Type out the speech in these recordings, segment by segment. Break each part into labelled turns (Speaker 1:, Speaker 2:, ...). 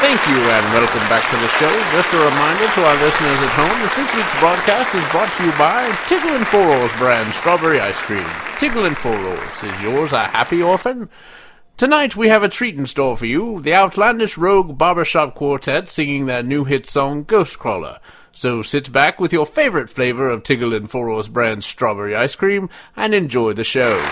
Speaker 1: Thank you and welcome back to the show. Just a reminder to our listeners at home that this week's broadcast is brought to you by Tickle and Four Oars brand strawberry ice cream. Tickle and Four Oars, is yours a happy orphan? Tonight we have a treat in store for you, the Outlandish Rogue Barbershop Quartet singing their new hit song Ghost Crawler. So sit back with your favorite flavor of Tickle and Four Oars brand strawberry ice cream and enjoy the show.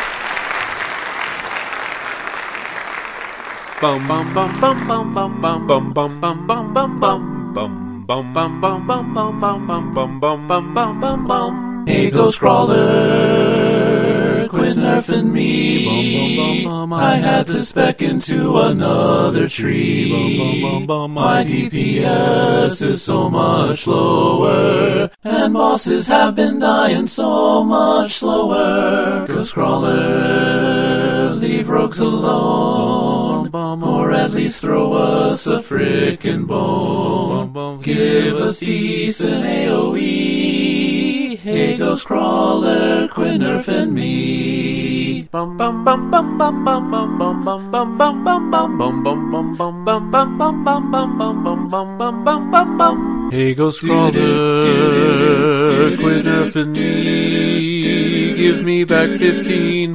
Speaker 2: bum bum bum bum bum bum bum bum bum bum bum bum bum bum bum bum bum bum bum bum bum bum bum bum bum bum bum Eagles crawler quit nerfing me I had to spec into another tree My DPS is so much lower And bosses have been dying so much slower Ghost crawler leave rogues alone or at least throw us a frickin' bone. Give us decent AoE. Hey, Ghost Crawler, quit nerfing me. Bum bum bum bum bum bum bum bum bum bum bum bum bum bum bum bum bum bum bum bum bum bum bum bum bum bum bum bum. Hey, Ghost Crawler, quit nerfing me. Give me back 15%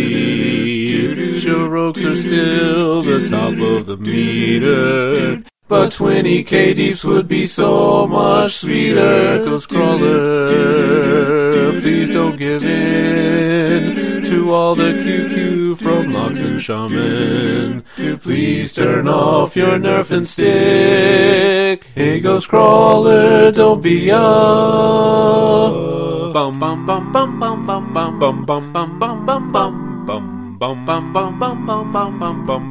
Speaker 2: HFB. Sure, rogues are still the top of the meter. But 20k deeps would be so much sweeter. Ghost Crawler, please don't give in to all the QQ from Locks and Shaman. Please turn off your nerf and stick. Hey, Ghost Crawler, don't be a bum bum bum bum bum bum bum bum bum bum bum bum bum bum bum bum bum bum bum bum bum bum bum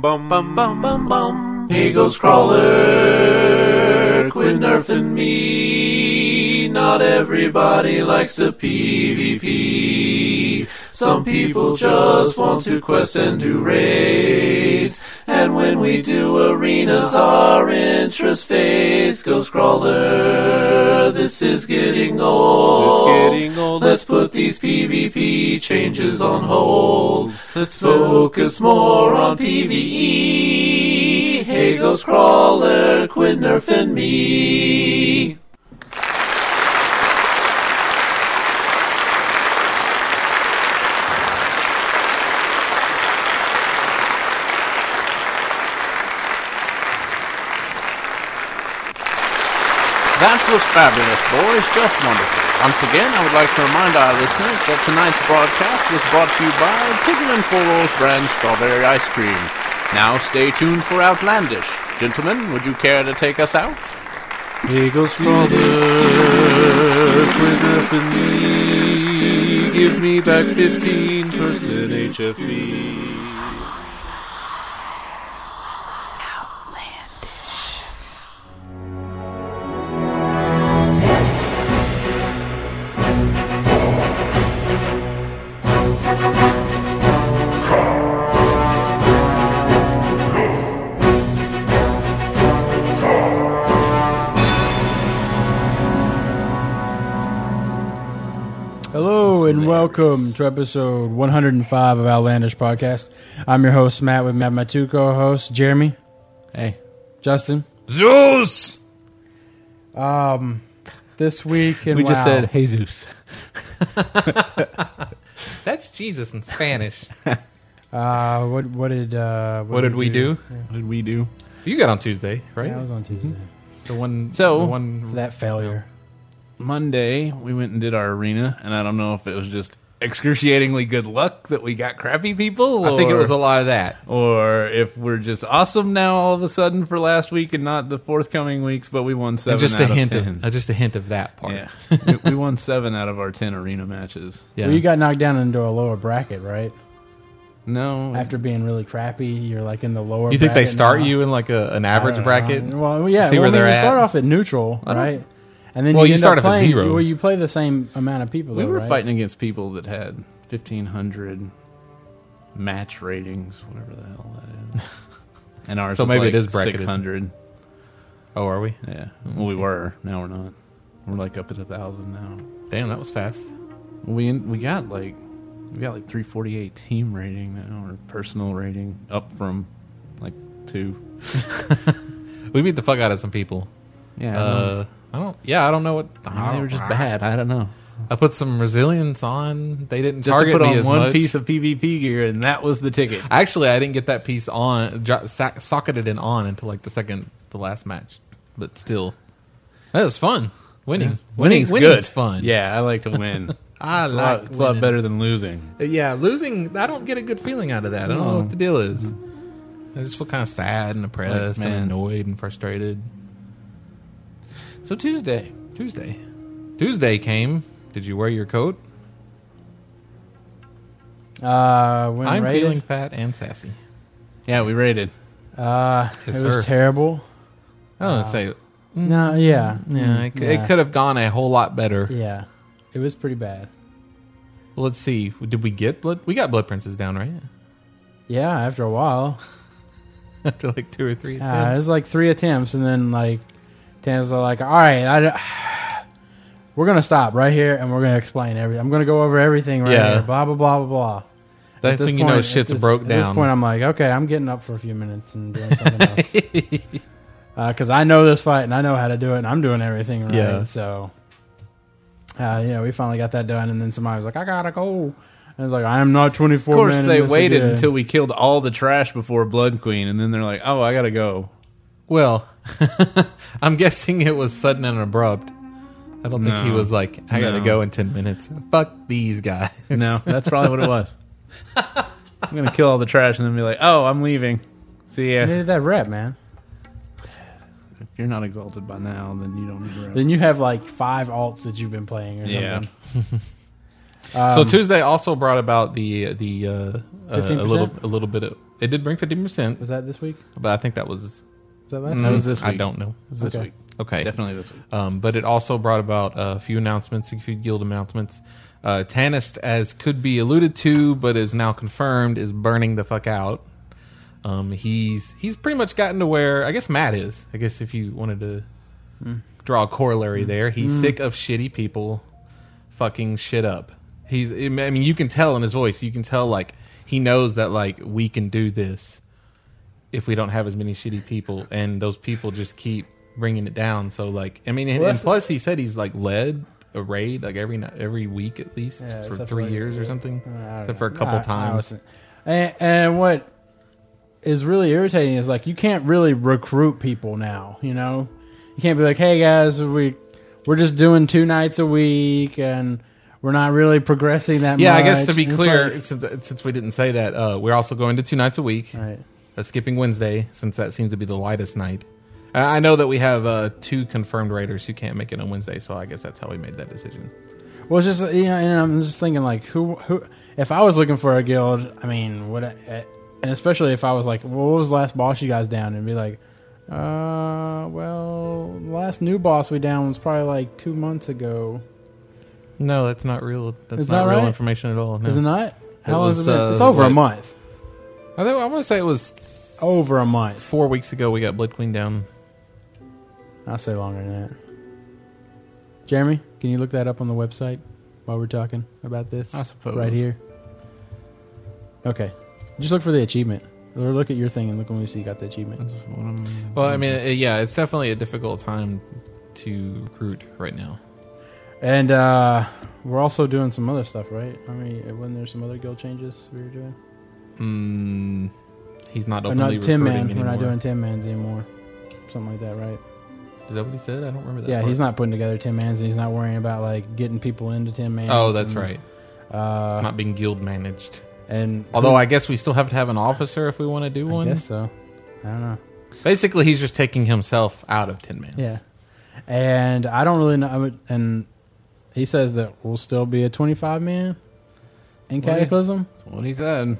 Speaker 2: bum bum bum bum Eagles crawler quit nerfing me not everybody likes to PvP some people just want to quest and do raids and when we do arenas our interest fades Ghost crawler this is getting old it's getting old let's put these PvP changes on hold. Let's focus more on PvE. Hey, Ghost Crawler, quit nerfing me.
Speaker 1: That was fabulous, boys. Just wonderful. Once again, I would like to remind our listeners that tonight's broadcast was brought to you by Tickle and Four Oars brand strawberry ice cream. Now stay tuned for Outlandish. Gentlemen, would you care to take us out?
Speaker 2: Eagles Crawler, quit nerfing me. Give me back 15% HFB.
Speaker 3: Hello and welcome to episode 105 of Outlandish Podcast. I'm your host Matt with Matt, my two co-hosts Jeremy. Hey, Justin.
Speaker 4: Zeus.
Speaker 3: Um, this week and
Speaker 4: We just
Speaker 3: wow.
Speaker 4: said Jesus.
Speaker 5: That's Jesus in Spanish.
Speaker 3: uh, what what did uh,
Speaker 5: what did we do?
Speaker 4: What did we do?
Speaker 5: You got on Tuesday, right?
Speaker 3: That was on Tuesday.
Speaker 5: The one.
Speaker 4: So-
Speaker 5: the one.
Speaker 3: That failure.
Speaker 4: Monday, we went and did our arena, and I don't know if it was just excruciatingly good luck that we got crappy people.
Speaker 5: I think it
Speaker 4: or-
Speaker 5: was a lot of that.
Speaker 4: Or if we're just awesome now all of a sudden for last week and not the forthcoming weeks, but we won seven
Speaker 5: And just
Speaker 4: out
Speaker 5: a hint
Speaker 4: of
Speaker 5: of,
Speaker 4: 10.
Speaker 5: uh, just a hint of that part.
Speaker 4: yeah. we, we won seven out of our 10 arena matches.
Speaker 5: Yeah.
Speaker 3: Well, you got knocked down into a lower bracket, right?
Speaker 4: No.
Speaker 3: After being really crappy, you're like in the lower.
Speaker 5: You think they
Speaker 3: bracket
Speaker 5: start
Speaker 3: now.
Speaker 5: you in like a, an
Speaker 3: I don't
Speaker 5: average
Speaker 3: know.
Speaker 5: bracket?
Speaker 3: Uh, Well, yeah.
Speaker 5: See
Speaker 3: well,
Speaker 5: where
Speaker 3: I mean,
Speaker 5: they're
Speaker 3: you
Speaker 5: at.
Speaker 3: start off at neutral,
Speaker 4: don't-
Speaker 3: right? And then
Speaker 5: Well,
Speaker 3: you,
Speaker 5: you
Speaker 3: end
Speaker 5: start
Speaker 3: up
Speaker 5: off at
Speaker 3: playing,
Speaker 5: zero.
Speaker 3: Well, you play the same amount of people.
Speaker 4: we
Speaker 3: though,
Speaker 4: were
Speaker 3: right?
Speaker 4: fighting against people that had 1,500 match ratings, whatever the hell that is. And ours
Speaker 5: So
Speaker 4: was
Speaker 5: maybe
Speaker 4: like
Speaker 5: it is bracketed.
Speaker 4: 600.
Speaker 5: Oh, are we?
Speaker 4: Yeah. Well, we were. Now we're not. We're like up at a thousand now.
Speaker 5: Damn, that was fast.
Speaker 4: We we got like we got like three forty eight team rating now or personal rating up from like
Speaker 2: two.
Speaker 5: We beat the fuck out of some people.
Speaker 2: Yeah,
Speaker 5: Uh, I don't. Yeah, I don't know what.
Speaker 2: I mean, they were just bad. I don't know.
Speaker 5: I put some resilience on. They didn't
Speaker 2: Just to
Speaker 5: target
Speaker 2: put
Speaker 5: me
Speaker 2: on
Speaker 5: as
Speaker 2: one
Speaker 5: much.
Speaker 2: piece of PvP gear, and that was the ticket.
Speaker 5: Actually, I didn't get that piece on jo- sac- socketed and on until like the second, the last match. But still, that was fun. Winning, winning,
Speaker 2: Winning's
Speaker 5: winning's
Speaker 2: good.
Speaker 5: fun.
Speaker 2: Yeah, I like to win.
Speaker 5: I
Speaker 2: it's a
Speaker 5: like
Speaker 2: lot, it's a lot
Speaker 5: winning.
Speaker 2: better than losing.
Speaker 5: yeah. Losing, I don't get a good feeling out of that. I don't know what the deal is. I just feel kind of sad and depressed
Speaker 2: Like, man.
Speaker 5: and annoyed and frustrated.
Speaker 2: So Tuesday,
Speaker 5: Tuesday, Tuesday came. Did you wear your coat?
Speaker 3: Uh, when
Speaker 5: I'm
Speaker 3: raided,
Speaker 5: feeling fat and sassy.
Speaker 2: yeah, we raided.
Speaker 3: uh, it
Speaker 5: Yes,
Speaker 3: was
Speaker 5: sir.
Speaker 3: terrible.
Speaker 5: I
Speaker 2: Uh,
Speaker 5: don't wanna say.
Speaker 3: No, yeah,
Speaker 5: Yeah, it,
Speaker 3: Mm,
Speaker 5: c it could have gone a whole lot better.
Speaker 3: Yeah, it was pretty bad.
Speaker 5: Let's see. Did we get blood? We got blood princes down, right?
Speaker 3: Yeah, after a while,
Speaker 5: After like two or three attempts.
Speaker 3: yeah, it was Uh, like three attempts, and then like Tans was like, "All right, I d- we're gonna stop right here, and we're gonna explain everything. I'm gonna go over everything right
Speaker 5: Yeah.
Speaker 3: here. Blah blah blah blah blah." At
Speaker 5: That's
Speaker 3: this
Speaker 5: when you know
Speaker 3: point-
Speaker 5: shit's
Speaker 3: at this-
Speaker 5: broke
Speaker 3: At this
Speaker 5: down.
Speaker 3: point, I'm like, okay, I'm getting up for a few minutes and doing something else because I know this fight and I know how to do it, and I'm doing everything right.
Speaker 5: Yeah.
Speaker 3: So, uh, yeah, we finally got that done, and then somebody was like, "I gotta go," and I was like, "I am not 24."
Speaker 2: Of course,
Speaker 3: men in
Speaker 2: they
Speaker 3: this
Speaker 2: waited
Speaker 3: again."
Speaker 2: until we killed all the trash before Blood Queen, and then they're like, "Oh, I gotta go."
Speaker 5: well, I'm guessing it was sudden and abrupt. I don't think he
Speaker 2: No.
Speaker 5: was like, I gotta
Speaker 2: No.
Speaker 5: go in 10 minutes. Fuck these guys.
Speaker 2: No, that's probably what it was. I'm gonna kill all the trash and then be like, "Oh, I'm leaving." See ya.
Speaker 3: They did that rep, man.
Speaker 2: If you're not exalted by now, then you don't need to.
Speaker 3: Then you have like five alts that you've been playing or
Speaker 2: Yeah. Um,
Speaker 3: something. Um,
Speaker 5: so Tuesday also brought about the, the, uh, uh, a
Speaker 3: 15%?
Speaker 5: little, a little bit of, it did bring 15%,
Speaker 3: Was that this week?
Speaker 5: but I think that was,
Speaker 3: Was that last
Speaker 5: Mm,
Speaker 2: was this
Speaker 5: I
Speaker 2: week.
Speaker 5: don't know.
Speaker 2: It was this
Speaker 3: Okay.
Speaker 2: week,
Speaker 5: Okay.
Speaker 2: definitely this week.
Speaker 5: Um, but it also brought about a few announcements, a few guild announcements. Uh, Tanist, as could be alluded to, but is now confirmed, is burning the fuck out. Um, he's he's pretty much gotten to where I guess Matt is. I guess if you wanted to draw a corollary there, he's
Speaker 3: Mm-hmm.
Speaker 5: sick of shitty people fucking shit up. He's I mean you can tell in his voice, you can tell like he knows that like we can do this if we don't have as many shitty people, and those people just keep bringing it down. So like, I mean, and,
Speaker 3: Well,
Speaker 5: and
Speaker 3: that's-
Speaker 5: plus he said he's like led a raid like every night, every week at least
Speaker 3: Yeah,
Speaker 5: for
Speaker 3: except
Speaker 5: three
Speaker 3: for, like,
Speaker 5: years or something,
Speaker 3: I don't
Speaker 5: except
Speaker 3: know.
Speaker 5: for a couple
Speaker 3: I- I
Speaker 5: times.
Speaker 3: wasn't- and, and what is really irritating is like you can't really recruit people now. You know, you can't be like, "Hey guys, we we're just doing two nights a week, and we're not really progressing that
Speaker 5: yeah,
Speaker 3: much."
Speaker 5: I guess to be
Speaker 3: And it's
Speaker 5: clear,
Speaker 3: like-
Speaker 5: since, since we didn't say that, uh, we're also going to two nights a week,
Speaker 3: right?
Speaker 5: uh, skipping Wednesday since that seems to be the lightest night. I I know that we have uh, two confirmed raiders who can't make it on Wednesday, so I guess that's how we made that decision.
Speaker 3: Well, it's just you know, and I'm just thinking like, who who? If I was looking for a guild, I mean, what? eh, And especially if I was like, well, what was the last boss you guys down? And be like, uh, well, the last new boss we down was probably like two months ago.
Speaker 5: No, that's not real. That's
Speaker 3: Is
Speaker 5: not
Speaker 3: that
Speaker 5: real
Speaker 3: right?
Speaker 5: information at all. No.
Speaker 3: Is it not? How long has
Speaker 5: was,
Speaker 3: it been? It's
Speaker 5: uh,
Speaker 3: over a
Speaker 5: what?
Speaker 3: month.
Speaker 5: I, think, I want to say it was
Speaker 3: Over a month.
Speaker 5: four weeks ago we got Blood Queen down.
Speaker 3: I'll say longer than that. Jeremy, can you look that up on the website while we're talking about this?
Speaker 2: I suppose.
Speaker 3: Right here. Okay. Just look for the achievement. Or look at your thing and look when we see you got the achievement.
Speaker 2: That's what I'm-
Speaker 5: Well, I mean, uh, yeah, it's definitely a difficult time to recruit right now.
Speaker 3: And uh, we're also doing some other stuff, right? I mean, uh, wasn't there some other guild changes we were doing?
Speaker 5: Mm, he's not
Speaker 3: Or
Speaker 5: openly
Speaker 3: not ten man.
Speaker 5: recruiting
Speaker 3: We're not
Speaker 5: anymore.
Speaker 3: doing ten mans anymore. Something like that, right?
Speaker 5: Is that what he said? I don't remember that.
Speaker 3: yeah,
Speaker 5: part.
Speaker 3: he's not putting together ten mans, and he's not worrying about like getting people into ten mans.
Speaker 5: Oh, that's
Speaker 3: and,
Speaker 5: right.
Speaker 3: Uh,
Speaker 5: not being guild managed.
Speaker 3: and
Speaker 5: Although I guess we still have to have an officer if we want to do
Speaker 3: I
Speaker 5: one.
Speaker 3: guess so. I don't know.
Speaker 5: Basically, he's just taking himself out of ten mans.
Speaker 3: Yeah, and I don't really know. I would- And he says that we'll still be a twenty-five man
Speaker 2: What
Speaker 3: in
Speaker 2: is-
Speaker 3: Cataclysm.
Speaker 2: That's what he said.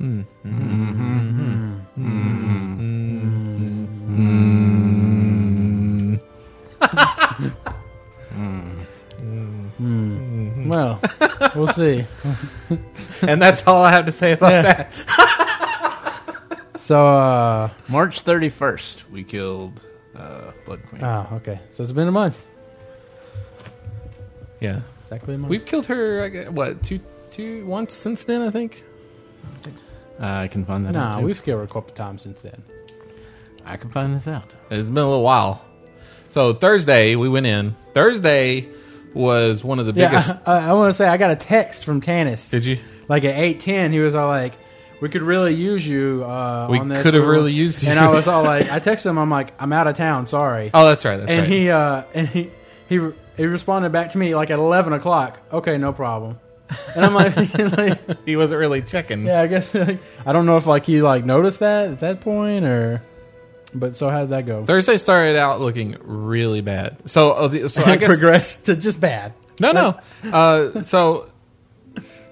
Speaker 5: Mm.
Speaker 2: Mm-hmm.
Speaker 3: Hmm. Hmm.
Speaker 5: Mm-hmm.
Speaker 3: Well, we'll see.
Speaker 5: and that's all I have to say about
Speaker 3: Yeah.
Speaker 5: that.
Speaker 3: So, uh,
Speaker 2: March 31st, we killed uh, Blood Queen.
Speaker 3: oh, okay. So it's been a month.
Speaker 5: Yeah,
Speaker 3: Exactly a month.
Speaker 5: we've killed her. I gue- What two, two, once since then? I think.
Speaker 2: Uh, I can find that out.
Speaker 3: Nah,
Speaker 2: too.
Speaker 3: we've killed her a couple times since then.
Speaker 2: I can find this out.
Speaker 5: It's been a little while. So Thursday we went in. Thursday was one of the biggest.
Speaker 3: Yeah, I, I want to say I got a text from Tanis.
Speaker 5: Did you?
Speaker 3: Like at eight ten, he was all like, "We could really use you." Uh,
Speaker 5: We
Speaker 3: on this.
Speaker 5: could have
Speaker 3: were-"
Speaker 5: really used you.
Speaker 3: And I was all like, I texted him. I'm like, I'm out of town. Sorry.
Speaker 5: Oh, that's right. That's
Speaker 3: and
Speaker 5: right.
Speaker 3: he uh, and he he he responded back to me like at eleven o'clock. Okay, no problem. And I'm like, like,
Speaker 5: he wasn't really checking.
Speaker 3: yeah, I guess like, I don't know if like he like noticed that at that point or, but so how did that go?
Speaker 5: Thursday started out looking really bad. So, uh, the- so I
Speaker 3: It
Speaker 5: guess
Speaker 3: progressed to just bad.
Speaker 5: no, no. Uh, so,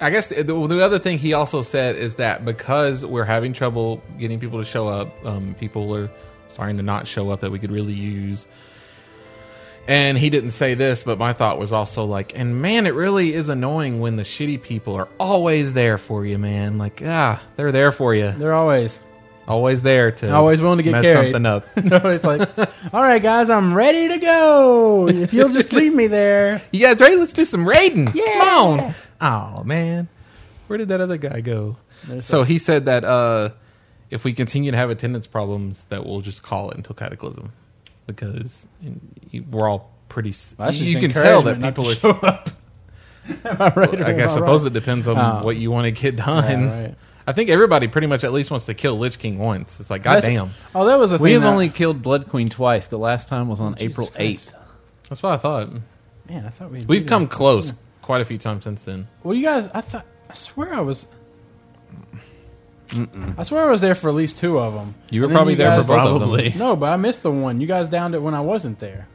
Speaker 5: I guess the, the other thing he also said is that because we're having trouble getting people to show up, um, people are starting to not show up that we could really use. And he didn't say this, but my thought was also like, and man, it really is annoying when the shitty people are always there for you, man. Like, ah, they're there for you,
Speaker 3: They're always
Speaker 5: always there to
Speaker 3: Always willing to get
Speaker 5: mess
Speaker 3: carried.
Speaker 5: something up.
Speaker 3: no, it's like, all right, guys, I'm ready to go. If you'll just leave me there.
Speaker 5: You guys ready? Let's do some raiding.
Speaker 3: Yeah.
Speaker 5: Come on. Oh man, where did that other guy go? So he said that uh, if we continue to have attendance problems, that we'll just call it until cataclysm, because you- we're all pretty. s
Speaker 3: that's
Speaker 5: you
Speaker 3: just
Speaker 5: can tell that
Speaker 3: encouragement not
Speaker 5: people
Speaker 3: to
Speaker 5: are.
Speaker 3: show up. Am I right? or
Speaker 5: I
Speaker 3: am
Speaker 5: guess I
Speaker 3: right?
Speaker 5: suppose it depends on
Speaker 3: Oh.
Speaker 5: what you want to get done.
Speaker 3: Yeah, right.
Speaker 5: I think everybody pretty much at least wants to kill Lich King once. It's like,
Speaker 3: That's-
Speaker 5: goddamn,
Speaker 3: Oh, that was a thing.
Speaker 2: We have
Speaker 3: that-
Speaker 2: only killed Blood Queen twice. The last time was on April
Speaker 3: Christ.
Speaker 2: eighth.
Speaker 5: that's what I thought.
Speaker 3: Man, I thought we
Speaker 5: We've come close quite a few times since then.
Speaker 3: Well, you guys, I thought. I swear I was. I swear I was there for at least two of them.
Speaker 5: You were probably there for both of them.
Speaker 2: Probably.
Speaker 3: No, but I missed the one. You guys downed it when I wasn't there.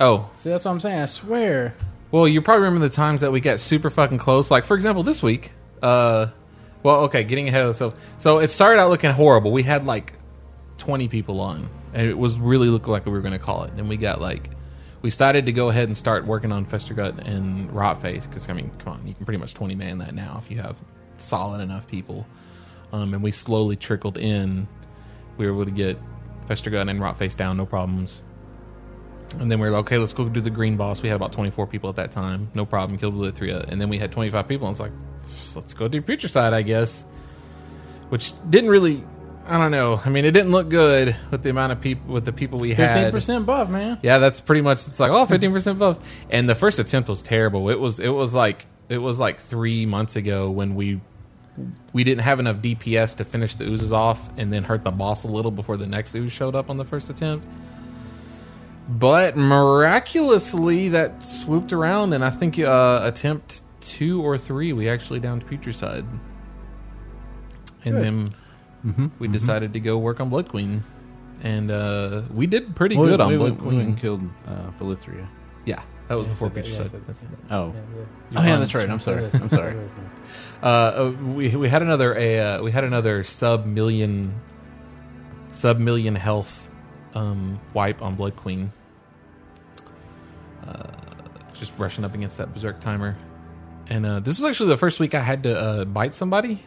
Speaker 5: Oh,
Speaker 3: See, that's what I'm saying. I swear.
Speaker 5: Well, you probably remember the times that we got super fucking close. Like, for example, this week. Uh, well, okay, getting ahead of ourselves. So it started out looking horrible. We had like 20 people on, and it was really looking like we were going to call it. And we got like, we started to go ahead and start working on Festergut and Rotface because I mean, come on, you can pretty much 20 man that now if you have solid enough people. Um, and we slowly trickled in. We were able to get Festergut and Rotface down, no problems. And then we were like, okay, let's go do the green boss. We had about 24 people at that time. No problem. Killed Litria. uh, And then we had 25 people. And it's like, let's go do Future Side, I guess. Which didn't really, I don't know. I mean, it didn't look good with the amount of people, with the people we had.
Speaker 3: 15% buff, man.
Speaker 5: Yeah, that's pretty much, it's like, oh, 15% buff. And the first attempt was terrible. It was, it was like, it was like three months ago when we, we didn't have enough DPS to finish the oozes off and then hurt the boss a little before the next ooze showed up on the first attempt. But miraculously, that swooped around, and I think uh, attempt two or three, we actually downed Putricide. And then we decided to go work on Blood Queen. And uh, we did pretty
Speaker 2: We-
Speaker 5: good on
Speaker 2: we,
Speaker 5: Blood
Speaker 2: went- we
Speaker 5: Queen.
Speaker 2: went and killed uh, Velithria.
Speaker 5: Yeah, that was before
Speaker 3: okay,
Speaker 5: Putricide.
Speaker 3: yeah, so-
Speaker 2: Oh, oh
Speaker 5: You
Speaker 2: yeah,
Speaker 5: find-
Speaker 2: that's right. I'm sorry. I'm sorry.
Speaker 5: Uh, uh, we we had another a uh, we had another sub million sub million health um, wipe on Blood Queen. Uh, just rushing up against that berserk timer, and uh, this was actually the first week I had to uh, bite somebody,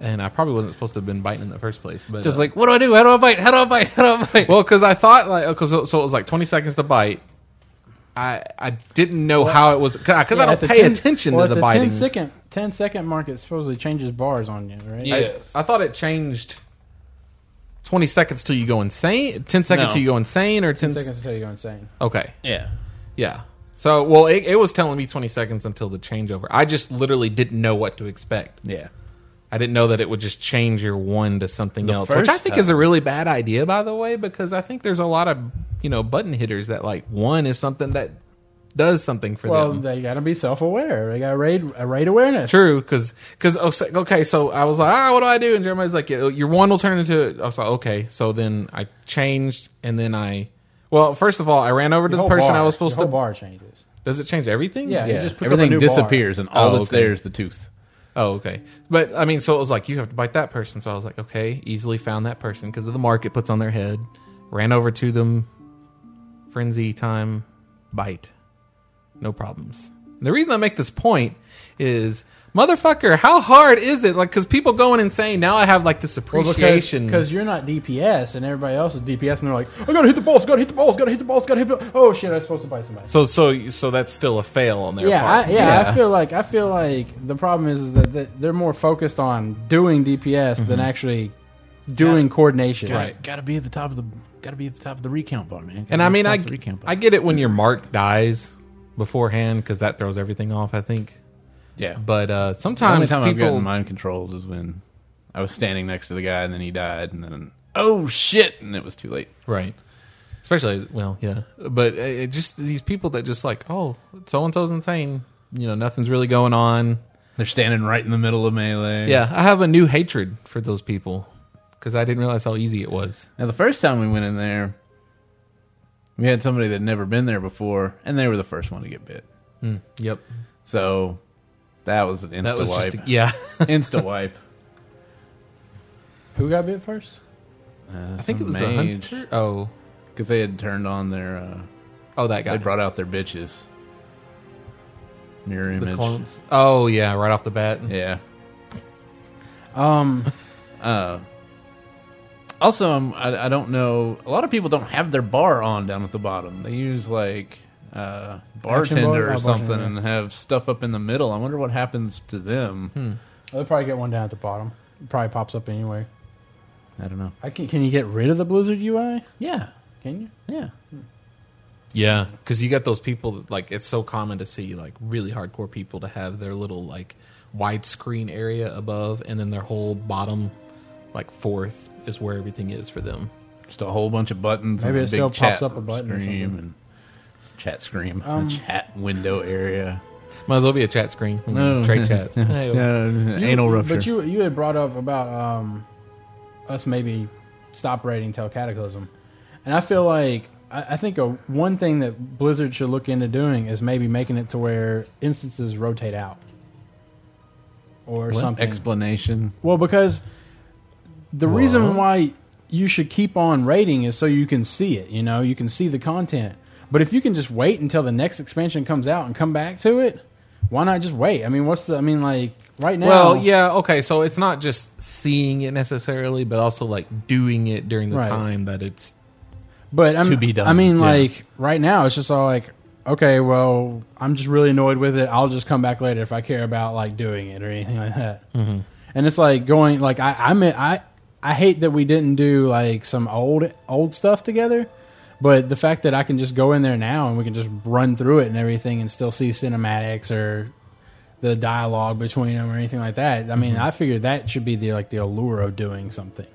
Speaker 5: and I probably wasn't supposed to have been biting in the first place. But
Speaker 2: Just
Speaker 5: uh,
Speaker 2: like, what do I do? How do I bite? How do I bite? How do I bite?
Speaker 5: well, because I thought like okay, so, so it was like twenty seconds to bite. I I didn't know how it was because I
Speaker 3: Yeah,
Speaker 5: don't
Speaker 3: at the
Speaker 5: pay
Speaker 3: 10
Speaker 5: attention
Speaker 3: well, at
Speaker 5: to the,
Speaker 3: the
Speaker 5: biting.
Speaker 3: 10 second, 10 second mark, it supposedly changes bars on you, right?
Speaker 5: I-
Speaker 2: Yes.
Speaker 5: I, thought it changed 20 seconds till you go insane, 10 seconds
Speaker 2: No.
Speaker 5: till you go insane, or 10,
Speaker 3: 10 seconds until you go insane.
Speaker 5: Okay.
Speaker 2: yeah.
Speaker 5: Yeah. So, well, it, it was telling me 20 seconds until the changeover. I just literally didn't know what to expect.
Speaker 2: Yeah.
Speaker 5: I didn't know that it would just change your one to something else,
Speaker 2: first
Speaker 5: which I think
Speaker 2: time.
Speaker 5: is a really bad idea, by the way, because I think there's a lot of, you know, button hitters that like one is something that does something for
Speaker 3: Well,
Speaker 5: them.
Speaker 3: they got to be self aware. They got to raid, uh, raid awareness.
Speaker 5: True, because okay, so I was like, ah, what do I do? And Jeremiah's like, "Yeah, your one will turn into. I was like, okay, so then I changed, and then I, well, first of all, I ran over to
Speaker 3: Your
Speaker 5: the
Speaker 3: whole
Speaker 5: person I
Speaker 3: bar-
Speaker 5: was supposed
Speaker 3: your
Speaker 5: to.
Speaker 3: whole bar changes.
Speaker 5: Does it change everything?
Speaker 3: Yeah,
Speaker 2: yeah.
Speaker 3: it just puts up a
Speaker 2: Everything
Speaker 3: new bar.
Speaker 2: disappears, and all
Speaker 5: Oh,
Speaker 2: that's
Speaker 5: okay.
Speaker 2: there is the tooth.
Speaker 5: Oh, okay. But I mean, so it was like you have to bite that person. So I was like, okay, easily found that person because of the mark it puts on their head. Ran over to them, frenzy time, bite, no problems. And the reason I make this point is motherfucker, how hard is it? Like, because people going insane now. I have like this
Speaker 3: because
Speaker 5: appreciation.
Speaker 3: because you're not DPS and everybody else is DPS and they're like, I gotta hit the balls, gotta hit the balls, gotta hit the balls, gotta hit the oh shit, I'm supposed to bite somebody.
Speaker 5: so so so that's still a fail on their
Speaker 3: Yeah,
Speaker 5: part.
Speaker 3: I, yeah, I feel like I feel like the problem is that that they're more focused on doing DPS than actually doing coordination.
Speaker 5: Mm-hmm. Right.
Speaker 2: Got to be at the top of the. Got to be at the top of the recount bar, man.
Speaker 5: And I mean, I,
Speaker 2: recount bar.
Speaker 5: I get it when your mark dies beforehand because that throws everything off. I think,
Speaker 2: yeah. But
Speaker 5: but uh,
Speaker 2: the only
Speaker 5: sometimes
Speaker 2: time I've
Speaker 5: people
Speaker 2: gotten mind controlled is when I was standing next to the guy and then he died and then oh shit and it was too late.
Speaker 5: right, especially well, yeah, but uh, it just these people that just like, oh, so and so's insane. You know, nothing's really going on.
Speaker 2: They're standing right in the middle of melee.
Speaker 5: Yeah, I have a new hatred for those people because I didn't realize how easy it was.
Speaker 2: Now the first time we went in there, we had somebody that had never been there before, and they were the first one to get bit.
Speaker 5: Yep,
Speaker 2: So that was an
Speaker 5: that
Speaker 2: insta
Speaker 5: was just
Speaker 2: wipe.
Speaker 5: a, yeah.
Speaker 2: insta wipe.
Speaker 3: Who got bit first?
Speaker 2: Uh,
Speaker 5: I think it was the hunter. Oh,
Speaker 2: because they had turned on their. Uh,
Speaker 5: oh, that
Speaker 2: they
Speaker 5: guy.
Speaker 2: brought out their bitches. Mirror
Speaker 5: the
Speaker 2: image.
Speaker 5: clones. Oh yeah, right off the bat.
Speaker 2: Yeah.
Speaker 3: Um,
Speaker 2: Uh, also, um, I, I don't know. A lot of people don't have their bar on down at the bottom. They use like uh, bartender
Speaker 3: bar-
Speaker 2: or
Speaker 3: oh,
Speaker 2: something
Speaker 3: bartender.
Speaker 2: and have stuff up in the middle. I wonder what happens to them.
Speaker 3: Hmm. they'll probably get one down at the bottom. It probably pops up anyway.
Speaker 2: I don't know.
Speaker 3: I can, can you get rid of the Blizzard UI?
Speaker 2: Yeah.
Speaker 3: Can you?
Speaker 2: Yeah.
Speaker 5: Yeah, because you got those people that, like it's so common to see like really hardcore people to have their little like widescreen area above, and then their whole bottom like fourth is where everything is for them.
Speaker 2: Just a whole bunch of buttons. and
Speaker 3: Maybe
Speaker 2: a
Speaker 3: it
Speaker 2: big
Speaker 3: still pops
Speaker 2: chat
Speaker 3: up a button or
Speaker 2: scream
Speaker 3: something. Um,
Speaker 2: and chat scream. chat window area.
Speaker 5: Might as well be a chat screen, trade chat. Hey,
Speaker 3: Oh. You-
Speaker 2: anal rupture.
Speaker 3: But you you had brought up about um, us maybe stop rating Tell Cataclysm, and I feel like I, I think a, one thing that Blizzard should look into doing is maybe making it to where instances rotate out or something.
Speaker 2: Explanation.
Speaker 3: well, because the reason why you should keep on rating is so you can see it. You know, you can see the content. But if you can just wait until the next expansion comes out and come back to it, why not just wait? I mean, what's the? I mean, like right now.
Speaker 5: Well, yeah, okay. So it's not just seeing it necessarily, but also like doing it during the
Speaker 3: Right.
Speaker 5: time that it's.
Speaker 3: But I'm,
Speaker 5: to be done.
Speaker 3: I mean,
Speaker 5: Yeah.
Speaker 3: like right now, it's just all like, okay, well, I'm just really annoyed with it. I'll just come back later if I care about like doing it or anything like that. Mm-hmm. And it's like going like I I'm I I hate that we didn't do like some old old stuff together. But the fact that I can just go in there now and we can just run through it and everything and still see cinematics or the dialogue between them or anything like that. I
Speaker 5: Mm-hmm.
Speaker 3: mean, I figured that should be the like the allure of doing something.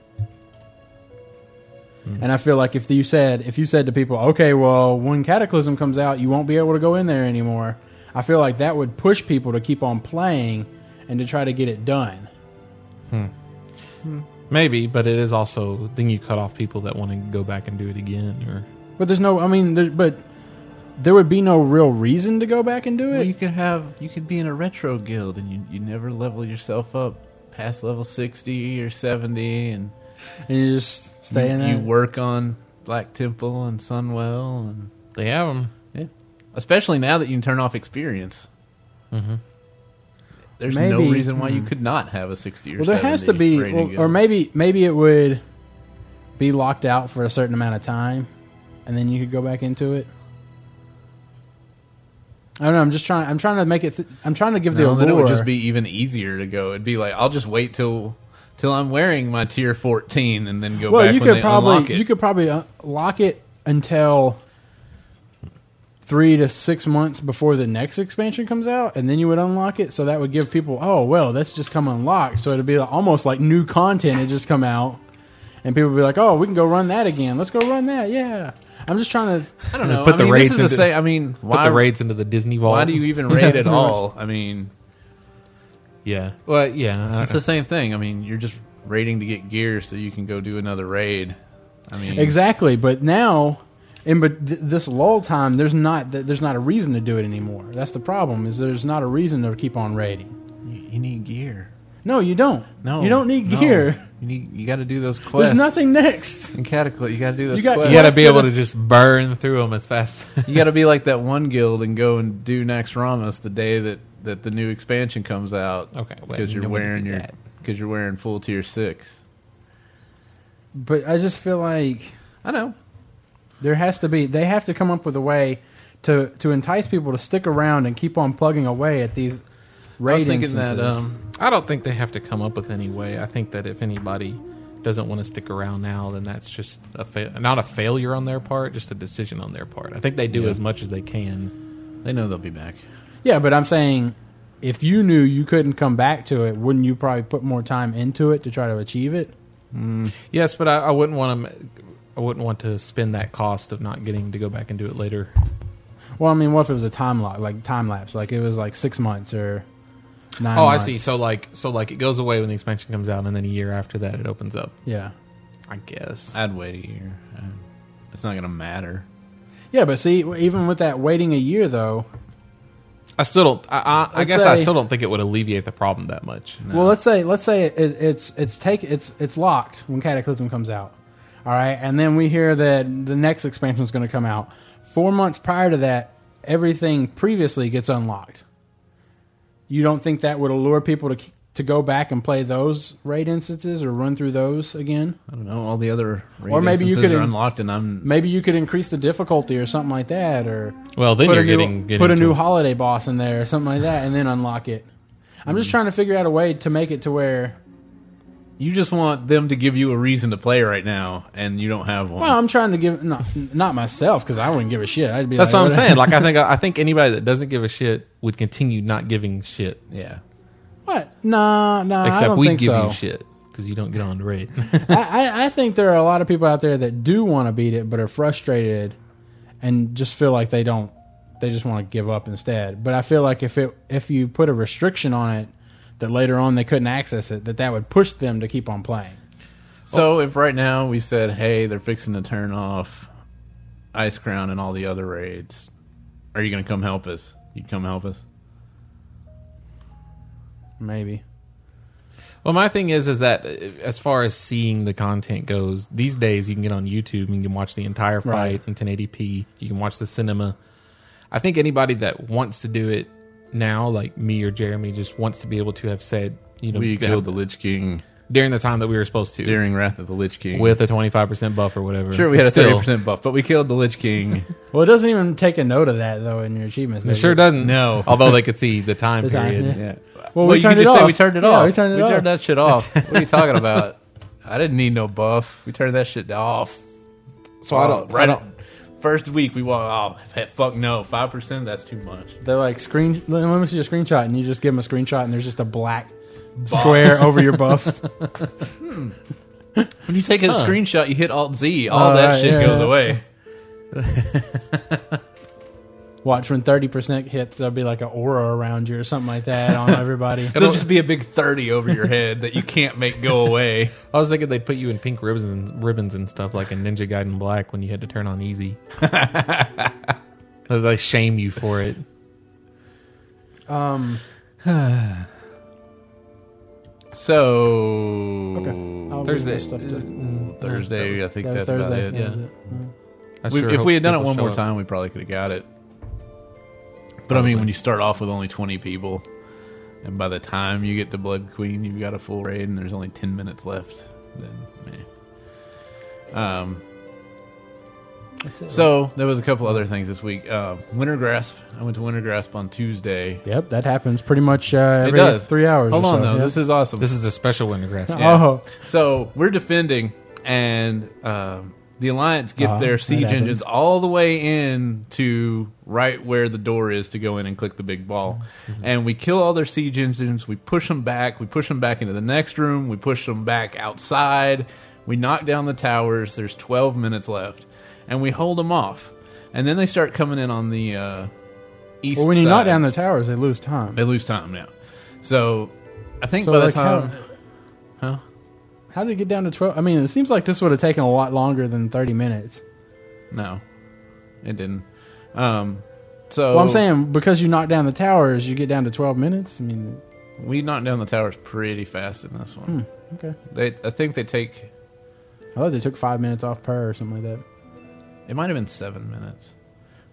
Speaker 3: And I feel like if you said if you said to people, okay, well, when Cataclysm comes out, you won't be able to go in there anymore. I feel like that would push people to keep on playing and to try to get it done.
Speaker 5: Maybe, but it is also then you cut off people that want to go back and do it again, or
Speaker 3: But there's no, I mean, there, but there would be no real reason to go back and do it.
Speaker 2: Well, you could have you could be in a retro guild and you, you never level yourself up past level sixty or seventy, and
Speaker 3: and you just stay in
Speaker 2: you,
Speaker 3: there.
Speaker 2: you work on Black Temple and Sunwell, and
Speaker 5: they have them.
Speaker 2: especially now that you can turn off experience. Mm-hmm. There's no
Speaker 3: Maybe-
Speaker 2: reason
Speaker 5: Hmm.
Speaker 2: why you could not have a sixty or
Speaker 3: well, there has to
Speaker 2: 70
Speaker 3: be,
Speaker 2: rating
Speaker 3: well,
Speaker 2: guild.
Speaker 3: or maybe maybe it would be locked out for a certain amount of time, and then you could go back into it. I don't know. I'm just trying. I'm trying to make it. Th- I'm trying to give the
Speaker 2: No,
Speaker 3: allure.
Speaker 2: then it would just be even easier to go. It'd be like I'll just wait till till I'm wearing my tier fourteen and then go
Speaker 3: well,
Speaker 2: back
Speaker 3: you
Speaker 2: when
Speaker 3: could
Speaker 2: they unlock
Speaker 3: probably
Speaker 2: it.
Speaker 3: you could probably uh, lock it until three to six months before the next expansion comes out, and then you would unlock it. So that would give people, oh well, that's just come unlocked. So it'd be almost like new content had just come out, and people would be like, oh, we can go run that again. Let's go run that. Yeah, I'm just trying to.
Speaker 2: I don't know.
Speaker 5: Put
Speaker 2: I
Speaker 5: the
Speaker 2: mean,
Speaker 5: raids
Speaker 2: this is
Speaker 5: into-
Speaker 2: the same. I mean, why
Speaker 5: Put the raids into the Disney vault.
Speaker 2: Why do you even raid at all? I mean,
Speaker 5: Yeah. Well, yeah. I
Speaker 2: it's the same thing. I mean, you're just raiding to get gear so you can go do another raid. I mean,
Speaker 3: Exactly, but now in but th- this lull time, there's not th- there's not a reason to do it anymore. That's the problem is there's not a reason to keep on raiding.
Speaker 2: you need gear.
Speaker 3: No, you don't.
Speaker 2: No,
Speaker 3: you don't need
Speaker 2: no.
Speaker 3: gear.
Speaker 2: You need. You got to do those quests.
Speaker 3: There's nothing next.
Speaker 2: in Cataclysm. You got to do those.
Speaker 3: You got
Speaker 2: quests.
Speaker 5: You got to be able to just burn through them as fast.
Speaker 2: You got to be like that one guild and go and do Naxxramas the day that that the new expansion comes out.
Speaker 5: Okay, well,
Speaker 2: because you're
Speaker 5: nobody
Speaker 2: wearing
Speaker 5: did
Speaker 2: your
Speaker 5: that.
Speaker 2: because you're wearing full tier six.
Speaker 3: But I just feel like
Speaker 2: I know.
Speaker 3: there has to be. They have to come up with a way to to entice people to stick around and keep on plugging away at these
Speaker 5: I was
Speaker 3: ratings.
Speaker 5: thinking that um, I don't think they have to come up with any way. I think that if anybody doesn't want to stick around now, then that's just a fa- not a failure on their part, just a decision on their part. I think they do as much as they can.
Speaker 2: They know they'll be back.
Speaker 3: yeah, but I'm saying if you knew you couldn't come back to it, wouldn't you probably put more time into it to try to achieve it?
Speaker 5: Yes, but I, I wouldn't want to. I wouldn't want to spend that cost of not getting to go back and do it later.
Speaker 3: Well, I mean, what if it was a time lock, like time lapse, like it was like six months or nine?
Speaker 5: Oh, I
Speaker 3: months?
Speaker 5: see. So like, so like, it goes away when the expansion comes out, and then a year after that, it opens up.
Speaker 3: Yeah,
Speaker 5: I guess.
Speaker 2: I'd wait a year. Uh, It's not gonna matter.
Speaker 3: yeah, but see, even with that waiting a year though,
Speaker 5: I still don't. I, I, I
Speaker 3: I'd
Speaker 5: guess I
Speaker 3: say-
Speaker 5: still don't think it would alleviate the problem that much.
Speaker 3: Well, let's say let's say it, it, it's it's take it's it's locked when Cataclysm comes out. All right, and then we hear that the next expansion is going to come out. Four months prior to that, everything previously gets unlocked. You don't think that would allure people to k- to go back and play those raid instances or run through those again?
Speaker 2: I don't know. All the other
Speaker 3: Or maybe you
Speaker 2: instances
Speaker 3: could
Speaker 2: are
Speaker 3: in-
Speaker 2: unlocked, and I'm
Speaker 3: Maybe you could increase the difficulty or something like that, or
Speaker 5: Well, then
Speaker 3: put
Speaker 5: you're
Speaker 3: a new,
Speaker 5: getting, getting
Speaker 3: put a
Speaker 5: to-
Speaker 3: new holiday boss in there or something like that, and then unlock it. I'm
Speaker 5: Mm.
Speaker 3: just trying to figure out a way to make it to where
Speaker 2: you just want them to give you a reason to play right now, and you don't have one.
Speaker 3: Well, I'm trying to give not not myself because I wouldn't give a shit. I'd be
Speaker 5: That's
Speaker 3: like,
Speaker 5: what I'm saying. Like I think I think anybody that doesn't give a shit would continue not giving shit.
Speaker 2: yeah.
Speaker 3: What? Nah, nah. I
Speaker 5: Except
Speaker 3: don't
Speaker 5: we
Speaker 3: think
Speaker 5: give
Speaker 3: so.
Speaker 5: you shit because you don't get on the raid.
Speaker 3: I, I, I think there are a lot of people out there that do want to beat it, but are frustrated and just feel like they don't. They just want to give up instead. But I feel like if it if you put a restriction on it, that later on they couldn't access it, that that would push them to keep on playing.
Speaker 2: So if right now we said, "Hey, they're fixing to turn off Ice Crown and all the other raids," are you going to come help us? You come help us?
Speaker 3: Maybe.
Speaker 5: well, my thing is is that uh, as far as seeing the content goes, these days you can get on YouTube and you can watch the entire fight
Speaker 3: Right.
Speaker 5: in 1080p. You can watch the cinema. I think anybody that wants to do it now, like me or Jeremy, just wants to be able to have said, you know,
Speaker 2: We
Speaker 5: have-
Speaker 2: killed the Lich King
Speaker 5: during the time that we were supposed to.
Speaker 2: during Wrath of the Lich King.
Speaker 5: with a 25% buff or whatever.
Speaker 2: sure, we had a
Speaker 5: But still,
Speaker 2: thirty percent buff, but we killed the Lich King.
Speaker 3: Well, it doesn't even take a note of that though in your achievements.
Speaker 5: It
Speaker 3: does
Speaker 5: sure
Speaker 3: it?
Speaker 5: doesn't.
Speaker 2: No.
Speaker 5: Although they could see the time
Speaker 3: The time,
Speaker 5: period.
Speaker 3: yeah.
Speaker 2: yeah.
Speaker 3: Well, we
Speaker 2: you
Speaker 3: turned
Speaker 2: can
Speaker 3: it
Speaker 2: just say
Speaker 3: off.
Speaker 2: we turned it
Speaker 3: Yeah,
Speaker 2: off.
Speaker 3: we turned it off.
Speaker 2: that shit off. what are you talking about? I didn't need no buff. We turned that shit off. Oh,
Speaker 5: So I don't.
Speaker 2: Right
Speaker 5: I don't.
Speaker 2: at- First week we want oh heck, fuck no five percent that's too much.
Speaker 3: They're like screen. Let let me see your screenshot, and you just give them a screenshot, and there's just a black square over your buffs.
Speaker 2: When you take a
Speaker 5: Huh.
Speaker 2: screenshot, you hit Alt Z, all that
Speaker 3: right,
Speaker 2: shit
Speaker 3: yeah,
Speaker 2: goes
Speaker 3: yeah.
Speaker 2: away.
Speaker 3: Watch when thirty percent hits, there'll be like an aura around you or something like that on everybody.
Speaker 2: It'll just be a big thirty over your head that you can't make go away.
Speaker 5: I was thinking they put you in pink ribbons and ribbons and stuff like in Ninja Gaiden Black when you had to turn on easy. they shame you for it.
Speaker 3: Um,
Speaker 2: So
Speaker 3: I'll read
Speaker 5: Thursday.
Speaker 3: this stuff too.
Speaker 2: Thursday, Mm-hmm. I think
Speaker 3: That was
Speaker 2: that's
Speaker 3: Thursday.
Speaker 2: about it.
Speaker 3: That was
Speaker 5: yeah.
Speaker 3: it.
Speaker 5: I
Speaker 2: We,
Speaker 5: sure
Speaker 2: if
Speaker 5: hope
Speaker 2: we had done it
Speaker 5: people
Speaker 2: one
Speaker 5: show
Speaker 2: more
Speaker 5: up.
Speaker 2: time, we probably could have got it. But I mean, when you start off with only twenty people, and by the time you get to Blood Queen, you've got a full raid, and there's only ten minutes left. Then, meh. um, so there was a couple other things this week. Uh, Winter Grasp. I went to Winter Grasp on Tuesday.
Speaker 3: Yep, that happens pretty much uh, every
Speaker 2: it does
Speaker 3: three hours.
Speaker 2: Hold
Speaker 3: or
Speaker 2: on
Speaker 3: so,
Speaker 2: though,
Speaker 3: yeah.
Speaker 2: this is awesome.
Speaker 5: This is a special Wintergrass.
Speaker 2: Yeah.
Speaker 3: Oh,
Speaker 2: So we're defending, and um, the Alliance get
Speaker 3: Uh-huh.
Speaker 2: their
Speaker 3: That
Speaker 2: siege
Speaker 3: happens.
Speaker 2: engines all the way in to right where the door is to go in and click the big ball.
Speaker 3: Mm-hmm.
Speaker 2: And we kill all their siege engines. We push them back. We push them back into the next room. We push them back outside. We knock down the towers. There's 12 minutes left, and we hold them off. And then they start coming in on the uh, east.
Speaker 3: well, when you
Speaker 2: side.
Speaker 3: knock down the towers, they lose time.
Speaker 2: they lose time now. So I think
Speaker 3: so
Speaker 2: by
Speaker 3: like
Speaker 2: the time.
Speaker 3: how, how did it get down to twelve? I mean, it seems like this would have taken a lot longer than thirty minutes.
Speaker 2: No, it didn't. Um, so
Speaker 3: Well, I'm saying because you knock down the towers, you get down to twelve minutes. I mean,
Speaker 2: we knocked down the towers pretty fast in this one.
Speaker 3: okay.
Speaker 2: They, I think they take.
Speaker 3: I thought they took five minutes off per or something like that.
Speaker 2: It might have been seven minutes.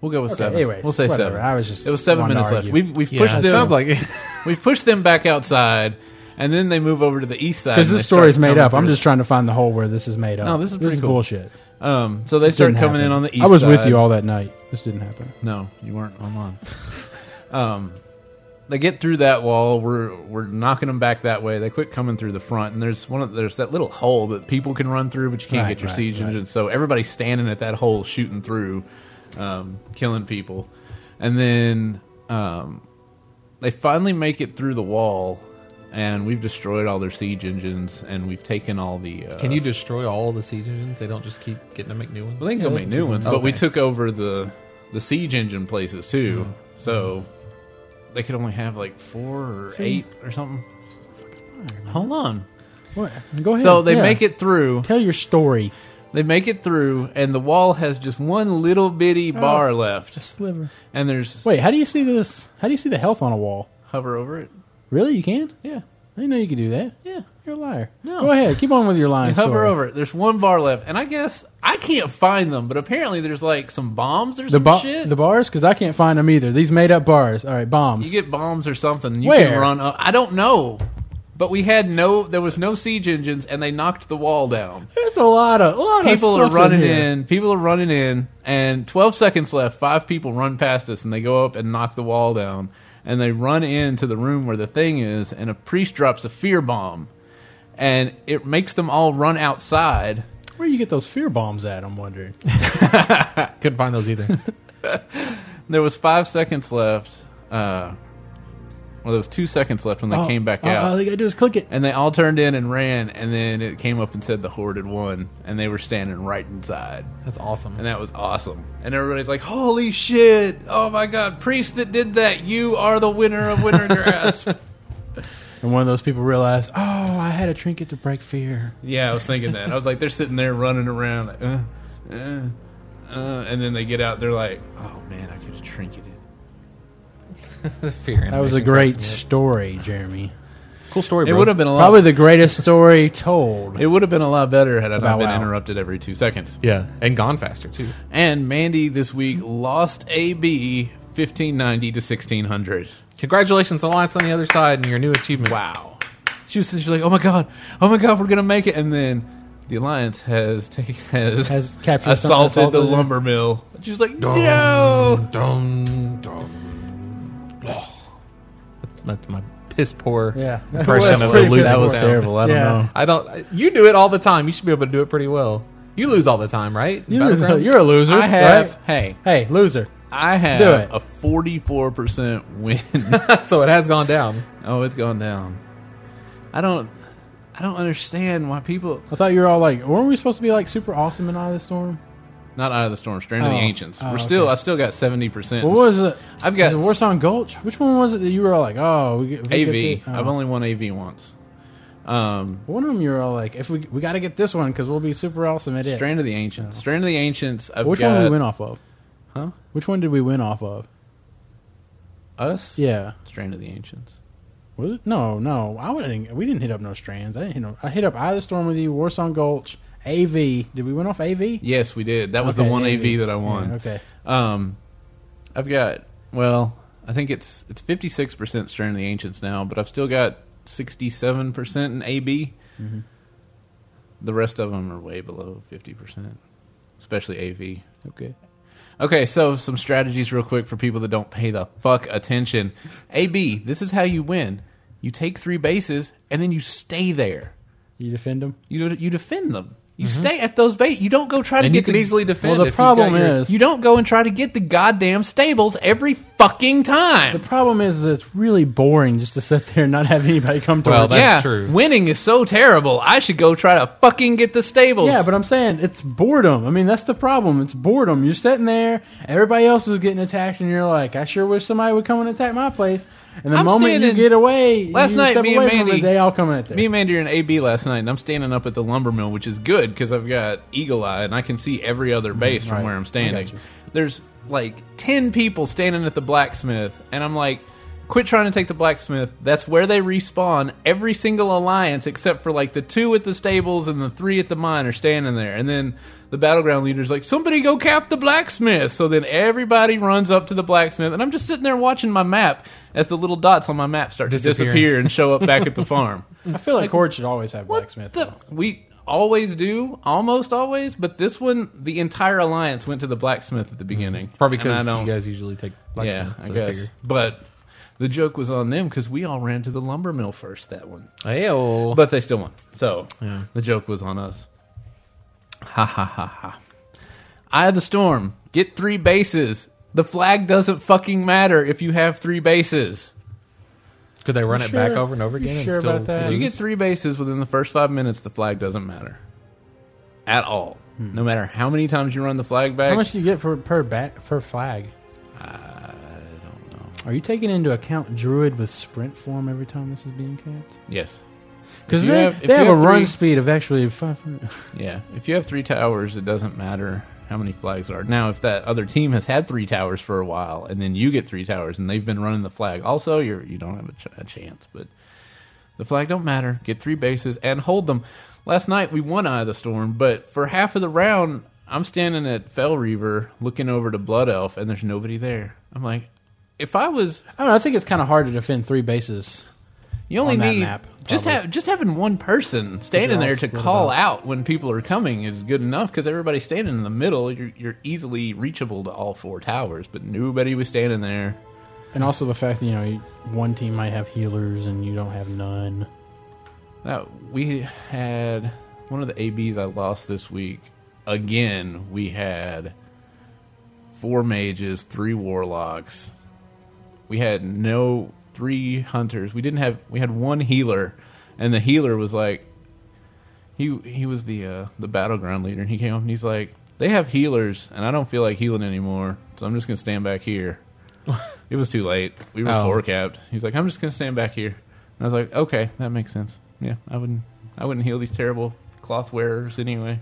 Speaker 2: We'll go with seven.
Speaker 3: anyways,
Speaker 2: we'll say
Speaker 3: whatever.
Speaker 2: seven.
Speaker 3: I was just
Speaker 2: it was seven
Speaker 3: wanting to
Speaker 2: minutes left.
Speaker 3: argue.
Speaker 2: We've we've
Speaker 5: Yeah,
Speaker 2: pushed
Speaker 5: it
Speaker 2: them.
Speaker 5: sounds like it.
Speaker 2: we've pushed them back outside, and then they move over to the east side
Speaker 3: Because
Speaker 2: and they
Speaker 3: this story is
Speaker 2: start
Speaker 3: made
Speaker 2: coming
Speaker 3: up. I'm
Speaker 2: through.
Speaker 3: just trying to find the hole where this is made up.
Speaker 2: No, this is
Speaker 3: this
Speaker 2: pretty
Speaker 3: is
Speaker 2: cool.
Speaker 3: bullshit.
Speaker 2: Um, so they
Speaker 3: This
Speaker 2: start
Speaker 3: didn't
Speaker 2: coming in
Speaker 3: happen.
Speaker 2: on the east.
Speaker 3: I was with
Speaker 2: side.
Speaker 3: you all that night. This didn't happen.
Speaker 2: No, you weren't online. um, they get through that wall. We're we're knocking them back that way. They quit coming through the front, and there's one of there's that little hole that people can run through, but you can't
Speaker 3: Right,
Speaker 2: get your
Speaker 3: right,
Speaker 2: siege
Speaker 3: right.
Speaker 2: engine. So everybody's standing at that hole, shooting through, um, killing people, and then um, they finally make it through the wall. And we've destroyed all their siege engines, and we've taken all the. Uh,
Speaker 5: Can you destroy all the siege engines? They don't just keep getting to make new ones.
Speaker 2: Well, they can go
Speaker 3: Yeah,
Speaker 2: make
Speaker 3: they
Speaker 2: new
Speaker 3: can-
Speaker 2: ones, but we
Speaker 5: okay.
Speaker 2: took over the the siege engine places too,
Speaker 3: Mm-hmm.
Speaker 2: so they could only have like four or
Speaker 3: See?
Speaker 2: eight or something. Hold on.
Speaker 3: What? Go ahead.
Speaker 2: So they
Speaker 3: Yeah.
Speaker 2: make it through.
Speaker 3: Tell your story.
Speaker 2: They make it through, and the wall has just one little bitty
Speaker 3: Oh.
Speaker 2: bar left,
Speaker 3: Sliver.
Speaker 2: and there's
Speaker 3: Wait, how do you see this? How do you see the health on a wall?
Speaker 2: hover over it.
Speaker 3: Really, you can?
Speaker 2: Yeah,
Speaker 3: I didn't know you could do that.
Speaker 2: yeah.
Speaker 3: You're a liar.
Speaker 2: No.
Speaker 3: Go ahead. Keep on with your lying
Speaker 2: You hover
Speaker 3: story.
Speaker 2: over it. There's one bar left, and I guess I can't find them, but apparently there's like some bombs or
Speaker 3: The,
Speaker 2: some
Speaker 3: ba-
Speaker 2: shit.
Speaker 3: the bars? Because I can't find them either. These made up bars. All right, bombs.
Speaker 2: You get bombs or something. You can
Speaker 3: Where?
Speaker 2: run up. I don't know. But we had no. There was no siege engines, and they knocked the wall down.
Speaker 3: There's a lot of a lot
Speaker 2: People
Speaker 3: of
Speaker 2: are
Speaker 3: stuff
Speaker 2: running
Speaker 3: here.
Speaker 2: in. People are running in, and twelve seconds left. Five people run past us, and they go up and knock the wall down. And they run into the room where the thing is, and a priest drops a fear bomb, and it makes them all run outside.
Speaker 3: Where you get those fear bombs at? I'm wondering.
Speaker 5: Couldn't find those either.
Speaker 2: There was five seconds left. Uh, well, there was two seconds left when they came back
Speaker 3: oh,
Speaker 2: out.
Speaker 3: All you gotta do is click it.
Speaker 2: And they all turned in and ran, and then it came up and said the horde had won, and they were standing right inside.
Speaker 5: That's awesome.
Speaker 2: And that was awesome. And everybody's like, holy shit! Oh my god, priest that did that, you are the winner of Winter Grass.
Speaker 3: And one of those people realized, oh, I had a trinket to break fear.
Speaker 2: yeah, I was thinking that. I was like, they're sitting there running around, like, uh, uh, uh, and then they get out, they're like, oh man, I could have trinketed.
Speaker 5: The fear
Speaker 3: That was a
Speaker 5: animation
Speaker 3: great
Speaker 5: cracks me
Speaker 3: story, Jeremy.
Speaker 5: up. cool story.
Speaker 2: It
Speaker 5: bro.
Speaker 2: would have been a lot.
Speaker 3: Probably the greatest story told.
Speaker 2: it would have been a lot better had I not
Speaker 3: About
Speaker 2: been
Speaker 3: wow.
Speaker 2: interrupted every two seconds.
Speaker 5: yeah, and gone faster too.
Speaker 2: And Mandy this week lost AB 1590 to 1600.
Speaker 5: Congratulations, Alliance on the other side, and your new achievement.
Speaker 2: Wow. She was, she was like, oh my God, oh my God, we're going to make it. And then the Alliance has taken, has,
Speaker 3: Has captured
Speaker 2: assaulted,
Speaker 3: some-
Speaker 2: the
Speaker 3: assaulted it.
Speaker 2: lumber mill. She's like, no.
Speaker 5: Dum, dum. Oh. That's my piss poor
Speaker 3: Yeah.
Speaker 5: impression
Speaker 3: That's
Speaker 5: of the
Speaker 3: pretty
Speaker 5: losing
Speaker 3: good. That was
Speaker 5: sound.
Speaker 2: terrible. I don't
Speaker 3: Yeah.
Speaker 2: know.
Speaker 5: I don't. You do it all the time. You should be able to do it pretty well. You lose all the time, right?
Speaker 3: You lose- you're a loser.
Speaker 2: I have,
Speaker 3: right?
Speaker 2: hey,
Speaker 3: Hey, loser.
Speaker 2: I have
Speaker 3: Do it.
Speaker 2: a 44% win.
Speaker 5: a so it has gone down.
Speaker 2: oh, it's gone down. I don't, I don't understand why people,
Speaker 3: I thought you were all like, weren't we supposed to be like super awesome in Eye of the Storm?
Speaker 2: not out of the storm, strand of the
Speaker 3: Oh.
Speaker 2: ancients.
Speaker 3: Oh,
Speaker 2: we're still,
Speaker 3: okay.
Speaker 2: I've still got 70%.
Speaker 3: What was it?
Speaker 2: I've got
Speaker 3: was it Warsong Gulch. Which one was it that you were all like, oh, we, get- if we
Speaker 2: AV.
Speaker 3: get the- oh.
Speaker 2: I've only won AV once. Um,
Speaker 3: One of them you were all like, if we we got to get this one because we'll be super awesome at it.
Speaker 2: Strand of the Ancients. Strand of the Ancients. I've
Speaker 3: Oh. Which
Speaker 2: got
Speaker 3: one did we win off of?
Speaker 2: Huh?
Speaker 3: Which one did we win off of?
Speaker 2: Us?
Speaker 3: Yeah.
Speaker 2: Strand of the Ancients.
Speaker 3: Was it? No, no. I wouldn't. We didn't hit up no strands. I didn't hit. No, I hit up Eye of the Storm with you. Warsong Gulch. AV. Did we win off AV?
Speaker 2: Yes, we did. That was
Speaker 3: Okay,
Speaker 2: the one AV,
Speaker 3: AV.
Speaker 2: that I won.
Speaker 3: Yeah, okay.
Speaker 2: Um, I've got well, I think it's it's fifty six percent Strand of the Ancients now, but I've still got sixty seven percent in AB.
Speaker 3: Mm-hmm.
Speaker 2: The rest of them are way below fifty percent, especially AV. Okay. Okay, so some strategies real quick for people that don't pay the fuck attention. AB, this is how you win. You take three bases and then you stay there.
Speaker 3: You defend them.
Speaker 2: You you defend them. You stay at those base. Mm-hmm. You don't go try to
Speaker 5: And
Speaker 2: get
Speaker 5: you can
Speaker 2: the-
Speaker 5: easily defend.
Speaker 3: well, the
Speaker 5: if you've
Speaker 3: problem
Speaker 5: got your-
Speaker 3: is
Speaker 2: you don't go and try to get the goddamn stables every fucking
Speaker 3: the
Speaker 2: time.
Speaker 3: problem is that it's really boring just to sit there and not have anybody come to.
Speaker 5: Well,
Speaker 3: our-
Speaker 5: that's
Speaker 2: yeah,
Speaker 5: true.
Speaker 2: winning is so terrible. I should go try to fucking get the stables.
Speaker 3: yeah, but I'm saying it's boredom. I mean, that's the problem. It's boredom. You're sitting there, everybody else is getting attacked, and you're like, I sure wish somebody would come and attack my place. And the
Speaker 2: I'm
Speaker 3: moment
Speaker 2: standing-
Speaker 3: you get away,
Speaker 2: Last
Speaker 3: you
Speaker 2: night,
Speaker 3: step
Speaker 2: me and
Speaker 3: away from
Speaker 2: Mandy-
Speaker 3: it, they all come at there.
Speaker 2: me and Mandy are in AB last night, and I'm standing up at the lumber mill, which is good because I've got eagle eye and I can see every other base from
Speaker 3: Mm-hmm. right.
Speaker 2: where I'm
Speaker 3: I
Speaker 2: standing.
Speaker 3: got you.
Speaker 2: There's like ten people standing at the blacksmith, and I'm like, Quit trying to take the blacksmith. That's where they respawn. Every single alliance, except for like the two at the stables and the three at the mine, are standing there. And then the battleground leader's like, "Somebody go cap the blacksmith." So then everybody runs up to the blacksmith, and I'm just sitting there watching my map as the little dots on my map start to
Speaker 5: Disappearing.
Speaker 2: disappear and show up back at the farm.
Speaker 3: I feel like, Horde should always have blacksmith.
Speaker 2: The-
Speaker 3: though.
Speaker 2: we always do, almost always, but this one, the entire alliance went to the blacksmith at the beginning.
Speaker 5: Probably
Speaker 2: And I
Speaker 5: because
Speaker 2: don't-
Speaker 5: you guys usually take
Speaker 2: yeah,
Speaker 5: blacksmith.
Speaker 2: I
Speaker 5: so
Speaker 2: guess. But the joke was on them because we all ran to the lumber mill first that one,
Speaker 5: figure. Ayo.
Speaker 2: but they still won. So the joke was on us. Ha ha ha ha! Eye of the storm. Get three bases. The flag doesn't fucking matter if you have three bases.
Speaker 5: Could they run it back
Speaker 3: sure-
Speaker 5: over and over
Speaker 3: you
Speaker 5: again? and
Speaker 3: sure
Speaker 5: still
Speaker 3: about that?
Speaker 2: If you
Speaker 5: lose?
Speaker 2: get three bases within the first five minutes, the flag doesn't matter at all. No matter how many times you run the flag back.
Speaker 3: Hmm. How much do you get for per bat per flag? I don't know. Are you taking into account Druid with sprint form every time this is being capped?
Speaker 2: yes.
Speaker 3: Because
Speaker 2: If you
Speaker 3: they
Speaker 2: have- if
Speaker 3: they
Speaker 2: you
Speaker 3: have,
Speaker 2: have
Speaker 3: a run
Speaker 2: three-
Speaker 3: speed of actually five hundred.
Speaker 2: Yeah. If you have three towers, it doesn't matter how many flags are. Now, if that other team has had three towers for a while, and then you get three towers, and they've been running the flag, also you're you don't have a, ch- a chance. But the flag don't matter. Get three bases and hold them. Last night we won Eye of the Storm, but for half of the round, I'm standing at Fell Reaver looking over to Blood Elf, and there's nobody there. I'm like, if I was
Speaker 3: I don't know. I think it's kind of hard to defend three bases.
Speaker 2: you only
Speaker 3: on that
Speaker 2: need
Speaker 3: map,
Speaker 2: just
Speaker 3: probably.
Speaker 2: have just having one person standing
Speaker 3: all
Speaker 2: there to
Speaker 3: split
Speaker 2: call out when people are coming is good enough because everybody's standing in the middle. You're you're easily reachable to all four towers, but nobody was standing there.
Speaker 3: And also the fact that you know you- one team might have healers and you don't have none.
Speaker 2: That we had one of the ABs I lost this week. Again, we had four mages, three warlocks. We had no three hunters. We didn't have. We had one healer, and the healer was like, he he was the uh, the battleground leader, and he came up and he's like, they have healers, and I don't feel like healing anymore, so I'm just gonna stand back here. it was too late. We were
Speaker 5: Oh.
Speaker 2: four capped. He's like, I'm just gonna stand back here. And I was like, okay, that makes sense. Yeah, I wouldn't I wouldn't heal these terrible cloth wearers anyway.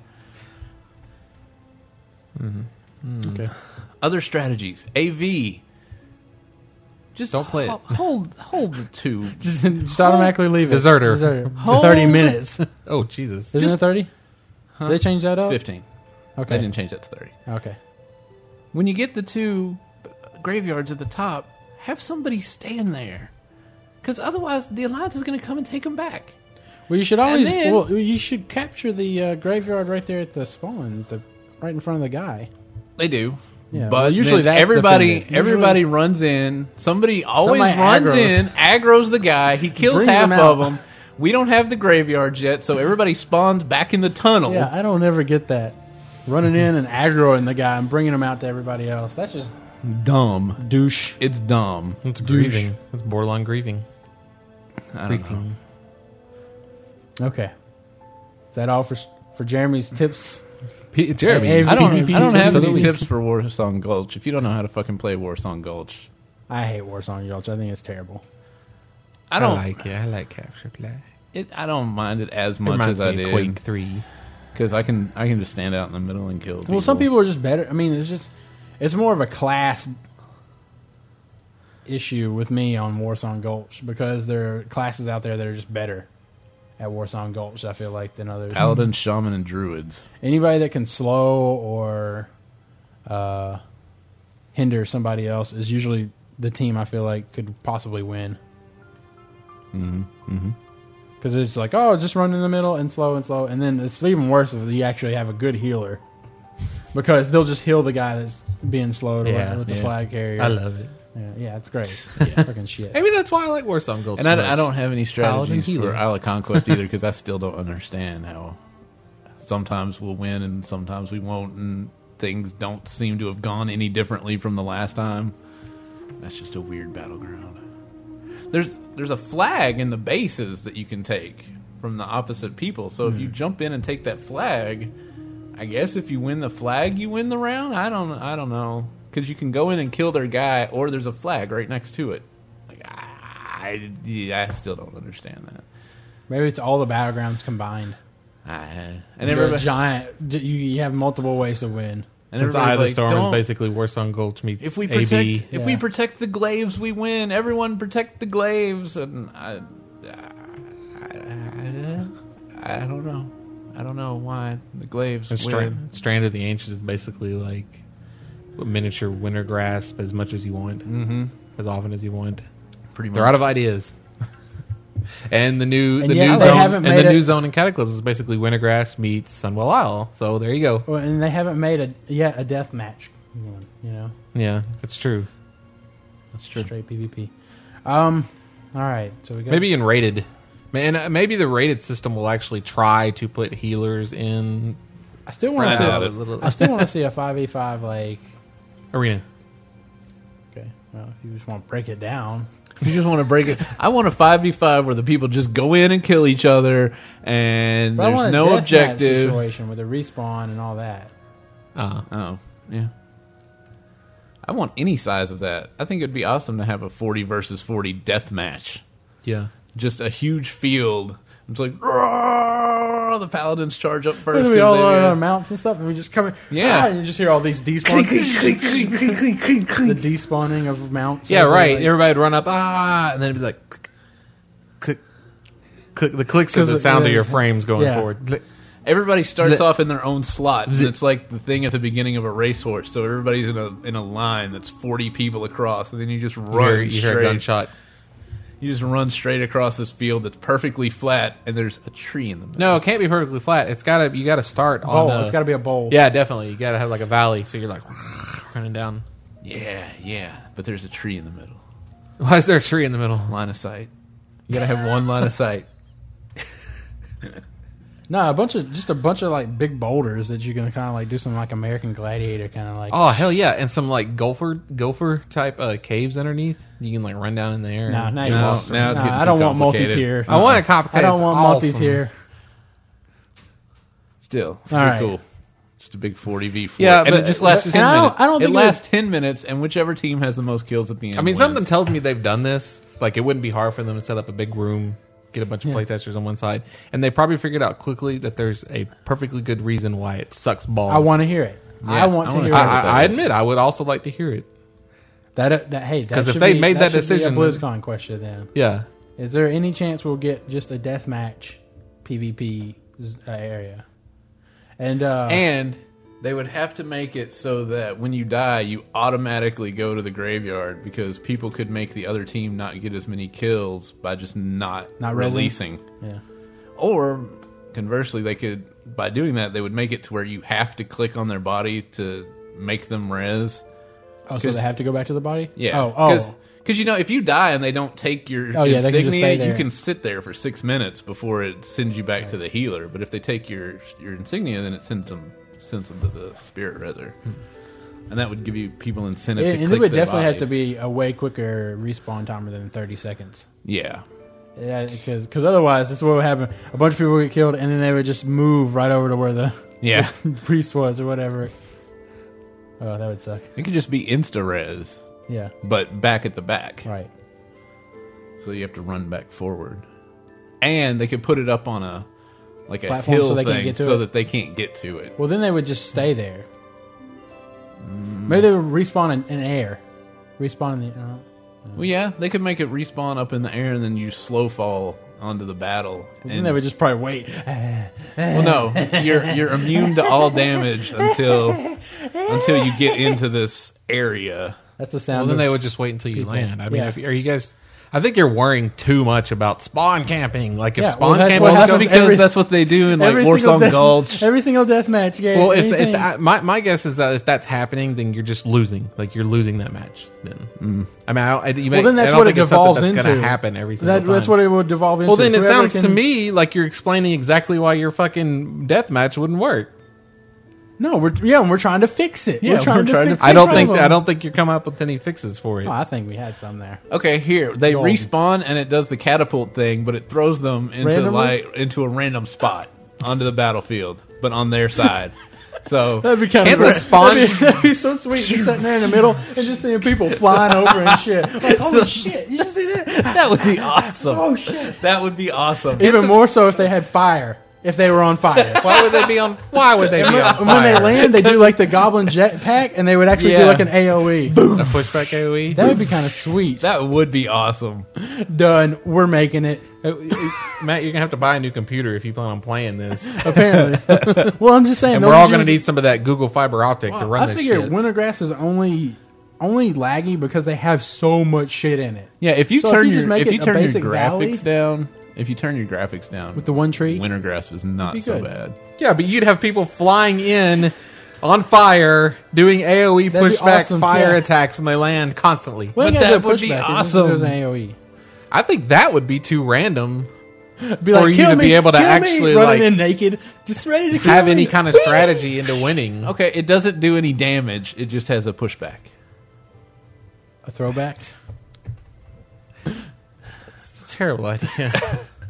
Speaker 3: Okay.
Speaker 2: Other strategies, AV. Just
Speaker 5: Don't play it.
Speaker 2: ho- Hold hold the two.
Speaker 3: Just, just automatically leave it.
Speaker 5: Deserter.
Speaker 3: Deserter.
Speaker 2: Hold
Speaker 3: Thirty
Speaker 2: it.
Speaker 3: minutes.
Speaker 5: Oh Jesus!
Speaker 3: Isn't it thirty? Did they change that up?
Speaker 2: Fifteen. I
Speaker 3: Okay.
Speaker 2: didn't change that to thirty.
Speaker 3: Okay.
Speaker 2: when you get the two graveyards at the top, have somebody stand there. Because otherwise, the Alliance is going to come and take them back.
Speaker 3: Well, you should always.
Speaker 2: then-
Speaker 3: well, you should capture the uh, graveyard right there at the spawn, the, right in front of the guy.
Speaker 2: They do.
Speaker 3: Yeah,
Speaker 2: but
Speaker 3: well, usually
Speaker 2: usually
Speaker 3: that's
Speaker 2: everybody
Speaker 3: defended.
Speaker 2: everybody runs in. Somebody always
Speaker 3: Somebody
Speaker 2: runs
Speaker 3: aggros.
Speaker 2: in, aggros the guy. He kills
Speaker 3: Brings
Speaker 2: half
Speaker 3: him out.
Speaker 2: of them. We don't have the graveyards yet, so everybody spawns back in the tunnel.
Speaker 3: Yeah, I don't ever get that. Running in and aggroing the guy and bringing him out to everybody else. That's just
Speaker 2: Dumb.
Speaker 3: douche.
Speaker 2: It's dumb.
Speaker 5: It's grieving. It's borderline grieving.
Speaker 2: I don't know.
Speaker 3: Okay. Is that all for for Jeremy's tips?
Speaker 5: P- Jeremy,
Speaker 3: Hey, hey,
Speaker 2: I don't,
Speaker 3: PvP
Speaker 2: I don't
Speaker 3: tips
Speaker 2: have
Speaker 3: of the
Speaker 2: any
Speaker 3: week.
Speaker 2: tips for Warsong Gulch. If you don't know how to fucking play Warsong Gulch,
Speaker 3: I hate Warsong Gulch. I think it's terrible.
Speaker 2: I don't.
Speaker 5: like it. I like capture play.
Speaker 2: it, I don't mind it as much
Speaker 5: Reminds
Speaker 2: as I
Speaker 5: me of
Speaker 2: did.
Speaker 5: Quake Three.
Speaker 2: because I can I can just stand out in the middle and kill.
Speaker 3: Well, some people are just better. I mean, it's just it's more of a class issue with me on Warsong Gulch because there are classes out there that are just better at Warsong Gulch. I feel like than others.
Speaker 2: paladin, shaman, and druids.
Speaker 3: Anybody that can slow or uh, hinder somebody else is usually the team I feel like could possibly win. Because it's like, oh, just run in the middle and slow and slow. And then it's even worse if you actually have a good healer. Because they'll just heal the guy that's being slowed
Speaker 5: Yeah,
Speaker 3: with the
Speaker 2: yeah.
Speaker 3: flag carrier.
Speaker 5: I love it.
Speaker 3: yeah, yeah, it's great. Yeah, fucking shit.
Speaker 5: Maybe that's why I like Warsong Gold.
Speaker 2: And
Speaker 5: so
Speaker 2: I,
Speaker 5: much.
Speaker 2: I don't have any
Speaker 5: Paladin
Speaker 2: strategies
Speaker 5: healer.
Speaker 2: for Isle of Conquest either because I still don't understand how sometimes we'll win and sometimes we won't, and things don't seem to have gone any differently from the last time. That's just a weird battleground. There's there's a flag in the bases that you can take from the opposite people. So if you
Speaker 5: Hmm.
Speaker 2: jump in and take that flag, I guess if you win the flag, you win the round. I don't I don't know because you can go in and kill their guy, or there's a flag right next to it. Like I, I, I still don't understand that.
Speaker 3: Maybe it's all the battlegrounds combined.
Speaker 2: I, uh, and
Speaker 3: And everybody,
Speaker 2: everybody
Speaker 3: giant, you you have multiple ways to win.
Speaker 2: And
Speaker 5: Since Eye
Speaker 2: everybody's
Speaker 5: of the
Speaker 2: like,
Speaker 5: Storm is
Speaker 2: "Don't-
Speaker 5: basically Warsong Gulch meets
Speaker 2: If we
Speaker 5: AB.
Speaker 2: protect, if we protect the glaives, we win. Everyone protect the glaives, and I, I, I, I don't know, I don't know why the glaives
Speaker 5: and
Speaker 2: win.
Speaker 5: Strand, Strand of the Ancients is basically like a miniature winter grasp as much as you want, mm-hmm. as often as you want.
Speaker 2: Mm-hmm. Pretty much.
Speaker 5: They're out of ideas. and the new
Speaker 3: And
Speaker 5: the
Speaker 3: yeah,
Speaker 5: new
Speaker 3: they
Speaker 5: zone
Speaker 3: haven't
Speaker 5: and
Speaker 3: made
Speaker 5: the
Speaker 3: it-
Speaker 5: new zone in Cataclysm is basically Wintergrass meets Sunwell Isle. So there you go.
Speaker 3: Well, and they haven't made a yet a death match. one, You know,
Speaker 5: Yeah, that's true.
Speaker 2: That's true.
Speaker 3: straight PvP. Um, all right. So we got
Speaker 5: Maybe in rated, man. uh, Maybe the rated system will actually try to put healers in
Speaker 3: I still want to
Speaker 2: I
Speaker 3: see.
Speaker 2: doubt
Speaker 3: A,
Speaker 2: it.
Speaker 3: I still want to see a five v five like.
Speaker 5: arena.
Speaker 3: Okay. Well, if you just want to break it down.
Speaker 2: If you just want to break it, I want a five v five where the people just go in and kill each other, and
Speaker 3: But I want
Speaker 2: there's no
Speaker 3: a deathmatch
Speaker 2: objective.
Speaker 3: situation with a respawn and all that.
Speaker 5: Uh,
Speaker 2: Oh, yeah. I want any size of that. I think it'd be awesome to have a forty versus forty death match.
Speaker 5: yeah.
Speaker 2: just a huge field. It's like "Roar!" the paladins charge up first.
Speaker 3: And
Speaker 2: 'cause
Speaker 3: we all
Speaker 2: they-
Speaker 3: on our mounts and stuff, and we just come in.
Speaker 2: Yeah.
Speaker 3: ah, and you just hear all these despawning, the despawning of mounts.
Speaker 5: Yeah,
Speaker 3: as they,
Speaker 5: right.
Speaker 3: like-
Speaker 5: Everybody would run up, ah, and then it'd be like, click, click, click. The clicks are
Speaker 3: 'Cause
Speaker 5: the
Speaker 3: it-
Speaker 5: sound
Speaker 3: it
Speaker 5: of your
Speaker 3: is-
Speaker 5: frames going
Speaker 3: yeah.
Speaker 5: forward. Click.
Speaker 2: Everybody starts
Speaker 5: The-
Speaker 2: off in their own slot. and it's like the thing at the beginning of a racehorse. So everybody's in a in a line that's forty people across, and then you just
Speaker 5: You
Speaker 2: run.
Speaker 5: hear, you hear a
Speaker 2: straight.
Speaker 5: gunshot.
Speaker 2: You just run straight across this field that's perfectly flat, and there's a tree in the middle.
Speaker 5: No, it can't be perfectly flat. It's gotta. You gotta start
Speaker 3: bowl.
Speaker 5: on. A,
Speaker 3: oh, it's got to be a bowl.
Speaker 5: Yeah, definitely. You gotta have like a valley, so you're like running down.
Speaker 2: Yeah, yeah, but there's a tree in the middle.
Speaker 5: Why is there a tree in the middle?
Speaker 2: Line of sight. You gotta have one line of sight.
Speaker 3: No, a bunch of just a bunch of like big boulders that you can kind of like do some like American Gladiator kind of like.
Speaker 5: Oh hell yeah! And some like gopher gopher type uh, caves underneath. You can like run down in there.
Speaker 3: no,
Speaker 5: and
Speaker 3: no,
Speaker 5: do
Speaker 3: you
Speaker 2: now-
Speaker 5: all-
Speaker 3: just-
Speaker 2: now it's
Speaker 3: no,
Speaker 2: getting
Speaker 3: I don't
Speaker 2: too
Speaker 3: want
Speaker 2: complicated.
Speaker 3: multi-tier.
Speaker 5: I want a complicated.
Speaker 3: I don't want
Speaker 5: awesome.
Speaker 3: multi-tier.
Speaker 2: Still,
Speaker 3: All
Speaker 2: pretty
Speaker 3: right.
Speaker 2: cool. Just a big forty v four.
Speaker 5: Yeah,
Speaker 2: and
Speaker 5: but-
Speaker 2: it just lasts
Speaker 5: but-
Speaker 2: ten
Speaker 3: and I don't-
Speaker 2: minutes.
Speaker 3: I don't
Speaker 2: it
Speaker 3: think it
Speaker 2: lasts ten minutes, and whichever team has the most kills at the end.
Speaker 5: I mean,
Speaker 2: wins.
Speaker 5: something tells me they've done this. Like, it wouldn't be hard for them to set up a big room, get a bunch of playtesters on one side, and they probably figured out quickly that there's a perfectly good reason why it sucks balls.
Speaker 3: I want to hear it. I want
Speaker 2: I
Speaker 3: to
Speaker 2: wanna
Speaker 3: hear
Speaker 5: I,
Speaker 2: hear
Speaker 3: it.
Speaker 5: I,
Speaker 2: what that
Speaker 5: I
Speaker 2: is.
Speaker 5: admit, I would also like to hear it.
Speaker 3: That, that hey, because
Speaker 5: if they made that decision,
Speaker 3: be a
Speaker 5: then-
Speaker 3: BlizzCon question then
Speaker 5: Yeah,
Speaker 3: is there any chance we'll get just a deathmatch PvP z- uh, area? And uh,
Speaker 2: and they would have to make it so that when you die, you automatically go to the graveyard because people could make the other team not get as many kills by just not
Speaker 3: Not resing?
Speaker 2: releasing.
Speaker 3: yeah,
Speaker 2: Or conversely, they could by doing that they would make it to where you have to click on their body to make them res.
Speaker 3: oh, so they have to go back to the body?
Speaker 2: Yeah.
Speaker 3: Oh, oh,
Speaker 2: Because you know, if you die and they don't take your
Speaker 3: Oh, yeah, they can just
Speaker 2: insignia,
Speaker 3: stay there.
Speaker 2: you can sit there for six minutes before it sends you back to the healer. But if they take your your insignia, then it sends them sends them to the spirit reser, and that would give you people incentive
Speaker 3: It-
Speaker 2: to
Speaker 3: Hmm. and
Speaker 2: click
Speaker 3: it would
Speaker 2: their
Speaker 3: definitely have to
Speaker 2: bodies.
Speaker 3: be a way quicker respawn timer than thirty seconds.
Speaker 2: yeah.
Speaker 3: Yeah, because otherwise this is what would happen. A bunch of people would get killed, and then they would just move right over to where the
Speaker 2: Yeah,
Speaker 3: priest was or whatever. Oh, that would suck.
Speaker 2: it could just be insta res,
Speaker 3: Yeah,
Speaker 2: but back at the back,
Speaker 3: right.
Speaker 2: so you have to run back forward. And they could put it up on a like a
Speaker 3: Platform
Speaker 2: hill
Speaker 3: so they can't
Speaker 2: thing,
Speaker 3: get to
Speaker 2: so
Speaker 3: it?
Speaker 2: that they can't get to it.
Speaker 3: Well, then they would just stay there.
Speaker 5: Mm.
Speaker 3: Maybe they would respawn in, in air, respawn in the. Uh,
Speaker 2: Well, yeah, they could make it respawn up in the air, and then you slow fall onto the battle.
Speaker 3: then
Speaker 2: And
Speaker 3: they would just probably wait.
Speaker 2: well, no, you're you're immune to all damage until until you get into this area.
Speaker 3: That's the sound.
Speaker 5: well, then
Speaker 3: of-
Speaker 5: they would just wait until you land. I mean,
Speaker 3: Yeah.
Speaker 5: if, are you guys? I think you're worrying too much about spawn camping. Like, if
Speaker 3: Yeah, well,
Speaker 5: spawn
Speaker 3: that's
Speaker 5: camping,
Speaker 3: what
Speaker 5: was
Speaker 3: happens
Speaker 5: gonna be-
Speaker 3: every- Because that's
Speaker 2: what they do in
Speaker 3: single death, Every single deathmatch game.
Speaker 5: well, if, if uh,
Speaker 3: anything.
Speaker 5: I, my my guess is that if that's happening, then you're just losing. Like you're losing that match. Then I mean, I don't, I, you may,
Speaker 3: Mm. well, then
Speaker 5: I
Speaker 3: that's
Speaker 5: don't
Speaker 3: what it
Speaker 5: think it's something
Speaker 3: devolves
Speaker 5: that's
Speaker 3: into.
Speaker 5: Going to happen every single
Speaker 3: That-
Speaker 5: time.
Speaker 3: That's what it would devolve into.
Speaker 5: Well, then it
Speaker 3: Whoever
Speaker 5: sounds to
Speaker 3: can-
Speaker 5: me like you're explaining exactly why your fucking death match wouldn't work.
Speaker 3: No, we're yeah, and we're trying to fix it.
Speaker 2: Yeah,
Speaker 3: we're trying
Speaker 2: we're
Speaker 3: to
Speaker 2: trying to
Speaker 3: fix
Speaker 2: fix
Speaker 5: I
Speaker 3: the
Speaker 5: don't think
Speaker 3: problem.
Speaker 5: I don't think you're coming up with any fixes for it.
Speaker 3: Oh, I think we had some there.
Speaker 2: Okay, here they
Speaker 3: Go on.
Speaker 2: respawn, and it does the catapult thing, but it throws them into
Speaker 3: Randomly?
Speaker 2: like into a random spot onto the battlefield, but on their side. So
Speaker 3: That'd be kind
Speaker 5: Can't
Speaker 3: of
Speaker 5: the spawn?
Speaker 3: That'd be so sweet. Just sitting there in the middle and just seeing people flying over and shit. Like, holy shit! You just see that?
Speaker 2: that would be awesome.
Speaker 3: Oh shit!
Speaker 2: That would be awesome.
Speaker 3: Even more so if they had fire. if they were on fire.
Speaker 5: Why would they be on? Why would they be on
Speaker 3: And when they
Speaker 5: fire?
Speaker 3: land, they do like the goblin jet pack, and they would actually do
Speaker 2: Yeah.
Speaker 3: like an AOE. Boom.
Speaker 5: a E? pushback AOE.
Speaker 3: That would be kind of sweet.
Speaker 2: That would be awesome.
Speaker 3: Done. We're making it.
Speaker 5: Matt, you're gonna have to buy a new computer if you plan on playing this,
Speaker 3: Apparently. well, I'm just saying.
Speaker 5: and
Speaker 3: those
Speaker 5: we're all gonna
Speaker 3: dudes-
Speaker 5: need some of that Google fiber optic to run
Speaker 3: I
Speaker 5: this
Speaker 3: figure
Speaker 5: shit.
Speaker 3: Wintergrass is only only laggy because they have so much shit in it.
Speaker 2: Yeah, if you
Speaker 3: So if
Speaker 2: turn
Speaker 3: you just
Speaker 2: your
Speaker 3: make
Speaker 2: if
Speaker 3: it
Speaker 2: you
Speaker 3: a
Speaker 2: turn your
Speaker 3: basic valley-
Speaker 2: graphics down, if you turn your graphics down,
Speaker 3: With the one tree,
Speaker 2: Wintergrass was not
Speaker 3: be
Speaker 2: so
Speaker 3: good.
Speaker 2: bad.
Speaker 5: yeah, but you'd have people flying in on fire, doing AOE
Speaker 3: That'd be
Speaker 5: pushback
Speaker 3: awesome,
Speaker 5: fire
Speaker 3: yeah.
Speaker 5: attacks when they land constantly.
Speaker 3: Well,
Speaker 2: But
Speaker 3: yeah,
Speaker 2: that
Speaker 3: the
Speaker 2: would be
Speaker 3: pushback is just
Speaker 2: awesome.
Speaker 3: there's an AOE.
Speaker 5: I think that would be too random
Speaker 3: Be
Speaker 5: For
Speaker 3: like,
Speaker 5: you
Speaker 3: "Kill
Speaker 5: to
Speaker 3: me,
Speaker 5: be able to
Speaker 3: kill me,"
Speaker 5: actually,
Speaker 3: running
Speaker 5: like,
Speaker 3: in naked, just ready to kill
Speaker 5: have
Speaker 3: me.
Speaker 5: any kind of strategy into winning.
Speaker 2: Okay, it doesn't do any damage. It just has a pushback.
Speaker 3: a throwback.
Speaker 5: It's a terrible idea.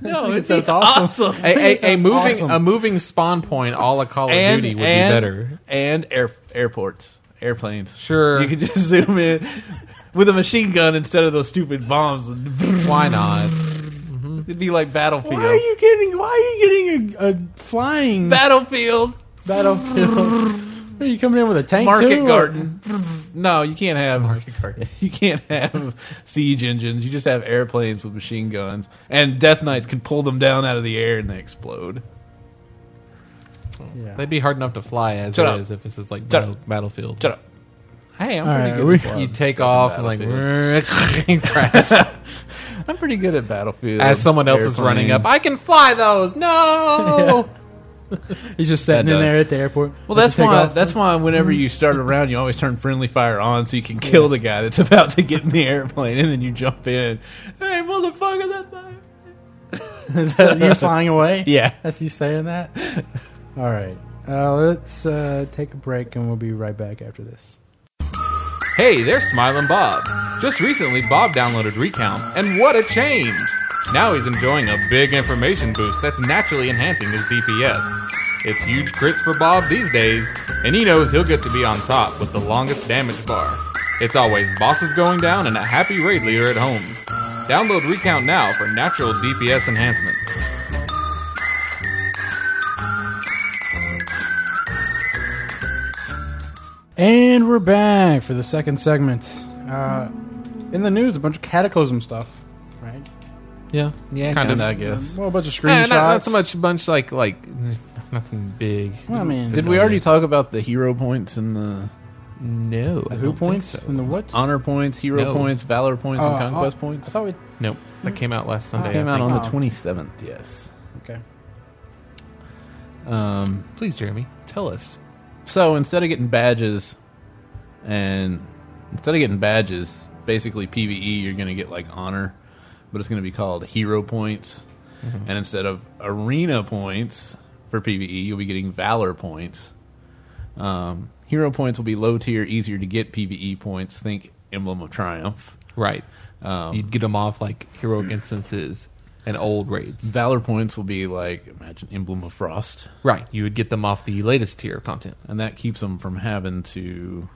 Speaker 2: No, it's,
Speaker 3: that's awesome.
Speaker 5: a, a, a
Speaker 3: sounds
Speaker 5: moving
Speaker 3: awesome.
Speaker 5: a moving spawn point all la Call of
Speaker 2: And,
Speaker 5: Duty would
Speaker 2: and,
Speaker 5: be better.
Speaker 2: And air, airports, airplanes.
Speaker 5: Sure.
Speaker 2: you could just zoom in with a machine gun instead of those stupid bombs.
Speaker 5: Why not?
Speaker 2: It'd be like battlefield.
Speaker 3: Mm-hmm. Why are you getting? Why are you getting a, a flying
Speaker 2: Battlefield
Speaker 3: battlefield? Are you coming in with a tank?
Speaker 2: market
Speaker 3: too, or-
Speaker 2: garden. No, you can't have You can't have siege engines. You just have airplanes with machine guns, and Death Knights can pull them down out of the air and they explode.
Speaker 3: Yeah.
Speaker 5: They'd be hard enough to fly as
Speaker 2: Shut
Speaker 5: it
Speaker 2: up.
Speaker 5: is if this is like
Speaker 2: Shut
Speaker 5: battle, battlefield.
Speaker 2: Shut up. Hey, I'm
Speaker 3: All
Speaker 2: pretty
Speaker 3: right,
Speaker 2: good.
Speaker 3: we-
Speaker 2: at flying
Speaker 5: You take
Speaker 2: stuff on
Speaker 5: off and like
Speaker 2: Battlefield.
Speaker 5: and crash
Speaker 2: I'm pretty good at battlefield.
Speaker 5: as someone else is running up. I can fly those. No.
Speaker 3: He's just sitting
Speaker 2: That
Speaker 3: in
Speaker 2: does.
Speaker 3: there at the airport.
Speaker 2: Well,
Speaker 3: Let
Speaker 2: that's
Speaker 3: you take
Speaker 2: why.
Speaker 3: off.
Speaker 2: That's why whenever you start a round, you always turn friendly fire on so you can kill the guy that's about to get in the airplane, and then you jump in. Hey, motherfucker, that's my.
Speaker 3: Is that you flying away.
Speaker 2: Yeah.
Speaker 3: That's you saying that? All right. Uh, let's uh, take a break and we'll be right back after this.
Speaker 5: Hey, there's Smiling Bob. Just recently, Bob downloaded Recount, and what a change! Now he's enjoying a big information boost that's naturally enhancing his DPS. It's huge crits for Bob these days, and he knows he'll get to be on top with the longest damage bar. It's always bosses going down and a happy raid leader at home. Download Recount now for natural DPS enhancement.
Speaker 3: And we're back for the second segment. Uh, in the news, a bunch of cataclysm stuff, right?
Speaker 5: Yeah, yeah, kind of.
Speaker 2: I guess.
Speaker 3: Well, a bunch of uh, screenshots.
Speaker 5: Eh, not, not so much, bunch like like nothing big.
Speaker 3: Well, I mean,
Speaker 2: Did we already talk about the hero points and the
Speaker 5: No,
Speaker 3: the who points and the what?
Speaker 2: honor points, hero
Speaker 5: No.
Speaker 2: points, valor points,
Speaker 3: Uh,
Speaker 2: and conquest
Speaker 3: I-
Speaker 2: points?
Speaker 3: I thought we
Speaker 5: Nope, that came out last Sunday.
Speaker 2: came
Speaker 5: I
Speaker 2: out
Speaker 5: think.
Speaker 2: on the
Speaker 3: Oh.
Speaker 2: 27th. Yes.
Speaker 3: okay.
Speaker 2: Um,
Speaker 5: Please, Jeremy, tell us.
Speaker 2: so instead of getting badges, and instead of getting badges, basically PVE, you're going to get like honor, but it's going to be called hero points.
Speaker 5: Mm-hmm.
Speaker 2: And instead of arena points for PVE, you'll be getting valor points. Um, hero points will be low tier, easier to get PVE points. Think Emblem of Triumph.
Speaker 5: Right.
Speaker 2: Um,
Speaker 5: You'd get them off like heroic instances and old raids.
Speaker 2: Valor points will be like imagine Emblem of Frost,
Speaker 5: Right. You would get them off the latest tier of content.
Speaker 2: and that keeps them from having to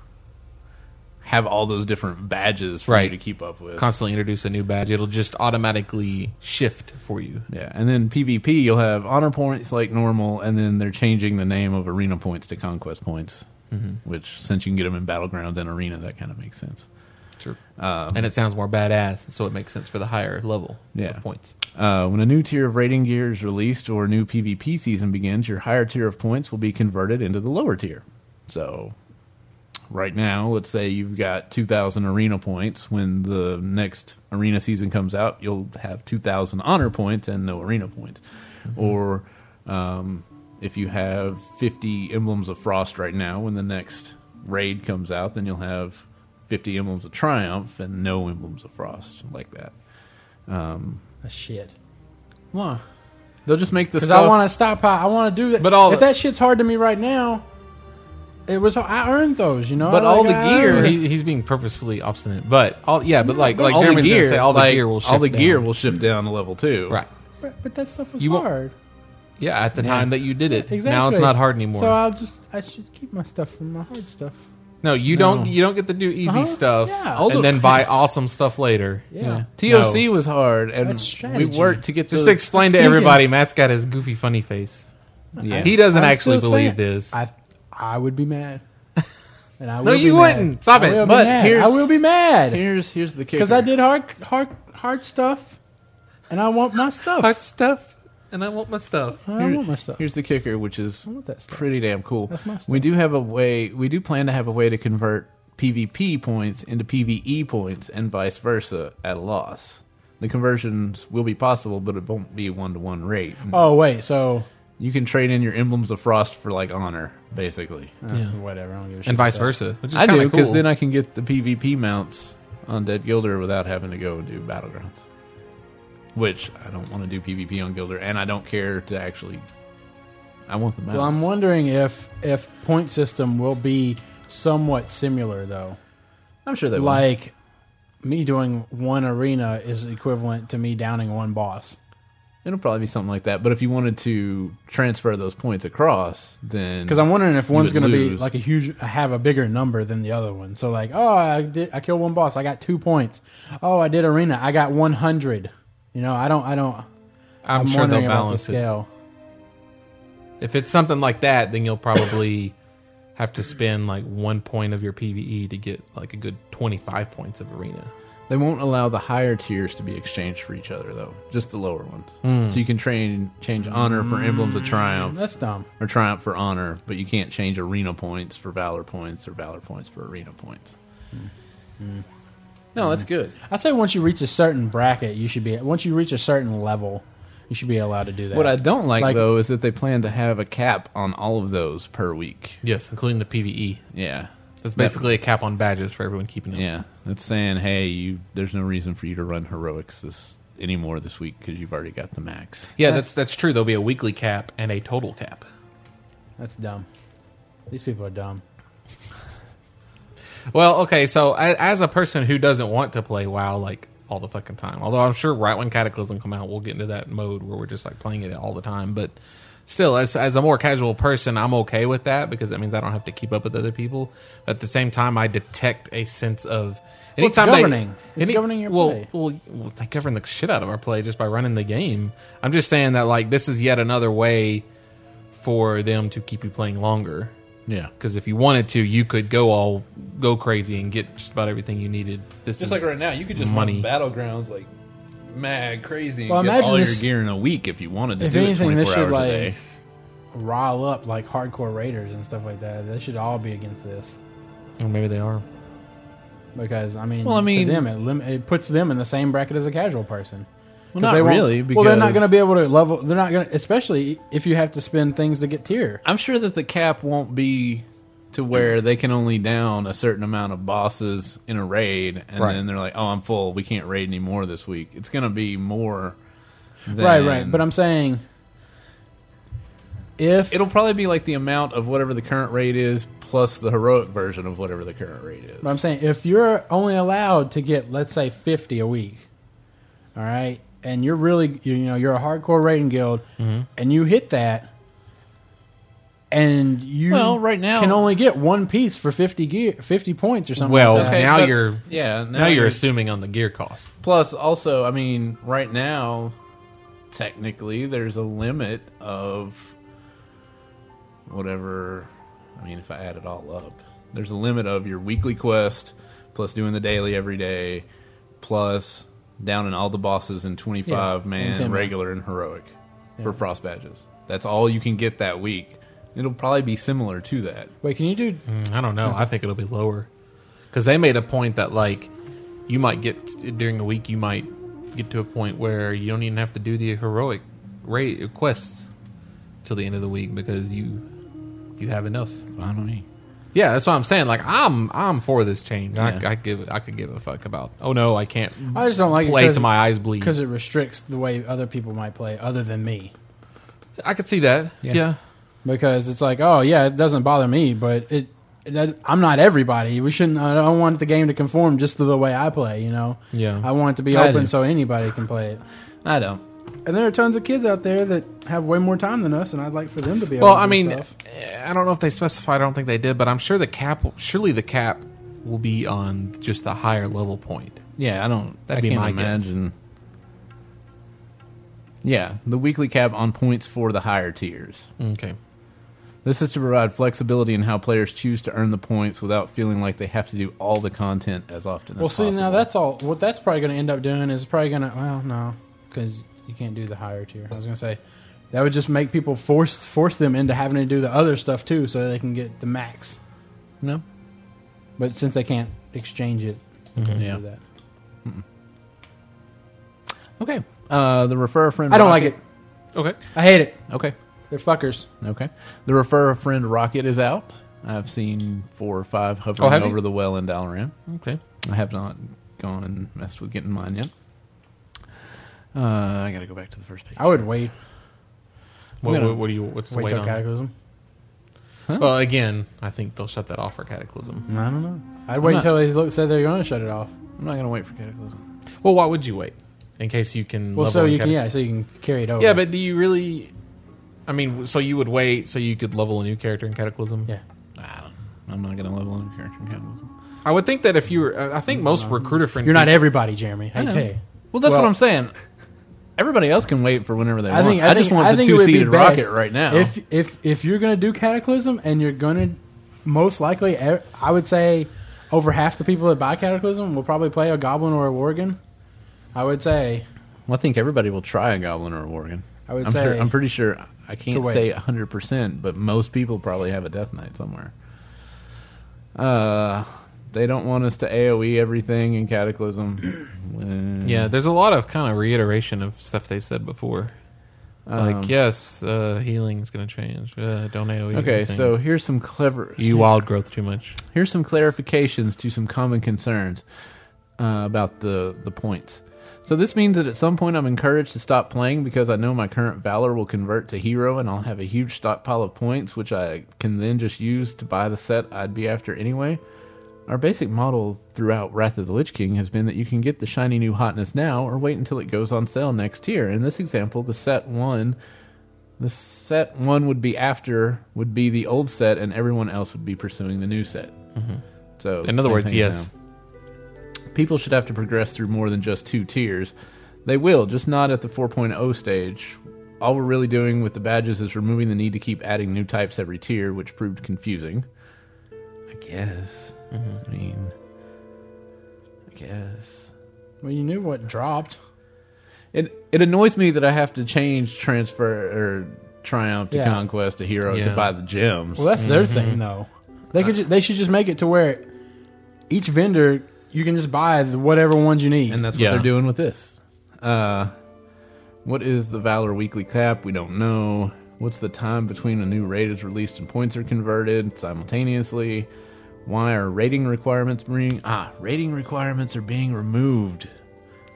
Speaker 2: have all those different badges for you
Speaker 5: Right.
Speaker 2: to keep up with.
Speaker 5: Constantly introduce a new badge. It'll just automatically shift for you.
Speaker 2: yeah, and then PvP you'll have honor points like normal, and then they're changing the name of arena points to conquest points, which since you can get them in battlegrounds and arena, that kind of makes sense.
Speaker 5: Sure. Um, and it sounds more badass, so it makes sense for the higher level
Speaker 2: Yeah.
Speaker 5: of points.
Speaker 2: Uh, when a new tier of raiding gear is released or a new PvP season begins, your higher tier of points will be converted into the lower tier. So, right now, let's say you've got 2,000 arena points. When the next arena season comes out, you'll have 2,000 honor points and no arena points. Or um, if you have 50 emblems of frost right now, when the next raid comes out, then you'll have 50 emblems of triumph and no emblems of frost, like that.
Speaker 3: That's shit.
Speaker 2: Why? They'll just make the
Speaker 3: Because I
Speaker 2: stuff.
Speaker 3: want to stop. I want to do that.
Speaker 5: But all
Speaker 3: if
Speaker 5: the-
Speaker 3: that shit's hard to me right now, it was. I earned those, you
Speaker 5: Oh
Speaker 3: know.
Speaker 2: But
Speaker 3: I
Speaker 2: all
Speaker 3: like-
Speaker 2: the
Speaker 3: I
Speaker 2: gear-
Speaker 3: earned it.
Speaker 5: He, he's being purposefully obstinate, but all yeah, but like like
Speaker 2: all the
Speaker 5: Jeremy's gonna
Speaker 2: gear,
Speaker 5: say, all the
Speaker 2: like,
Speaker 5: gear will shift
Speaker 2: all the gear
Speaker 5: down.
Speaker 2: will shift down to level two.
Speaker 5: right.
Speaker 3: But, but that stuff was
Speaker 5: You won't-
Speaker 3: hard.
Speaker 5: Yeah, at the time that you did it.
Speaker 3: Exactly.
Speaker 5: Now it's not hard anymore.
Speaker 3: So I'll just I should keep my stuff from my hard stuff.
Speaker 5: No, you don't. You don't get to do easy
Speaker 3: Uh-huh.
Speaker 5: stuff,
Speaker 3: Yeah.
Speaker 5: and
Speaker 2: Although-
Speaker 5: then buy awesome stuff later.
Speaker 3: Yeah.
Speaker 2: TOC was hard, and
Speaker 3: That's
Speaker 2: we
Speaker 3: strategy.
Speaker 2: worked to get
Speaker 5: Just
Speaker 2: the,
Speaker 5: explain to
Speaker 3: Sneaking.
Speaker 5: everybody. Matt's got his goofy, funny face.
Speaker 2: Yeah.
Speaker 5: He doesn't
Speaker 3: I'm
Speaker 5: actually
Speaker 3: still
Speaker 5: believe
Speaker 3: saying-
Speaker 5: this.
Speaker 3: I I would be mad. And I
Speaker 5: no,
Speaker 3: will be
Speaker 5: you
Speaker 3: mad.
Speaker 5: wouldn't. Stop
Speaker 3: I will
Speaker 5: it.
Speaker 3: be
Speaker 5: But
Speaker 3: mad.
Speaker 5: here's
Speaker 3: I will be mad
Speaker 2: here's here's the kicker.
Speaker 3: because I did hard hard hard stuff, and I want my stuff.
Speaker 5: hot stuff, and I want my stuff.
Speaker 3: I want my stuff.
Speaker 2: Here's the kicker, which is
Speaker 3: want that stuff.
Speaker 2: pretty damn cool.
Speaker 3: That's my stuff.
Speaker 2: We do have a way. We do plan to have a way to convert PvP points into PvE points, and vice versa at a loss. The conversions will be possible, but it won't be one to one rate.
Speaker 3: Oh wait, so
Speaker 2: You can trade in your emblems of frost for like honor, basically,
Speaker 3: uh, whatever. I don't give a shit
Speaker 5: And vice
Speaker 3: about
Speaker 5: versa, which is
Speaker 2: I
Speaker 5: kind
Speaker 2: do
Speaker 5: of cool.
Speaker 2: because then I can get the PvP mounts on Dead Gilder without having to go and do battlegrounds. Which I don't want to do PvP on Gilder, and I don't care to actually. I want the
Speaker 3: that.
Speaker 2: mounts.
Speaker 3: Well, I'm wondering if if point system will be somewhat similar though.
Speaker 2: I'm sure they will.
Speaker 3: Like me doing one arena is equivalent to me downing one boss.
Speaker 2: It'll probably be something like that. But if you wanted to transfer those points across, then
Speaker 3: Because I'm wondering if one's
Speaker 2: would
Speaker 3: going to be
Speaker 2: lose.
Speaker 3: like a huge, have a bigger number than the other one. So like, oh, I did, I killed one boss, I got two points. Oh, I did arena, I got 100. You know, I don't, I don't.
Speaker 5: I'm, sure
Speaker 3: wondering
Speaker 5: they'll
Speaker 3: about
Speaker 5: balance
Speaker 3: the
Speaker 5: it.
Speaker 3: scale.
Speaker 5: If it's something like that, then you'll probably have to spend like one point of your PVE to get like a good 25 points of arena.
Speaker 2: they won't allow the higher tiers to be exchanged for each other, though. Just the lower ones.
Speaker 3: Hmm.
Speaker 2: So you can train change honor for emblems of triumph
Speaker 3: That's dumb.
Speaker 2: or triumph for honor, but you can't change arena points for valor points or valor points for arena points. No, that's good.
Speaker 3: I say once you reach a certain bracket, you should be. Once you reach a certain level, you should be allowed to do that.
Speaker 2: What I don't like,
Speaker 3: Like-
Speaker 2: though is that they plan to have a cap on all of those per week.
Speaker 5: Yes, including the PVE.
Speaker 2: Yeah.
Speaker 5: That's basically a cap on badges for everyone keeping up.
Speaker 2: Yeah, it's saying, hey, you, there's no reason for you to run heroics this anymore this week because you've already got the max.
Speaker 5: Yeah, that's that's true. There'll be a weekly cap and a total cap.
Speaker 3: That's dumb. These people are dumb.
Speaker 5: Well, okay, so a- as a person who doesn't want to play WoW like all the fucking time, although I'm sure right when Cataclysm come out, we'll get into that mode where we're just like playing it all the time. But still, as as a more casual person, I'm okay with that because that means I don't have to keep up with other people. at the same time, I detect a sense of anytime they-
Speaker 3: governing. It's governing your
Speaker 5: well,
Speaker 3: play.
Speaker 5: Well, well, they govern the shit out of our play just by running the game. I'm just saying that like this is yet another way for them to keep you playing longer
Speaker 2: Yeah.
Speaker 5: because if you wanted to, you could go all go crazy and get just about everything you needed. This is
Speaker 2: now, you could
Speaker 5: just run Money.
Speaker 2: battlegrounds like mad crazy and
Speaker 3: Well,
Speaker 2: get
Speaker 3: imagine
Speaker 2: all your
Speaker 3: this-
Speaker 2: gear in a week if you wanted to
Speaker 3: If
Speaker 2: do
Speaker 3: anything,
Speaker 2: it 24
Speaker 3: this should
Speaker 2: hours
Speaker 3: like
Speaker 2: a day.
Speaker 3: rile up like hardcore raiders and stuff like that. They should all be against this
Speaker 5: Or maybe they are.
Speaker 3: because I mean,
Speaker 2: Well, I mean-
Speaker 3: to them it, lim- it puts them in the same bracket as a casual person.
Speaker 2: Well,
Speaker 3: 'Cause
Speaker 2: not
Speaker 3: they won't-
Speaker 2: really. Because
Speaker 3: well, they're not going to be able to level. They're not going to, especially if you have to spend things to get tier.
Speaker 2: I'm sure that the cap won't be to where they can only down a certain amount of bosses in a raid, and
Speaker 5: Right.
Speaker 2: then they're like, "Oh, I'm full. We can't raid anymore this week." It's going to be more. Than
Speaker 3: Right, right. But I'm saying, if
Speaker 2: It'll probably be like the amount of whatever the current rate is plus the heroic version of whatever the current rate is.
Speaker 3: But I'm saying if you're only allowed to get, let's say, 50 a week, all right, and you're really, you know, you're a hardcore raiding guild,
Speaker 2: Mm-hmm.
Speaker 3: and you hit that, and you
Speaker 2: Well, right now-
Speaker 3: can only get one piece for 50 gear, 50 points or something.
Speaker 5: Well,
Speaker 3: like that.
Speaker 5: okay. now you're-
Speaker 2: yeah now,
Speaker 5: Now you're
Speaker 2: you're-
Speaker 5: assuming on the gear cost.
Speaker 2: plus also I mean right now technically there's a limit of whatever I mean if I add it all up there's a limit of your weekly quest plus doing the daily every day plus down in all the bosses in 25
Speaker 3: Yeah,
Speaker 2: man
Speaker 3: 10.
Speaker 2: regular and heroic for frost badges that's all you can get that week it'll probably be similar to that
Speaker 3: Wait, can you do?
Speaker 2: Mm-hmm.
Speaker 5: Mm, I don't know. I think it'll be lower because they made a point that like you might get during the week you might get to a point where you don't even have to do the heroic rate quests till the end of the week because you you have enough.
Speaker 2: finally
Speaker 5: Yeah, that's what I'm saying. Like I'm I'm for this change.
Speaker 2: Yeah.
Speaker 5: I, I give I could give a fuck about. Oh no, I can't.
Speaker 3: I just don't like it
Speaker 5: play
Speaker 3: 'cause-
Speaker 5: to my eyes bleed.
Speaker 3: Because it restricts the way other people might play, other than me.
Speaker 5: I could see that. Yeah.
Speaker 3: Because it's like, oh yeah, it doesn't bother me, but it. That, I'm not everybody. We shouldn't. I don't want the game to conform just to the way I play. You know.
Speaker 5: Yeah.
Speaker 3: I want it to be
Speaker 2: I
Speaker 3: open
Speaker 2: do.
Speaker 3: so anybody can play it.
Speaker 2: I don't
Speaker 3: and there are tons of kids out there that have way more time than us, and I'd like for them to be.
Speaker 5: Well,
Speaker 3: able to
Speaker 5: I
Speaker 3: do
Speaker 5: mean, eh,
Speaker 3: stuff.
Speaker 5: I don't know if they specified. I don't think they did, but I'm sure the cap. will- Surely the cap will be on just the higher level point.
Speaker 2: Yeah, I don't. I
Speaker 5: That'd be
Speaker 2: can't
Speaker 5: my guess.
Speaker 2: imagine. Yeah, the weekly cap on points for the higher tiers.
Speaker 5: Okay.
Speaker 2: This is to provide flexibility in how players choose to earn the points without feeling like they have to do all the content as often
Speaker 3: well,
Speaker 2: as
Speaker 3: see,
Speaker 2: possible.
Speaker 3: now that's all. What that's probably going to end up doing is probably going to. Well, no, because you can't do the higher tier. I was going to say that would just make people force force them into having to do the other stuff too, so they can get the max.
Speaker 2: no.
Speaker 3: But since they can't exchange it, they can't
Speaker 2: Yeah.
Speaker 3: do that.
Speaker 2: Okay. Uh, the refer a friend.
Speaker 3: I don't like it.
Speaker 5: Okay.
Speaker 3: I hate it.
Speaker 2: Okay.
Speaker 3: They're fuckers.
Speaker 2: Okay. The refer a friend rocket is out. I've seen four or five
Speaker 5: Oh,
Speaker 2: hovering
Speaker 5: have you?
Speaker 2: over the well in Dalaran.
Speaker 5: Okay.
Speaker 2: I have not gone and messed with getting mine yet. Uh, I got to go back to the first page.
Speaker 3: I would wait.
Speaker 5: What,
Speaker 2: gonna
Speaker 5: what, what do you? What's the
Speaker 3: Wait
Speaker 5: wait
Speaker 3: till
Speaker 5: on?
Speaker 3: Cataclysm.
Speaker 5: Well, again, I think they'll shut that off for Cataclysm.
Speaker 3: I don't know. I'd wait
Speaker 2: not-
Speaker 3: until they look, said they're going to shut it off.
Speaker 2: I'm not going to wait for Cataclysm.
Speaker 5: Well, why would you wait? In case you can.
Speaker 3: Well,
Speaker 5: level
Speaker 3: so
Speaker 5: in
Speaker 3: you can,
Speaker 5: Catac-
Speaker 3: yeah, so you can carry it over.
Speaker 5: Yeah, but do you really? I mean, so you would wait so you could level a new character in Cataclysm?
Speaker 3: yeah,
Speaker 2: I don't, I'm not going to level up character in Cataclysm.
Speaker 5: I would think that if you were, I think most recruiter friends.
Speaker 3: you're not everybody, Jeremy. I,
Speaker 2: know.
Speaker 3: tell you.
Speaker 2: Well, that's
Speaker 3: Well-
Speaker 2: what I'm saying. Everybody else can wait for whenever they
Speaker 3: I
Speaker 2: want.
Speaker 3: think
Speaker 2: I,
Speaker 3: I, think,
Speaker 2: just want
Speaker 3: I
Speaker 2: the
Speaker 3: think it would be
Speaker 2: two-seated
Speaker 3: best
Speaker 2: rocket right now.
Speaker 3: If if if you're going to do Cataclysm and you're going to most likely, e- I would say over half the people that buy Cataclysm will probably play a Goblin or a Worgen. I would say
Speaker 2: Well, I think everybody will try a goblin or a worgen.
Speaker 3: I would
Speaker 2: I'm
Speaker 3: say-
Speaker 2: Sure, I'm pretty sure. I
Speaker 3: To
Speaker 2: can't
Speaker 3: wait.
Speaker 2: say 100, percent but most people probably have a death knight somewhere. Uh, they don't want us to AOE everything in Cataclysm.
Speaker 5: Yeah, there's a lot of kind of reiteration of stuff they've said before.
Speaker 2: Um,
Speaker 5: like, yes, uh, healing is going to change. Uh, don't AOE.
Speaker 2: Okay,
Speaker 5: anything.
Speaker 2: so here's some clever.
Speaker 5: you wild growth too much.
Speaker 2: Here's some clarifications to some common concerns uh, about the, the points. So, this means that at some point I'm encouraged to stop playing because I know my current Valor will convert to Hero and I'll have a huge stockpile of points, which I can then just use to buy the set I'd be after anyway. Our basic model throughout Wrath of the Lich King has been that you can get the shiny new hotness now or wait until it goes on sale next year. In this example, the set one. The set one would be after would be the old set, and everyone else would be pursuing the new set. So,
Speaker 5: Mm-hmm. In other
Speaker 2: same
Speaker 5: words,
Speaker 2: thing
Speaker 5: yes.
Speaker 2: now. people should have to progress through more than just two tiers. They will, just not at the 4.0 stage. All we're really doing with the badges is removing the need to keep adding new types every tier, which proved confusing. I guess. I mean, I guess.
Speaker 3: well, you knew what dropped.
Speaker 2: It it annoys me that I have to change transfer or triumph to
Speaker 3: Yeah.
Speaker 2: conquest to hero
Speaker 5: Yeah.
Speaker 2: to buy the gems.
Speaker 3: Well, that's their
Speaker 5: Mm-hmm.
Speaker 3: thing though. They
Speaker 5: Uh,
Speaker 3: could ju- they should just make it to where each vendor you can just buy the- whatever ones you need.
Speaker 2: and that's
Speaker 5: Yeah.
Speaker 2: what they're doing with this. Uh, what is the Valor weekly cap? We don't know. What's the time between a new raid is released and points are converted simultaneously? Why are rating requirements being ah rating requirements are being removed?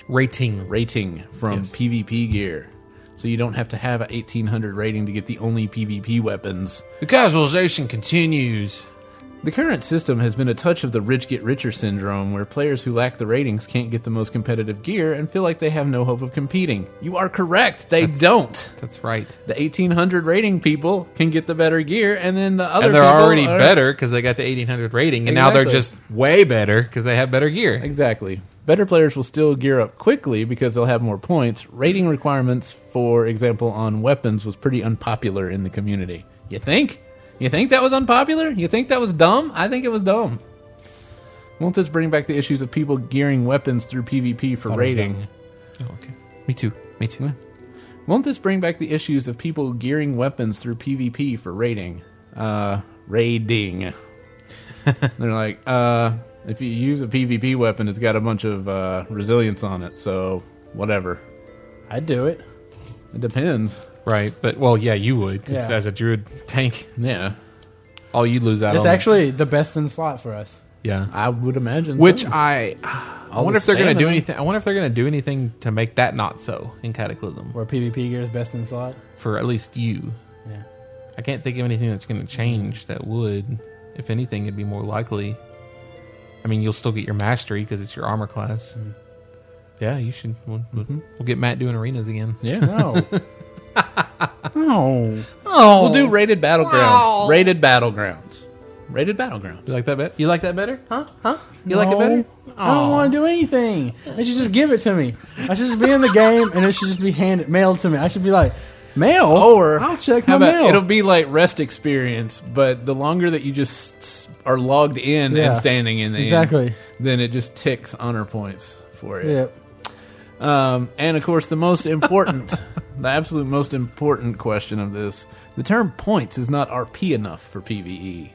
Speaker 5: Rating.
Speaker 2: Rating from
Speaker 5: Yes.
Speaker 2: PvP gear, so you don't have to have a eighteen hundred rating to get the only PvP weapons.
Speaker 5: The casualization continues.
Speaker 2: The current system has been a touch of the rich get richer syndrome, where players who lack the ratings can't get the most competitive gear and feel like they have no hope of competing. You are correct, they don't.
Speaker 5: That's right.
Speaker 2: The 1800 rating people can get the better gear, and then the other
Speaker 5: and they're
Speaker 2: people
Speaker 5: already
Speaker 2: are-
Speaker 5: better because they got the 1800 rating, and now they're just
Speaker 2: Exactly.
Speaker 5: way better because they have better gear.
Speaker 2: Exactly. Better players will still gear up quickly because they'll have more points. Rating requirements, for example, on weapons was pretty unpopular in the community. You think? You think that was unpopular? You think that was dumb? I think it was dumb. Won't this bring back the issues of people gearing weapons through PvP for rating?
Speaker 5: Oh, okay. Me too. Me too.
Speaker 2: Won't this bring back the issues of people gearing weapons through PvP for raiding? Uh, raiding. They're like, uh, if you use a PvP weapon, it's got a bunch of uh, resilience on it, so whatever.
Speaker 3: I'd do it.
Speaker 2: It depends.
Speaker 5: Right. But, well, yeah, you would 'cause
Speaker 3: Yeah.
Speaker 5: as a druid tank,
Speaker 2: Yeah,
Speaker 5: all you lose out
Speaker 3: It's
Speaker 5: on.
Speaker 3: actually the best in slot for us.
Speaker 5: Yeah.
Speaker 2: I would imagine.
Speaker 5: Which
Speaker 2: so.
Speaker 5: I, I wonder
Speaker 2: the
Speaker 5: if they're going to do
Speaker 2: stamina.
Speaker 5: anything. I wonder if they're going to do anything to make that not so in Cataclysm
Speaker 3: Where PvP gear is best in slot.
Speaker 5: for at least you.
Speaker 3: Yeah.
Speaker 5: I can't think of anything that's going to change that would. If anything, it'd be Mm-hmm. more likely. I mean, you'll still get your mastery because it's your armor class. Yeah, you should. We'll, we'll- we'll get Matt doing arenas again.
Speaker 2: Yeah.
Speaker 3: No. no.
Speaker 5: Oh,
Speaker 2: We'll do rated battlegrounds. Rated battlegrounds. Rated battlegrounds.
Speaker 5: You like that better? You like that better? Huh? Huh?
Speaker 3: no.
Speaker 5: You like it better?
Speaker 3: I don't want to do anything. They should just give it to me. I should just be in the game, and it should just be handed mailed to me. I should be like, mail.
Speaker 2: Or
Speaker 3: I'll check
Speaker 2: How
Speaker 3: my
Speaker 2: about
Speaker 3: mail.
Speaker 2: it'll be like rest experience, but the longer that you just s- are logged in
Speaker 3: Yeah.
Speaker 2: and standing in the end,
Speaker 3: Exactly.
Speaker 2: then it just ticks honor points for it.
Speaker 3: yeah.
Speaker 2: Um, and of course, the most important, the absolute most important question of this the term points is not RP enough for E. PvE.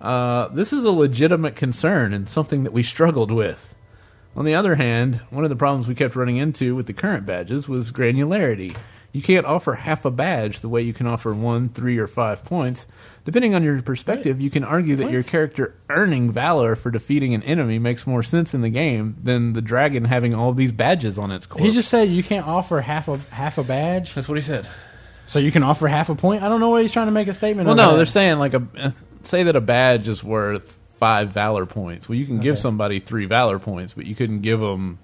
Speaker 2: Uh, this is a legitimate concern and something that we struggled with. On the other hand, one of the problems we kept running into with the current badges was granularity. You can't offer half a badge the way you can offer one, three, or five points. Depending on your perspective, you can argue that your character earning valor for defeating an enemy makes more sense in the game than the dragon having all these badges on its corpse.
Speaker 3: He just said you can't offer half a half a badge,
Speaker 2: That's what he said.
Speaker 3: so you can offer half a point. I don't know what he's trying to make a statement.
Speaker 2: Well,
Speaker 3: of
Speaker 2: no,
Speaker 3: that.
Speaker 2: they're saying like a say that a badge is worth five valor points. Well, you can give
Speaker 3: Okay.
Speaker 2: somebody three valor points, but you couldn't give them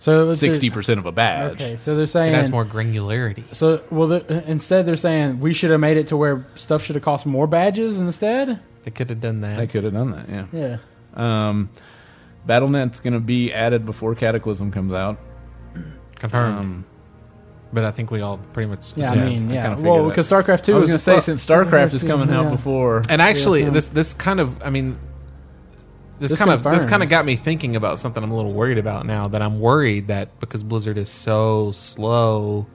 Speaker 3: so it's-
Speaker 2: sixty percent of a badge.
Speaker 3: Okay, so they're saying
Speaker 5: That's more granularity.
Speaker 3: So, well, the, instead they're saying we should have made it to where stuff should have cost more badges instead.
Speaker 5: They could have done that.
Speaker 2: I could have done that. Yeah.
Speaker 3: Yeah.
Speaker 2: Um, BattleNet's going to be added before Cataclysm comes out.
Speaker 5: Confirmed.
Speaker 2: Um,
Speaker 5: but I think we all pretty much.
Speaker 3: Yeah, I
Speaker 5: assumed.
Speaker 3: mean,
Speaker 2: I
Speaker 3: yeah.
Speaker 2: kinda
Speaker 3: well,
Speaker 2: figured
Speaker 3: because StarCraft
Speaker 2: I
Speaker 3: Two
Speaker 2: was
Speaker 3: is
Speaker 2: going to say
Speaker 3: fu-
Speaker 2: since StarCraft is
Speaker 3: StarCraft
Speaker 2: coming out
Speaker 3: yeah. Uh,
Speaker 2: before,
Speaker 5: And actually,
Speaker 3: Yeah, so-
Speaker 5: this this kind of, I mean, this,
Speaker 3: This
Speaker 5: kind of this
Speaker 3: confirms.
Speaker 5: kind of got me thinking about something I'm a little worried about now. That I'm worried that because Blizzard is so slow,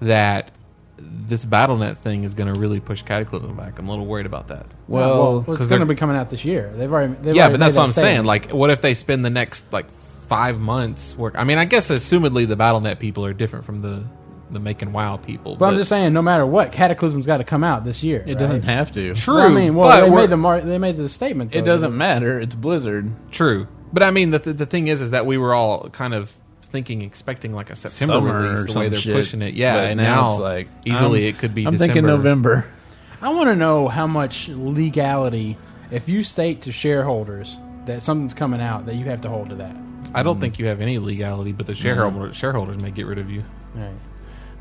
Speaker 5: that this BattleNet thing is going to really push Cataclysm back. I'm a little worried about that.
Speaker 3: Yeah, Well,
Speaker 2: well,
Speaker 3: it's
Speaker 5: 'cause
Speaker 3: going to
Speaker 5: they're-
Speaker 3: be coming out this year. They've already. They've
Speaker 5: yeah,
Speaker 3: already
Speaker 5: but that's
Speaker 3: made
Speaker 5: what I'm
Speaker 3: that
Speaker 5: saying.
Speaker 3: statement.
Speaker 5: Like, what if they spend the next like five months work? I mean, I guess assumedly the BattleNet people are different from the the Making WoW people.
Speaker 3: but I'm just saying, no matter what, Cataclysm's got to come out this year.
Speaker 2: it
Speaker 3: right?
Speaker 2: doesn't have to.
Speaker 5: true.
Speaker 3: Well, I mean, well,
Speaker 5: but
Speaker 3: they
Speaker 5: we're-
Speaker 3: made the mar- they made the statement. Though,
Speaker 2: It doesn't matter. It's Blizzard.
Speaker 5: True, but I mean the the thing is, is that we were all kind of thinking, expecting like a September
Speaker 2: Summer or
Speaker 5: release the
Speaker 2: some
Speaker 5: way they're
Speaker 2: shit.
Speaker 5: pushing it. Yeah,
Speaker 2: But
Speaker 5: and
Speaker 2: now
Speaker 5: now,
Speaker 2: it's like,
Speaker 5: easily
Speaker 2: I'm-
Speaker 5: it could be.
Speaker 2: I'm
Speaker 5: December.
Speaker 2: thinking November.
Speaker 3: I want to know how much legality if you state to shareholders that something's coming out that you have to hold to that.
Speaker 5: I don't think you have any legality, but the shareholder, shareholders may get rid of you.
Speaker 3: Right.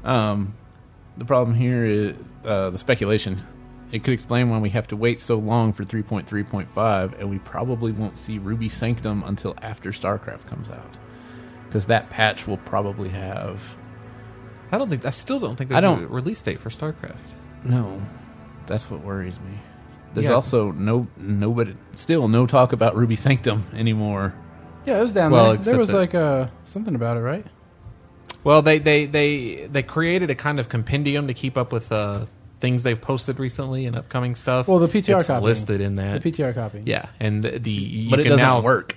Speaker 2: Um, the problem here is uh, the speculation. It could explain why we have to wait so long for 3.3.5, and we probably won't see Ruby Sanctum until after StarCraft comes out. Because that patch will probably have.
Speaker 5: I don't think. I still don't think.
Speaker 2: I
Speaker 5: There's
Speaker 2: don't-
Speaker 5: a release date for StarCraft.
Speaker 2: No. That's what worries me. There's
Speaker 5: Yeah.
Speaker 2: also no nobody still no talk about Ruby Sanctum anymore.
Speaker 3: Yeah, it was down
Speaker 5: Well,
Speaker 3: there. There
Speaker 5: except
Speaker 3: was
Speaker 5: that-
Speaker 3: like uh, something about it, right?
Speaker 5: Well, they they they they created a kind of compendium to keep up with uh, things they've posted recently and upcoming stuff.
Speaker 3: Well, the PTR
Speaker 5: It's
Speaker 3: copy.
Speaker 5: listed in that.
Speaker 3: The PTR copy.
Speaker 5: yeah, and the, the you
Speaker 2: but it
Speaker 5: can
Speaker 2: doesn't
Speaker 5: now
Speaker 2: work.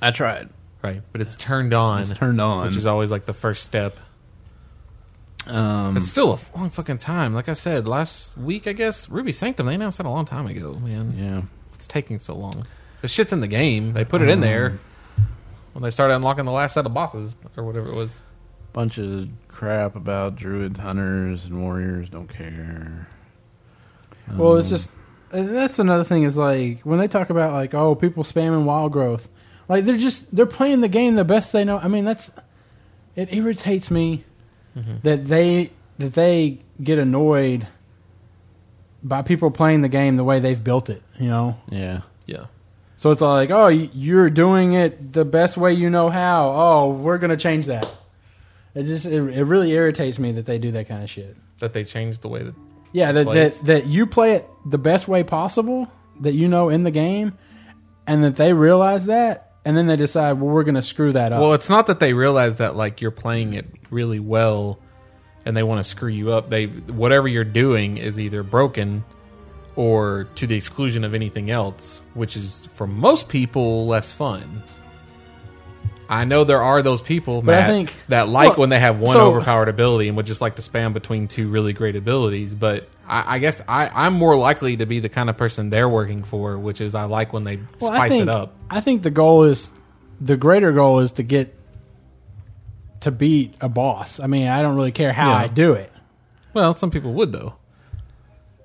Speaker 2: I tried.
Speaker 5: right, but it's turned on,
Speaker 2: It's turned on.
Speaker 5: which is always like the first step.
Speaker 2: um,
Speaker 5: It's still a long fucking time. Like I said last week, I guess Ruby Sanctum they announced that a long time ago. Man,
Speaker 2: yeah.
Speaker 5: it's taking so long. The shit's in the game. They put it in there when they started unlocking the last set of bosses or whatever it was.
Speaker 2: bunch of crap about druids, hunters, and warriors. Don't care.
Speaker 3: Well,
Speaker 5: Um,
Speaker 3: it's just and that's another thing is like when they talk about like oh people spamming wild growth, like they're just they're playing the game the best they know. I mean that's it irritates me
Speaker 5: Mm-hmm.
Speaker 3: that they that they get annoyed by people playing the game the way they've built it. You know,
Speaker 2: Yeah.
Speaker 5: Yeah,
Speaker 3: so it's all like oh y- you're doing it the best way you know how. Oh we're gonna change that. It just it, it really irritates me that they do that kind of shit.
Speaker 5: that they changed the way that
Speaker 3: Yeah, that, that
Speaker 5: plays.
Speaker 3: that you play it the best way possible that you know in the game, and that they realize that, and then they decide, well, we're going to screw that up.
Speaker 5: Well, it's not that they realize that like you're playing it really well, and they want to screw you up. They whatever you're doing is either broken or to the exclusion of anything else, which is for most people less fun. I know there are those people,
Speaker 3: But I
Speaker 5: Matt,
Speaker 3: think-
Speaker 5: that like
Speaker 3: Look,
Speaker 5: when they have one
Speaker 3: so-
Speaker 5: overpowered ability and would just like to spam between two really great abilities. But I, I guess I, I'm more likely to be the kind of person they're working for, which is I like when they
Speaker 3: Well,
Speaker 5: spice
Speaker 3: I think,
Speaker 5: it up.
Speaker 3: I think the goal is the greater goal is to get to beat a boss. I mean, I don't really care how
Speaker 5: Yeah.
Speaker 3: I do it.
Speaker 5: Well, some people would though.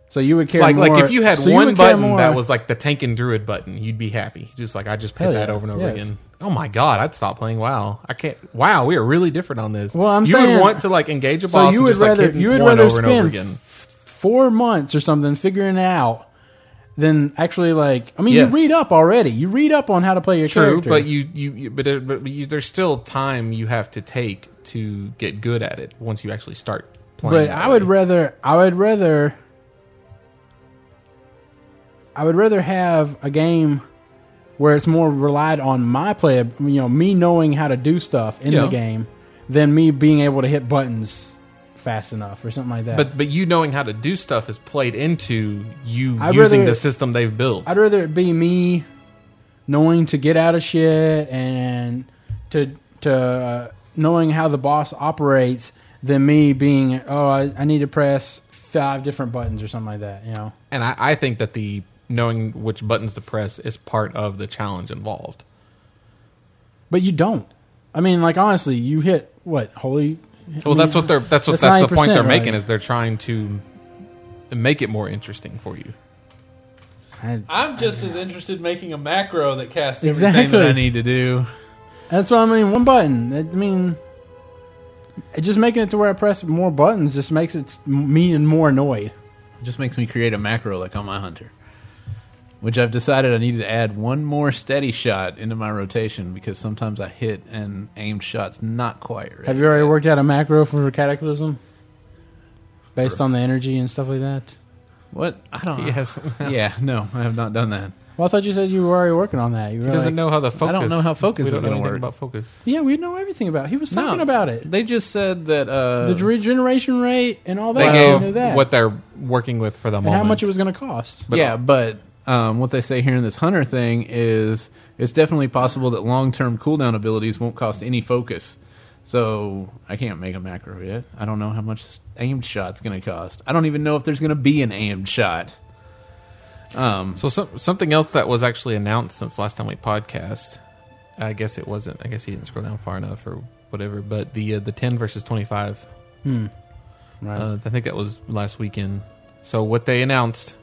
Speaker 3: So you would carry
Speaker 5: Like,
Speaker 3: more.
Speaker 5: like if you had
Speaker 3: so
Speaker 5: one
Speaker 3: would carry
Speaker 5: button
Speaker 3: more-
Speaker 5: that was like the tank and druid button, you'd be happy. Just like I just hit
Speaker 3: Hell
Speaker 5: that
Speaker 3: yeah,
Speaker 5: over and over
Speaker 3: yes.
Speaker 5: again. Oh my god, I'd stop playing WoW. I can't. Wow, we are really different on this.
Speaker 3: Well, I'm
Speaker 5: you would
Speaker 3: saying-
Speaker 5: want to like engage a boss.
Speaker 3: So you
Speaker 5: and
Speaker 3: would
Speaker 5: just, like,
Speaker 3: rather
Speaker 5: hit
Speaker 3: you would
Speaker 5: one
Speaker 3: rather
Speaker 5: over and over
Speaker 3: spend
Speaker 5: again.
Speaker 3: f- four months or something figuring it out than actually like I mean
Speaker 5: Yes.
Speaker 3: you read up already. You read up on how to play your
Speaker 5: True,
Speaker 3: character.
Speaker 5: but you you, you but, it, but you, there's still time you have to take to get good at it once you actually start playing.
Speaker 3: But
Speaker 5: that
Speaker 3: I would
Speaker 5: way.
Speaker 3: rather I would rather I would rather have a game where it's more relied on my play, you know, me knowing how to do stuff in
Speaker 5: Yeah.
Speaker 3: the game than me being able to hit buttons fast enough or something like that.
Speaker 5: But but you knowing how to do stuff is played into you
Speaker 3: I'd
Speaker 5: using
Speaker 3: rather-
Speaker 5: the system they've built.
Speaker 3: I'd rather it be me knowing to get out of shit and to to uh, knowing how the boss operates than me being oh I, I need to press five different buttons or something like that. You know.
Speaker 5: and I, I think that the knowing which buttons to press is part of the challenge involved.
Speaker 3: But you don't. I mean, like honestly, you hit what holy?
Speaker 5: Well, that's what they're that's what
Speaker 3: That's
Speaker 5: that's, the point
Speaker 3: 90%,
Speaker 5: they're
Speaker 3: right?
Speaker 5: making is they're trying to make it more interesting for you.
Speaker 3: I-
Speaker 2: I'm just as interested in making a macro that casts everything
Speaker 3: Exactly.
Speaker 2: that I need to do.
Speaker 3: that's what I mean. One button. I mean, it just making it to where I press more buttons just makes it me and more annoyed.
Speaker 2: It just makes me create a macro like on my hunter, which I've decided I need to add one more steady shot into my rotation because sometimes I hit and aimed shots not quite right.
Speaker 3: Have you already worked out a macro for Cataclysm? Based on the energy and stuff like that.
Speaker 2: What? I don't. know.
Speaker 5: Yes, he
Speaker 2: Yeah. No, I have not done that.
Speaker 3: Well, I thought you said you were already working on that. You were like,
Speaker 5: doesn't know how the focus.
Speaker 2: I don't know how focus
Speaker 5: we
Speaker 2: is
Speaker 5: don't know
Speaker 2: gonna
Speaker 5: anything
Speaker 2: work.
Speaker 5: about focus.
Speaker 3: yeah, we know everything about. It. He was
Speaker 2: No.
Speaker 3: talking about it,
Speaker 2: They just said that. Uh,
Speaker 3: the regeneration rate and all that.
Speaker 5: They
Speaker 3: I knew
Speaker 5: gave
Speaker 3: that.
Speaker 5: what they're working with for the
Speaker 3: and
Speaker 5: moment.
Speaker 3: how much it was going to cost.
Speaker 5: But-
Speaker 2: yeah, but um, what they say here in this hunter thing is it's definitely possible that long-term cooldown abilities won't cost any focus. So I can't make a macro yet. I don't know how much aimed shot's going to cost. I don't even know if there's going to be an aimed shot. Um,
Speaker 5: So some, something else that was actually announced since last time we podcast. I guess it wasn't. I guess he didn't scroll down far enough or whatever. But the uh, the ten versus twenty five.
Speaker 3: Right.
Speaker 5: Uh, I think that was last weekend. So what they announced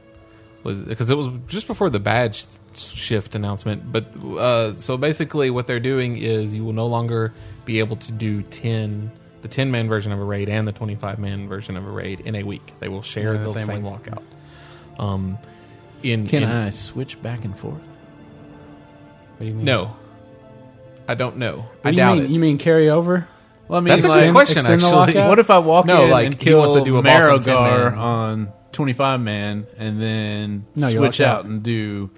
Speaker 5: was because it was just before the badge shift announcement. But uh, so basically, what they're doing is you will no longer be able to do ten, the ten man version of a raid and the twenty five man version of a raid in a week. They will share
Speaker 3: Yeah,
Speaker 5: the
Speaker 3: they'll
Speaker 5: same,
Speaker 3: same
Speaker 5: lockout. Um, in
Speaker 2: can
Speaker 5: in-
Speaker 2: I switch back and forth?
Speaker 5: No, I don't know.
Speaker 3: What
Speaker 5: I
Speaker 3: do
Speaker 5: doubt
Speaker 3: Oh, you mean,
Speaker 5: it.
Speaker 3: You mean carryover?
Speaker 2: Well, I mean,
Speaker 5: That's a
Speaker 2: like,
Speaker 5: good question.
Speaker 3: extend the
Speaker 5: Actually,
Speaker 3: lockout?
Speaker 2: What if I walk
Speaker 5: No,
Speaker 2: in
Speaker 5: like,
Speaker 2: and
Speaker 5: he wants
Speaker 2: kill
Speaker 5: to do a boss on 10 man.
Speaker 2: Marogar on 25 man and then
Speaker 3: No, you
Speaker 2: switch
Speaker 3: lock
Speaker 2: out
Speaker 3: out.
Speaker 2: and do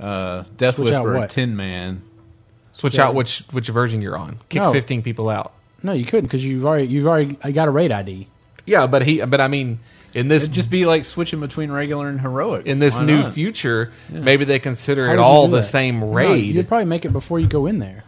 Speaker 2: uh, Death
Speaker 3: Switch out
Speaker 2: Whisperer
Speaker 3: what?
Speaker 2: 10 man?
Speaker 5: switch out which which version you're on. Kick
Speaker 3: No.
Speaker 5: fifteen people out.
Speaker 3: No, you couldn't because you've already you've already I got a raid ID.
Speaker 5: Yeah, but he. But I mean, in this
Speaker 2: It'd just be like switching between regular and heroic.
Speaker 5: in this
Speaker 2: Why
Speaker 5: new
Speaker 2: not?
Speaker 5: future, maybe they consider
Speaker 3: How
Speaker 5: it
Speaker 3: would you
Speaker 5: all
Speaker 3: do
Speaker 5: the
Speaker 3: that?
Speaker 5: same
Speaker 3: No,
Speaker 5: raid.
Speaker 3: you'd probably make it before you go in there,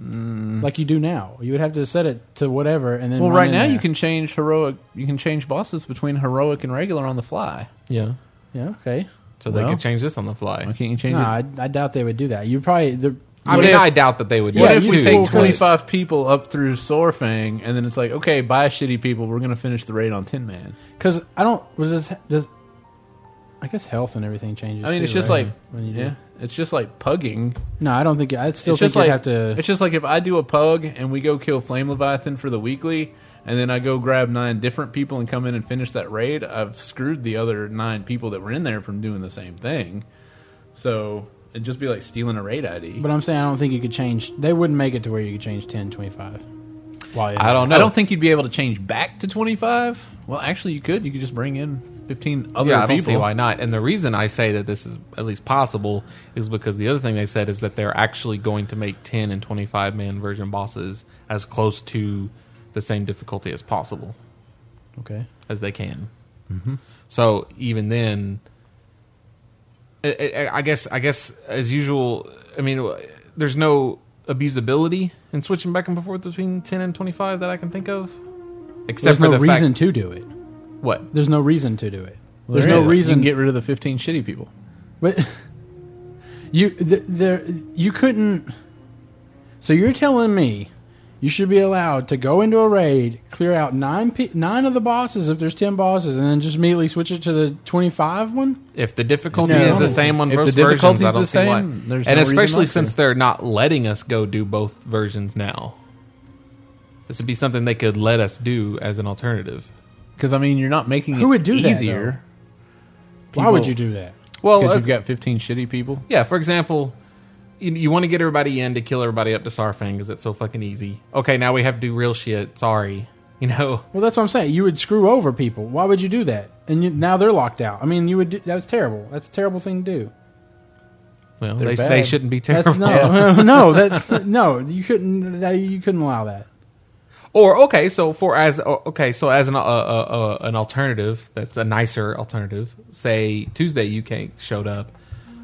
Speaker 5: Mm.
Speaker 3: like you do now. You would have to set it to whatever, and then
Speaker 2: Well,
Speaker 3: run
Speaker 2: right
Speaker 3: in
Speaker 2: now you
Speaker 3: there.
Speaker 2: can change heroic. You can change bosses between heroic and regular on the fly.
Speaker 5: yeah,
Speaker 3: Yeah, okay.
Speaker 5: so they
Speaker 2: Well-
Speaker 5: could change this on the fly.
Speaker 2: Why can't you change
Speaker 3: No,
Speaker 2: it?
Speaker 3: I, I doubt they would do that. You probably the
Speaker 5: I
Speaker 2: What
Speaker 5: mean,
Speaker 2: if-
Speaker 5: I doubt that they would. do
Speaker 2: What
Speaker 3: yeah,
Speaker 5: that
Speaker 2: if
Speaker 3: you
Speaker 2: we
Speaker 5: too,
Speaker 3: could
Speaker 2: take
Speaker 3: pull
Speaker 5: because-
Speaker 2: twenty five people up through Sorfang and then it's like, okay, buy shitty people. We're gonna finish the raid on Tin Man.
Speaker 3: because I don't well, does does I guess health and everything changes.
Speaker 2: I mean,
Speaker 3: too,
Speaker 2: it's just
Speaker 3: right?
Speaker 2: like,
Speaker 3: When you do-
Speaker 2: yeah, it's just like pugging.
Speaker 3: no, I don't think I still
Speaker 2: it's
Speaker 3: think
Speaker 2: just
Speaker 3: you'd
Speaker 2: like
Speaker 3: have to.
Speaker 2: it's just like if I do a pug and we go kill Flame Leviathan for the weekly, and then I go grab nine different people and come in and finish that raid. I've screwed the other nine people that were in there from doing the same thing. So it'd just be like stealing a raid ID.
Speaker 3: But I'm saying I don't think you could change. They wouldn't make it to where you could change 10, 25. Why?
Speaker 5: I don't know.
Speaker 2: I don't think you'd be able to change back to twenty five. Well, actually, you could. You could just bring in fifteen other
Speaker 5: yeah, I don't
Speaker 2: people.
Speaker 5: see why not. And the reason I say that this is at least possible is because the other thing they said is that they're actually going to make ten and twenty five man version bosses as close to the same difficulty as possible.
Speaker 3: Okay.
Speaker 5: as they can. So even then, I- I, I guess I guess as usual. I mean, there's no abusability in switching back and forth between ten and twenty five that I can think of, except
Speaker 3: There's
Speaker 5: for
Speaker 3: no
Speaker 5: the
Speaker 3: reason
Speaker 5: fact
Speaker 3: to do it.
Speaker 5: what
Speaker 3: There's no reason to do it. There's
Speaker 2: There
Speaker 3: no
Speaker 2: is.
Speaker 3: reason.
Speaker 2: You can get rid of the fifteen shitty people.
Speaker 3: But you th- there you couldn't. So you're telling me You should be allowed to go into a raid, clear out nine pe- nine of the bosses if there's ten bosses, and then just immediately switch it to the twenty five one.
Speaker 5: If the difficulty
Speaker 3: No.
Speaker 5: is the same on
Speaker 2: If
Speaker 5: both
Speaker 2: the
Speaker 5: versions,
Speaker 2: difficulty's
Speaker 5: I don't
Speaker 2: the
Speaker 5: see why.
Speaker 2: same, there's
Speaker 5: And
Speaker 2: no reason
Speaker 5: especially
Speaker 2: not to.
Speaker 5: since they're not letting us go do both versions now. This would be something they could let us do as an alternative.
Speaker 2: Because I mean, you're not making
Speaker 3: Who
Speaker 2: it
Speaker 3: would do that,
Speaker 2: easier
Speaker 3: Why would
Speaker 2: People-
Speaker 3: you do that?
Speaker 5: Well,
Speaker 2: because
Speaker 5: uh,
Speaker 2: you've got 15 shitty people.
Speaker 5: yeah. For example, you, you want to get everybody in to kill everybody up to Sarfang because it's so fucking easy. Okay, now we have to do real shit. Sorry, you know.
Speaker 3: Well, that's what I'm saying. You would screw over people. Why would you do that? And you, now they're locked out. I mean, you would. Do, that's terrible. That's a terrible thing to do.
Speaker 5: Well,
Speaker 2: They're
Speaker 5: they,
Speaker 2: bad.
Speaker 5: they shouldn't be terrible.
Speaker 3: That's no, no. That's no. You couldn't. that- You couldn't allow that.
Speaker 5: Or okay, so for as o- okay, so as an uh, uh, uh, an alternative, that's a nicer alternative. Say Tuesday, you cake showed up.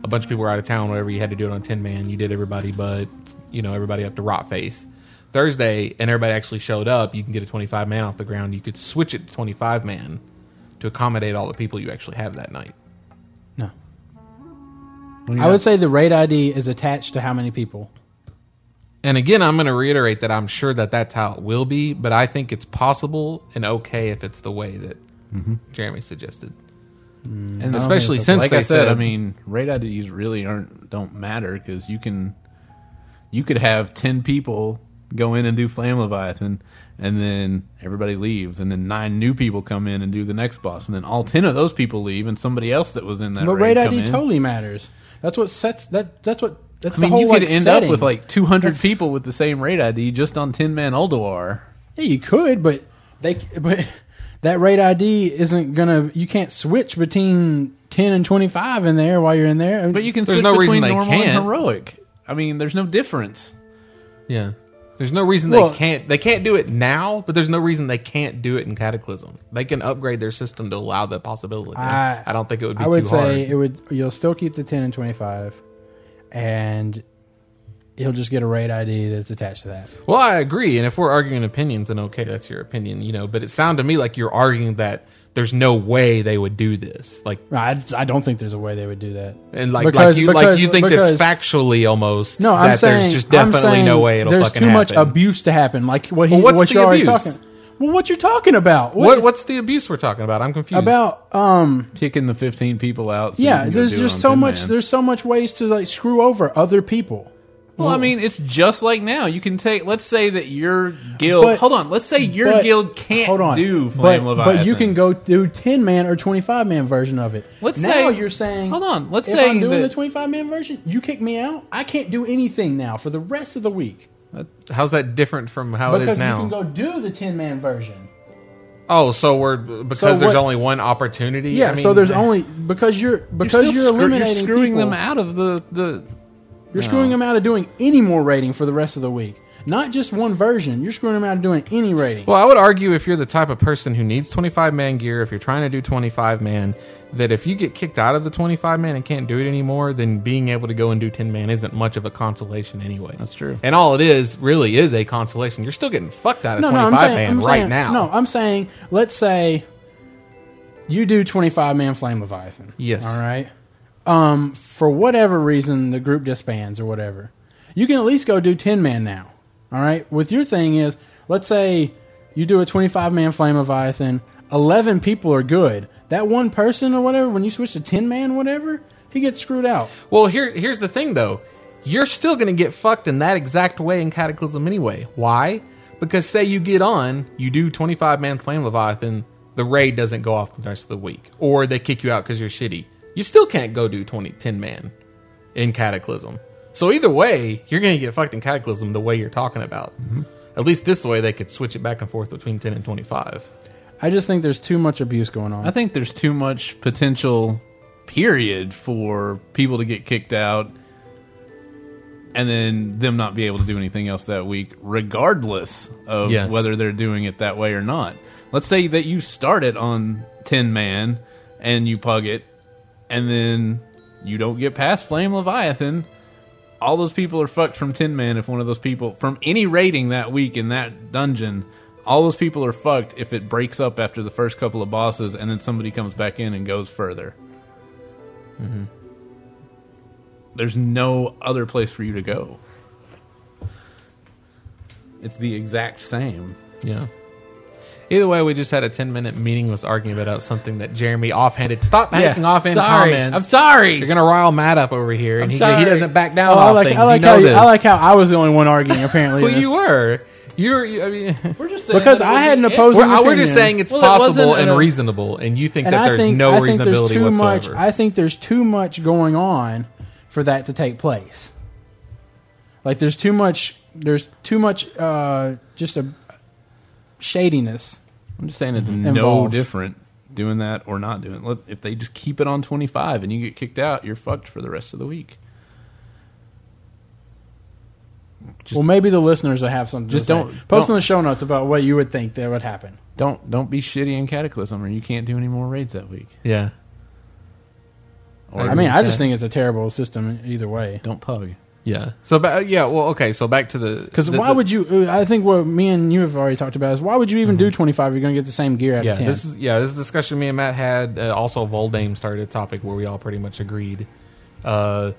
Speaker 5: A bunch of people were out of town. Whatever you had to do it on ten man, you did everybody, but you know everybody up to rot face. Thursday, and everybody actually showed up. You can get a twenty five man off the ground. You could switch it to twenty five man to accommodate all the people you actually have that night.
Speaker 3: No. I would say the raid ID is attached to how many people.
Speaker 5: And again, I'm going to reiterate that I'm sure that that's how it will be, but I think it's possible and okay if it's the way that Jeremy suggested. and especially since
Speaker 2: like
Speaker 5: they
Speaker 2: I said,
Speaker 5: said,
Speaker 2: I mean, raid IDs really aren't don't matter because you can you could have 10 people go in and do Flame Leviathan, and then everybody leaves, and then nine new people come in and do the next boss, and then all 10 of those people leave, and somebody else that was in that
Speaker 3: But
Speaker 2: raid,
Speaker 3: raid
Speaker 2: come
Speaker 3: ID
Speaker 2: in.
Speaker 3: totally matters. That's what sets that. That's what. That's
Speaker 2: I mean,
Speaker 3: the whole
Speaker 2: you could
Speaker 3: like,
Speaker 2: end
Speaker 3: setting.
Speaker 2: up with like 200 people with the same raid ID just on 10 man Olduar.
Speaker 3: Yeah, you could, but they but that raid ID isn't gonna. You can't switch between ten and twenty five in there while you're in there.
Speaker 2: But you can
Speaker 5: There's
Speaker 2: switch
Speaker 5: no
Speaker 2: between
Speaker 5: reason they
Speaker 2: normal
Speaker 5: can't.
Speaker 2: and heroic. I mean, there's no difference.
Speaker 5: yeah, there's no reason
Speaker 3: Well-
Speaker 5: they can't. They can't do it now, but there's no reason they can't do it in Cataclysm. They can upgrade their system to allow that possibility.
Speaker 3: I-
Speaker 5: I, don't think it would be
Speaker 3: I would
Speaker 5: too
Speaker 3: say
Speaker 5: hard.
Speaker 3: it would. You'll still keep the ten and twenty five, and you'll just get a raid ID that's attached to that.
Speaker 5: Well, I agree, and if we're arguing opinions, then okay, that's your opinion, you know. But it sounded to me like you're arguing that there's no way they would do this, like
Speaker 3: I, I don't think there's a way they would do that.
Speaker 5: And like
Speaker 3: Because-
Speaker 5: like you like
Speaker 3: because-
Speaker 5: you think
Speaker 3: because-
Speaker 5: that's factually almost
Speaker 3: No,
Speaker 5: that
Speaker 3: I'm saying
Speaker 5: there's just
Speaker 3: I'm
Speaker 5: definitely
Speaker 3: saying
Speaker 5: no way it'll
Speaker 3: there's
Speaker 5: fucking
Speaker 3: too much
Speaker 5: happen.
Speaker 3: abuse to happen. Like what he,
Speaker 5: Well, what's
Speaker 3: what
Speaker 5: the
Speaker 3: you're already
Speaker 5: abuse?
Speaker 3: talking. Well, what you're talking about?
Speaker 5: what what's the abuse we're talking about? I'm confused.
Speaker 3: about? Um,
Speaker 2: Kicking the 15 people out. so you
Speaker 3: yeah,
Speaker 2: can go
Speaker 3: there's
Speaker 2: do it
Speaker 3: just
Speaker 2: on
Speaker 3: so
Speaker 2: 10
Speaker 3: much.
Speaker 2: man.
Speaker 3: There's so much ways to like screw over other people.
Speaker 2: Well, I mean, it's just like now. You can take. Let's say that your guild.
Speaker 3: But-
Speaker 2: hold on. Let's say your
Speaker 3: But-
Speaker 2: guild can't
Speaker 3: hold on.
Speaker 2: do Flame
Speaker 3: but,
Speaker 2: Leviathan.
Speaker 3: But you can go do ten man or twenty five man version of it.
Speaker 2: Let's
Speaker 3: now
Speaker 2: say-
Speaker 3: you're saying
Speaker 2: hold on, let's
Speaker 3: if
Speaker 2: say
Speaker 3: I'm doing
Speaker 2: that-
Speaker 3: the twenty five man version, you kick me out, I can't do anything now for the rest of the week.
Speaker 5: How's that different from how it
Speaker 3: Because
Speaker 5: is
Speaker 3: you
Speaker 5: now?
Speaker 3: can go do the ten man version.
Speaker 5: oh, so we're because
Speaker 3: So
Speaker 5: there's
Speaker 3: what-
Speaker 5: only one opportunity.
Speaker 3: Yeah,
Speaker 5: I mean, eh.
Speaker 3: so there's only because you're because
Speaker 2: still
Speaker 3: you're,
Speaker 2: screw-
Speaker 3: eliminating
Speaker 2: You're screwing
Speaker 3: people,
Speaker 2: them out of the the.
Speaker 3: You're screwing them out of doing any more rating for the rest of the week. Not just one version. You're screwing them out of doing any rating.
Speaker 5: Well, I would argue if you're the type of person who needs 25 man gear, if you're trying to do 25 man, that if you get kicked out of the 25 man and can't do it anymore, then being able to go and do 10 man isn't much of a consolation anyway.
Speaker 2: That's true.
Speaker 5: And all it is really is a consolation. You're still getting fucked out of
Speaker 3: no, no,
Speaker 5: 25
Speaker 3: I'm saying,
Speaker 5: man
Speaker 3: I'm
Speaker 5: right
Speaker 3: saying-
Speaker 5: now.
Speaker 3: No, I'm saying let's say you do 25 man Flame Leviathan.
Speaker 5: Yes.
Speaker 3: All right. Um, for whatever reason, the group disbands or whatever. You can at least go do 10 man now. All right. With your thing is, let's say you do a 25 man Flame Leviathan. 11 people are good. That one person or whatever, when you switch to 10 man, whatever, he gets screwed out.
Speaker 5: Well, here here's the thing though. You're still going to get fucked in that exact way in Cataclysm anyway. Why? Because say you get on, you do 25 man flame leviathan, the raid doesn't go off the rest of the week or they kick you out cuz you're shitty. You still can't go do 20 10 man in Cataclysm. So either way, you're going to get fucked in Cataclysm the way you're talking about. At least this way they could switch it back and forth between 10 and 25.
Speaker 3: I just think there's too much abuse going on.
Speaker 2: I think there's too much potential. Period for people to get kicked out, and then them not be able to do anything else that week, regardless of
Speaker 5: Yes.
Speaker 2: whether they're doing it that way or not. Let's say that you start it on ten man and you pug it, and then you don't get past Flame Leviathan, all those people are fucked from Tin Man if one of those people from any rating that week in that dungeon, all those people are fucked if it breaks up after the first couple of bosses and then somebody comes back in and goes further. There's no other place for you to go. It's the exact same.
Speaker 5: Yeah. Either way, we just had a 10 minute meeting was arguing about something that Jeremy offhanded. Stop making offhand
Speaker 2: sorry.
Speaker 5: comments.
Speaker 2: I'm sorry.
Speaker 5: You're going to rile Matt up over here, and he, he
Speaker 2: sorry.
Speaker 5: doesn't back down
Speaker 3: Oh, I
Speaker 5: off
Speaker 3: like,
Speaker 5: things.
Speaker 3: I like
Speaker 5: you
Speaker 3: how
Speaker 5: know
Speaker 3: you-
Speaker 5: this.
Speaker 3: I like how I was the only one arguing. Apparently,
Speaker 5: well,
Speaker 3: in
Speaker 5: you
Speaker 3: this.
Speaker 5: were. You're, you, I mean, uh,
Speaker 2: We're just saying
Speaker 3: because
Speaker 2: that it
Speaker 3: I
Speaker 2: would
Speaker 3: had an
Speaker 2: be-
Speaker 3: opposing.
Speaker 5: we're, we're just
Speaker 3: opinion.
Speaker 5: saying it's
Speaker 2: Well, it wasn't
Speaker 5: possible and
Speaker 2: a-
Speaker 5: reasonable, and you think
Speaker 3: and
Speaker 5: that
Speaker 3: I
Speaker 5: there's
Speaker 3: think,
Speaker 5: no
Speaker 3: I think there's
Speaker 5: reasonability
Speaker 3: too much.
Speaker 5: whatsoever.
Speaker 3: I think there's too much going on for that to take place. Like there's too much. There's too much. Uh, just a shadiness.
Speaker 2: I'm just saying it's no
Speaker 3: Involved.
Speaker 2: different doing that or not doing it. Let- If they just keep it on 25 and you get kicked out, you're fucked for the rest of the week.
Speaker 3: well, maybe the listeners will have something.
Speaker 2: Just
Speaker 3: to say.
Speaker 2: don't-
Speaker 3: post
Speaker 2: don't-
Speaker 3: in the show notes about what you would think that would happen.
Speaker 2: Don't don't be shitty in Cataclysm or you can't do any more raids that week.
Speaker 5: yeah.
Speaker 2: Or
Speaker 3: I mean, I just
Speaker 5: Okay.
Speaker 3: think it's a terrible system either way.
Speaker 2: don't pug.
Speaker 5: Yeah. So, ba- yeah, well, okay, so back to the.
Speaker 3: Because
Speaker 5: the-
Speaker 3: why
Speaker 5: the-
Speaker 3: would you? uh, I think what me and you have already talked about is why would you even do twenty five? You're going to get the same gear out
Speaker 5: Mm-hmm. Yeah,
Speaker 3: of ten.
Speaker 5: this is yeah, this is a discussion me and Matt had. Uh, also, Voldame started a topic where we all pretty much agreed. Uh,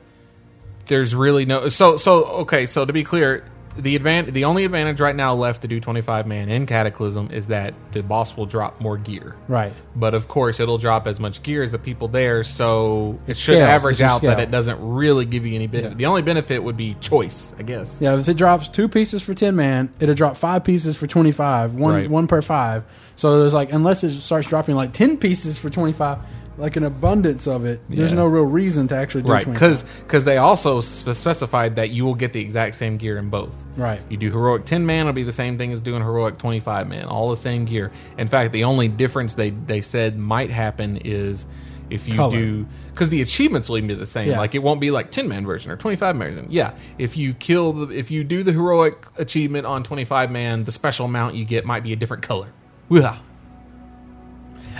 Speaker 5: there's really no so so okay. So to be clear, the advan the only advantage right now left to do 25 man in Cataclysm is that the boss will drop more gear.
Speaker 3: right.
Speaker 5: But of course, it'll drop as much gear as the people there, so it should
Speaker 3: scales,
Speaker 5: average
Speaker 3: it's a
Speaker 5: out that
Speaker 3: scale.
Speaker 5: it doesn't really give you any benefit. The only benefit would be choice, I guess.
Speaker 3: Yeah, if it drops two pieces for ten man, it'll drop five pieces for twenty five. One
Speaker 5: Right.
Speaker 3: one per five. So there's like unless it starts dropping like ten pieces for twenty five, like an abundance of it. There's
Speaker 2: Yeah.
Speaker 3: no real reason to actually do
Speaker 5: Right,
Speaker 3: 25.
Speaker 5: because they also spe- specified that you will get the exact same gear in both.
Speaker 3: Right.
Speaker 5: You do heroic ten man, it'll be the same thing as doing heroic twenty five man, all the same gear. In fact, the only difference they they said might happen is if you
Speaker 3: Color.
Speaker 5: do because the achievements will even be the same.
Speaker 3: Yeah.
Speaker 5: Like it won't be like ten man version or twenty five man version. Yeah, if you kill the if you do the heroic achievement on twenty five man, the special mount you get might be a different color. Yeah.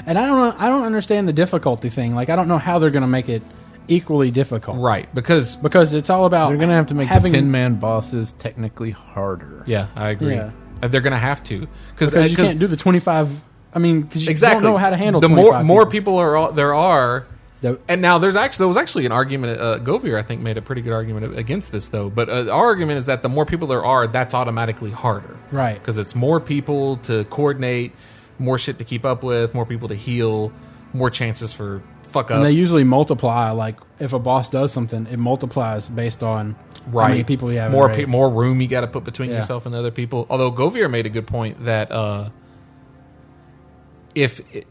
Speaker 3: And I don't I don't understand the difficulty thing. Like I don't know how they're going to make it equally difficult.
Speaker 5: Right, because
Speaker 3: Because it's all about
Speaker 2: They're going to have to make
Speaker 3: having
Speaker 2: the 10 man bosses technically harder.
Speaker 5: yeah, I agree.
Speaker 3: Yeah.
Speaker 5: Uh, They're going to have to uh,
Speaker 3: because you can't do the twenty five. I mean, because you
Speaker 5: exactly
Speaker 3: don't know how to handle
Speaker 5: the
Speaker 3: 25
Speaker 5: more more people are all- there are
Speaker 3: The-
Speaker 5: and now there's actually there was actually an argument uh, Govier I think made a pretty good argument against this though but uh, our argument is that the more people there are that's automatically harder
Speaker 3: Right.
Speaker 5: because it's more people to coordinate more shit to keep up with more people to heal more chances for fuck ups
Speaker 3: And they usually multiply. Like if a boss does something, it multiplies based on
Speaker 5: right
Speaker 3: how many people you have. in
Speaker 5: more
Speaker 3: the raid.
Speaker 5: pe- more room you got to put between
Speaker 3: Yeah.
Speaker 5: yourself and the other people although Govier made a good point that uh if uh,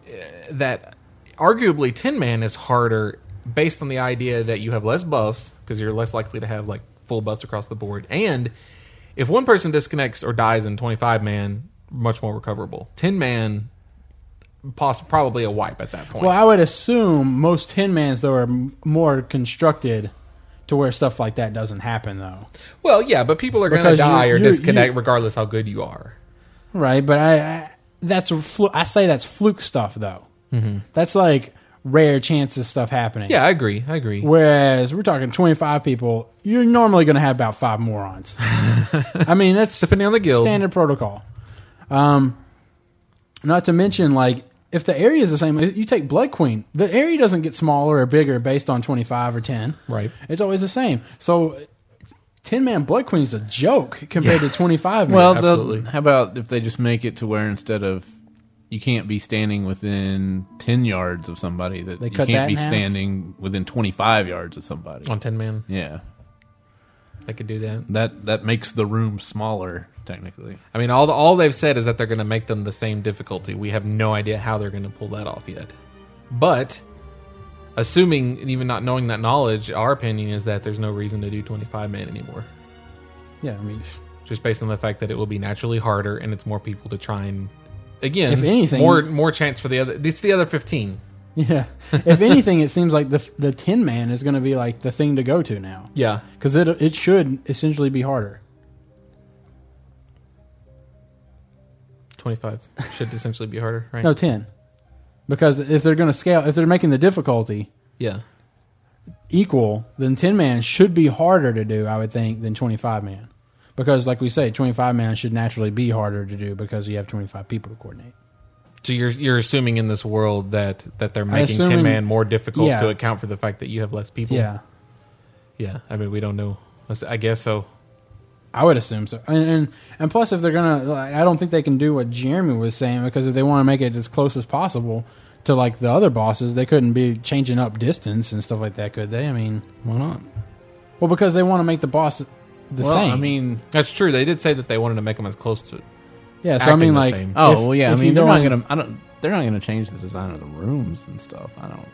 Speaker 5: that arguably Tin Man is harder based on the idea that you have less buffs because you're less likely to have like full buffs across the board, and if one person disconnects or dies in 25 man, much more recoverable. Tin Man, poss- probably a wipe at that point.
Speaker 3: Well, I would assume most Tin Mans though are m- more constructed to where stuff like that doesn't happen though,
Speaker 5: Well, yeah, but people are going to
Speaker 3: Because you-
Speaker 5: die or
Speaker 3: you-
Speaker 5: disconnect
Speaker 3: you-
Speaker 5: regardless how good you are.
Speaker 3: right? But I, I that's a flu- I say that's fluke stuff though. Mm-hmm. That's like rare chances stuff happening.
Speaker 5: Yeah, I agree. I agree.
Speaker 3: Whereas we're talking twenty five people, you're normally going to have about five morons. I mean, that's
Speaker 5: Depending on the guild.
Speaker 3: standard protocol. Um, not to mention, like, if the area is the same, you take Blood Queen. The area doesn't get smaller or bigger based on twenty five or ten.
Speaker 5: Right.
Speaker 3: It's always the same. So, ten man Blood Queen is a joke compared to twenty five. man.
Speaker 2: Well,
Speaker 5: Yeah,
Speaker 2: the-
Speaker 5: absolutely.
Speaker 2: how about if they just make it to where instead of you can't be standing within 10 yards of somebody that you
Speaker 3: cut
Speaker 2: can't
Speaker 3: that
Speaker 2: be
Speaker 3: in half?
Speaker 2: standing within 25 yards of somebody.
Speaker 5: On 10 man,
Speaker 2: Yeah.
Speaker 5: they could do that.
Speaker 2: That that makes the room smaller technically.
Speaker 5: I mean, all the, all they've said is that they're going to make them the same difficulty. We have no idea how they're going to pull that off yet. But assuming and even not knowing that knowledge, our opinion is that there's no reason to do 25 man anymore,
Speaker 3: yeah, I mean,
Speaker 5: just based on the fact that it will be naturally harder and it's more people to try and again,
Speaker 3: If anything-
Speaker 5: more more chance for the other. It's the other 15.
Speaker 3: yeah. if anything, it seems like the the ten man is going to be like the thing to go to now
Speaker 5: Yeah,
Speaker 3: because it it should essentially be harder.
Speaker 5: 25 should essentially be harder, right?
Speaker 3: No, ten. Because if they're going to scale, if they're making the difficulty
Speaker 5: Yeah.
Speaker 3: equal, then ten man should be harder to do, I would think, than twenty five man. Because, like we say, twenty five man should naturally be harder to do because you have twenty five people to coordinate.
Speaker 5: So you're you're assuming in this world that that they're making
Speaker 3: assuming-
Speaker 5: 10 man more difficult
Speaker 3: Yeah.
Speaker 5: to account for the fact that you have less people.
Speaker 3: Yeah,
Speaker 5: Yeah, I mean, we don't know. I s- I guess so.
Speaker 3: I would assume so. And and, and plus, if they're gonna, like, I don't think they can do what Jeremy was saying because if they want to make it as close as possible to like the other bosses, they couldn't be changing up distance and stuff like that, could they? I mean, why not? Well, because they want to make the boss the
Speaker 2: well,
Speaker 3: same.
Speaker 2: I mean,
Speaker 5: That's true. They did say that they wanted to make them as close to.
Speaker 3: yeah. So I
Speaker 5: acting
Speaker 3: mean,
Speaker 5: the
Speaker 3: like,
Speaker 5: same.
Speaker 2: oh
Speaker 3: if-
Speaker 2: well, yeah. I
Speaker 3: if you
Speaker 2: mean, they're not
Speaker 3: don't-
Speaker 2: gonna. I don't. They're not gonna change the design of the rooms and stuff. I don't.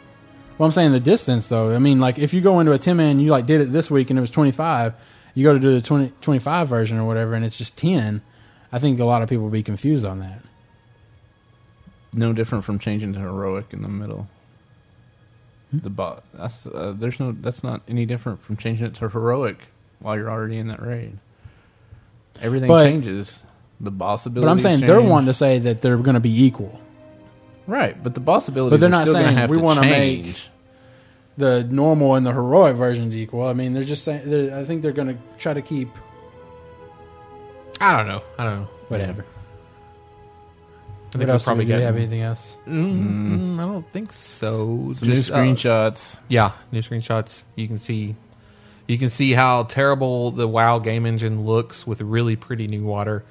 Speaker 3: Well, I'm saying the distance, though. I mean, like if you go into a 10 man, you like did it this week and it was 25. You go to do the 20, 25 version or whatever, and it's just 10. I think a lot of people would be confused on that.
Speaker 2: No different from changing to heroic in the middle. The bot. That's uh, there's no. That's not any different from changing it to heroic while you're already in that raid. Everything
Speaker 3: But-
Speaker 2: changes. The boss ability.
Speaker 3: But I'm saying they're wanting to say that they're going to be equal.
Speaker 2: right, but the boss ability.
Speaker 3: But they're
Speaker 2: are
Speaker 3: not
Speaker 2: still gonna
Speaker 3: saying
Speaker 2: have
Speaker 3: we
Speaker 2: to
Speaker 3: wanna
Speaker 2: change.
Speaker 3: make- The normal and the heroic versions equal. I mean, they're just saying. They're, I think they're going to try to keep
Speaker 5: I don't know. I don't know.
Speaker 3: whatever.
Speaker 5: I
Speaker 3: What
Speaker 5: think we
Speaker 3: else do
Speaker 5: probably
Speaker 3: we- do we
Speaker 5: get-
Speaker 3: have anything else?
Speaker 5: Mm, I don't think so.
Speaker 2: Some new
Speaker 5: Just, uh,
Speaker 2: screenshots.
Speaker 5: yeah, new screenshots. You can see, you can see how terrible the WoW game engine looks with really pretty new water.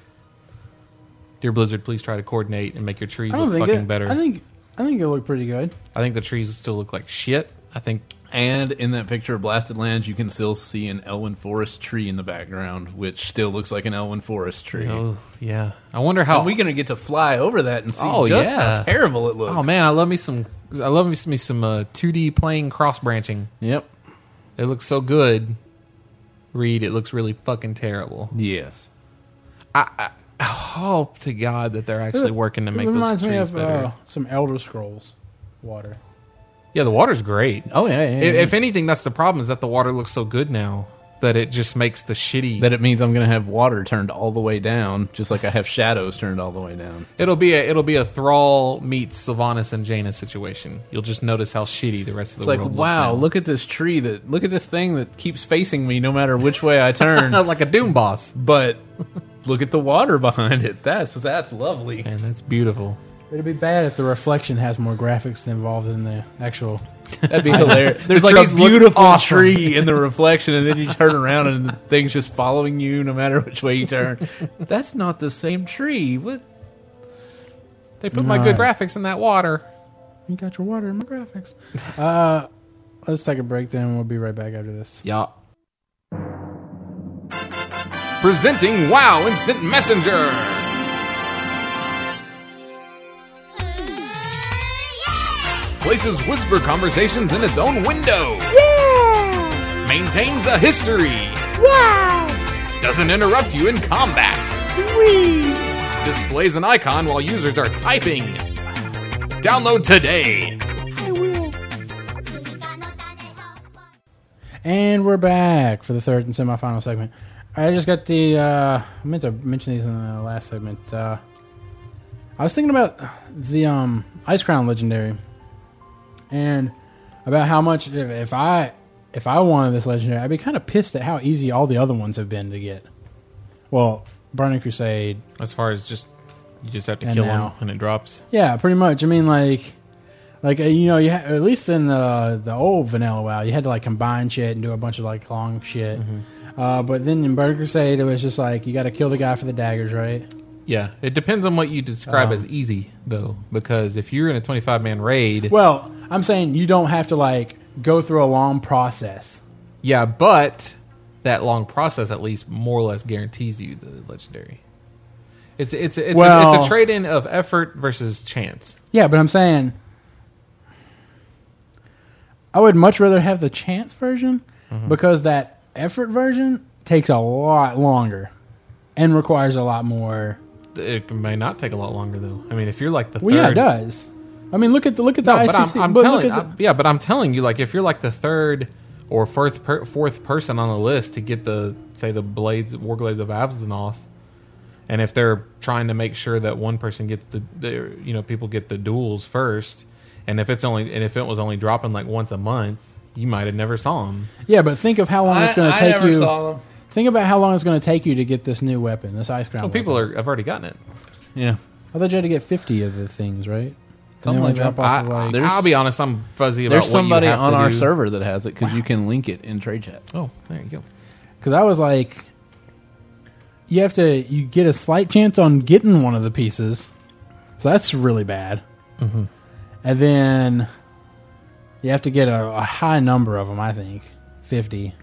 Speaker 5: Dear Blizzard, please try to coordinate and make your trees
Speaker 3: I don't
Speaker 5: look
Speaker 3: think
Speaker 5: fucking
Speaker 3: it,
Speaker 5: better.
Speaker 3: I think I think it looked pretty good.
Speaker 5: I think the trees still look like shit. I think
Speaker 2: And in that picture of Blasted Lands, you can still see an Elwyn Forest tree in the background, which still looks like an Elwyn Forest tree.
Speaker 5: Oh yeah. I wonder
Speaker 2: How
Speaker 5: how
Speaker 2: are we going to get to fly over that and see
Speaker 5: Oh,
Speaker 2: just
Speaker 5: yeah.
Speaker 2: how terrible it looks?
Speaker 5: Oh man, I love me some. I love me some, me some uh, 2D plane cross branching.
Speaker 2: Yep.
Speaker 5: It looks so good. Reed, it looks really fucking terrible.
Speaker 2: Yes.
Speaker 5: Hope to God that they're actually working to make
Speaker 3: it
Speaker 5: those
Speaker 3: reminds
Speaker 5: trees
Speaker 3: me of
Speaker 5: better.
Speaker 3: uh, some Elder Scrolls water.
Speaker 5: yeah, the water's great.
Speaker 2: Oh yeah. yeah,
Speaker 5: I- If, anything, that's the problem is that the water looks so good now that it just makes the shitty.
Speaker 2: that it means I'm going to have water turned all the way down, just like I have shadows turned all the way down.
Speaker 5: it'll be a it'll be a Thrall meets Sylvanas and Jaina situation. You'll just notice how shitty the rest of the
Speaker 2: It's like,
Speaker 5: world looks
Speaker 2: wow,
Speaker 5: now.
Speaker 2: look at this tree that look at this thing that keeps facing me no matter which way I turn.
Speaker 5: like a Doom boss,
Speaker 2: but look at the water behind it. That's that's lovely.
Speaker 5: and that's beautiful.
Speaker 3: It'd be bad if the reflection has more graphics involved than the actual.
Speaker 2: That'd be hilarious. There's
Speaker 5: The
Speaker 2: like
Speaker 5: trees
Speaker 2: a
Speaker 5: look
Speaker 2: beautiful
Speaker 5: awesome.
Speaker 2: tree in the reflection, and then you turn around and the thing's just following you no matter which way you turn. That's not the same tree. What?
Speaker 5: They put my good graphics in that water.
Speaker 3: You got your water in my graphics. Uh, let's take a break then. We'll be right back after this.
Speaker 5: Yeah. Presenting WoW Instant Messenger. Places whisper conversations in its own window. Maintains a history. Doesn't interrupt you in combat. Displays an icon while users are typing. Download today.
Speaker 3: And we're back for the third and semifinal segment. I just got the. Uh, I meant to mention these in the last segment. Uh, I was thinking about the um, Ice Crown Legendary, and about how much if, if I if I wanted this legendary, I'd be kind of pissed at how easy all the other ones have been to get. Well, Burning Crusade,
Speaker 5: As far as just, you just have to
Speaker 3: And
Speaker 5: kill him
Speaker 3: now.
Speaker 5: and it drops.
Speaker 3: Yeah, pretty much. I mean, like, like uh, you know, you ha- at least in the the old vanilla WoW, you had to like combine shit and do a bunch of like long shit. Uh, but then in Burger Crusade, it was just like you got to kill the guy for the daggers, right?
Speaker 5: Yeah, it depends on what you describe
Speaker 3: Um,
Speaker 5: as easy, though, because if you're in a 25 man raid,
Speaker 3: Well, I'm saying you don't have to like go through a long process.
Speaker 5: yeah, but that long process at least more or less guarantees you the legendary. It's it's it's, a, it's
Speaker 3: Well-
Speaker 5: a trade in of effort versus chance.
Speaker 3: Yeah, but I'm saying I would much rather have the chance version because that effort version takes a lot longer and requires a lot more.
Speaker 5: It may not take a lot longer though. I mean, if you're like the
Speaker 3: Well, yeah, it
Speaker 5: third,
Speaker 3: does. I mean, look at the look at the
Speaker 5: No, but
Speaker 3: ICC.
Speaker 5: I'm, I'm
Speaker 3: but
Speaker 5: telling,
Speaker 3: look at
Speaker 5: I'm- yeah, but I'm telling you, like if you're like the third or fourth per, fourth person on the list to get the say the blades warglades of Avzanoth, and if they're trying to make sure that one person gets the, the you know people get the duels first, and if it's only and if it was only dropping like once a month, you might have never saw them.
Speaker 3: the- yeah, but think of how long it's going to take you.
Speaker 2: them.
Speaker 3: Think about how long it's going to take you to get this new weapon, this ice crown.
Speaker 5: Well, people are have already gotten it.
Speaker 2: Yeah.
Speaker 3: I thought you had to get fifty of the things, right?
Speaker 2: Something
Speaker 3: And
Speaker 2: like
Speaker 3: they only drop
Speaker 2: that.
Speaker 3: off
Speaker 5: I,
Speaker 3: of, like-
Speaker 2: there's-
Speaker 5: I'll be honest, I'm fuzzy about
Speaker 2: There's
Speaker 5: what
Speaker 2: somebody
Speaker 5: you have
Speaker 2: on
Speaker 5: to
Speaker 2: our
Speaker 5: do.
Speaker 2: server that has it because you can link it in trade chat.
Speaker 5: Oh, there you go.
Speaker 3: Because I was like, you have to you get a slight chance on getting one of the pieces, so that's really bad.
Speaker 5: Mm-hmm.
Speaker 3: And then you have to get a, a high number of them. I think fifty,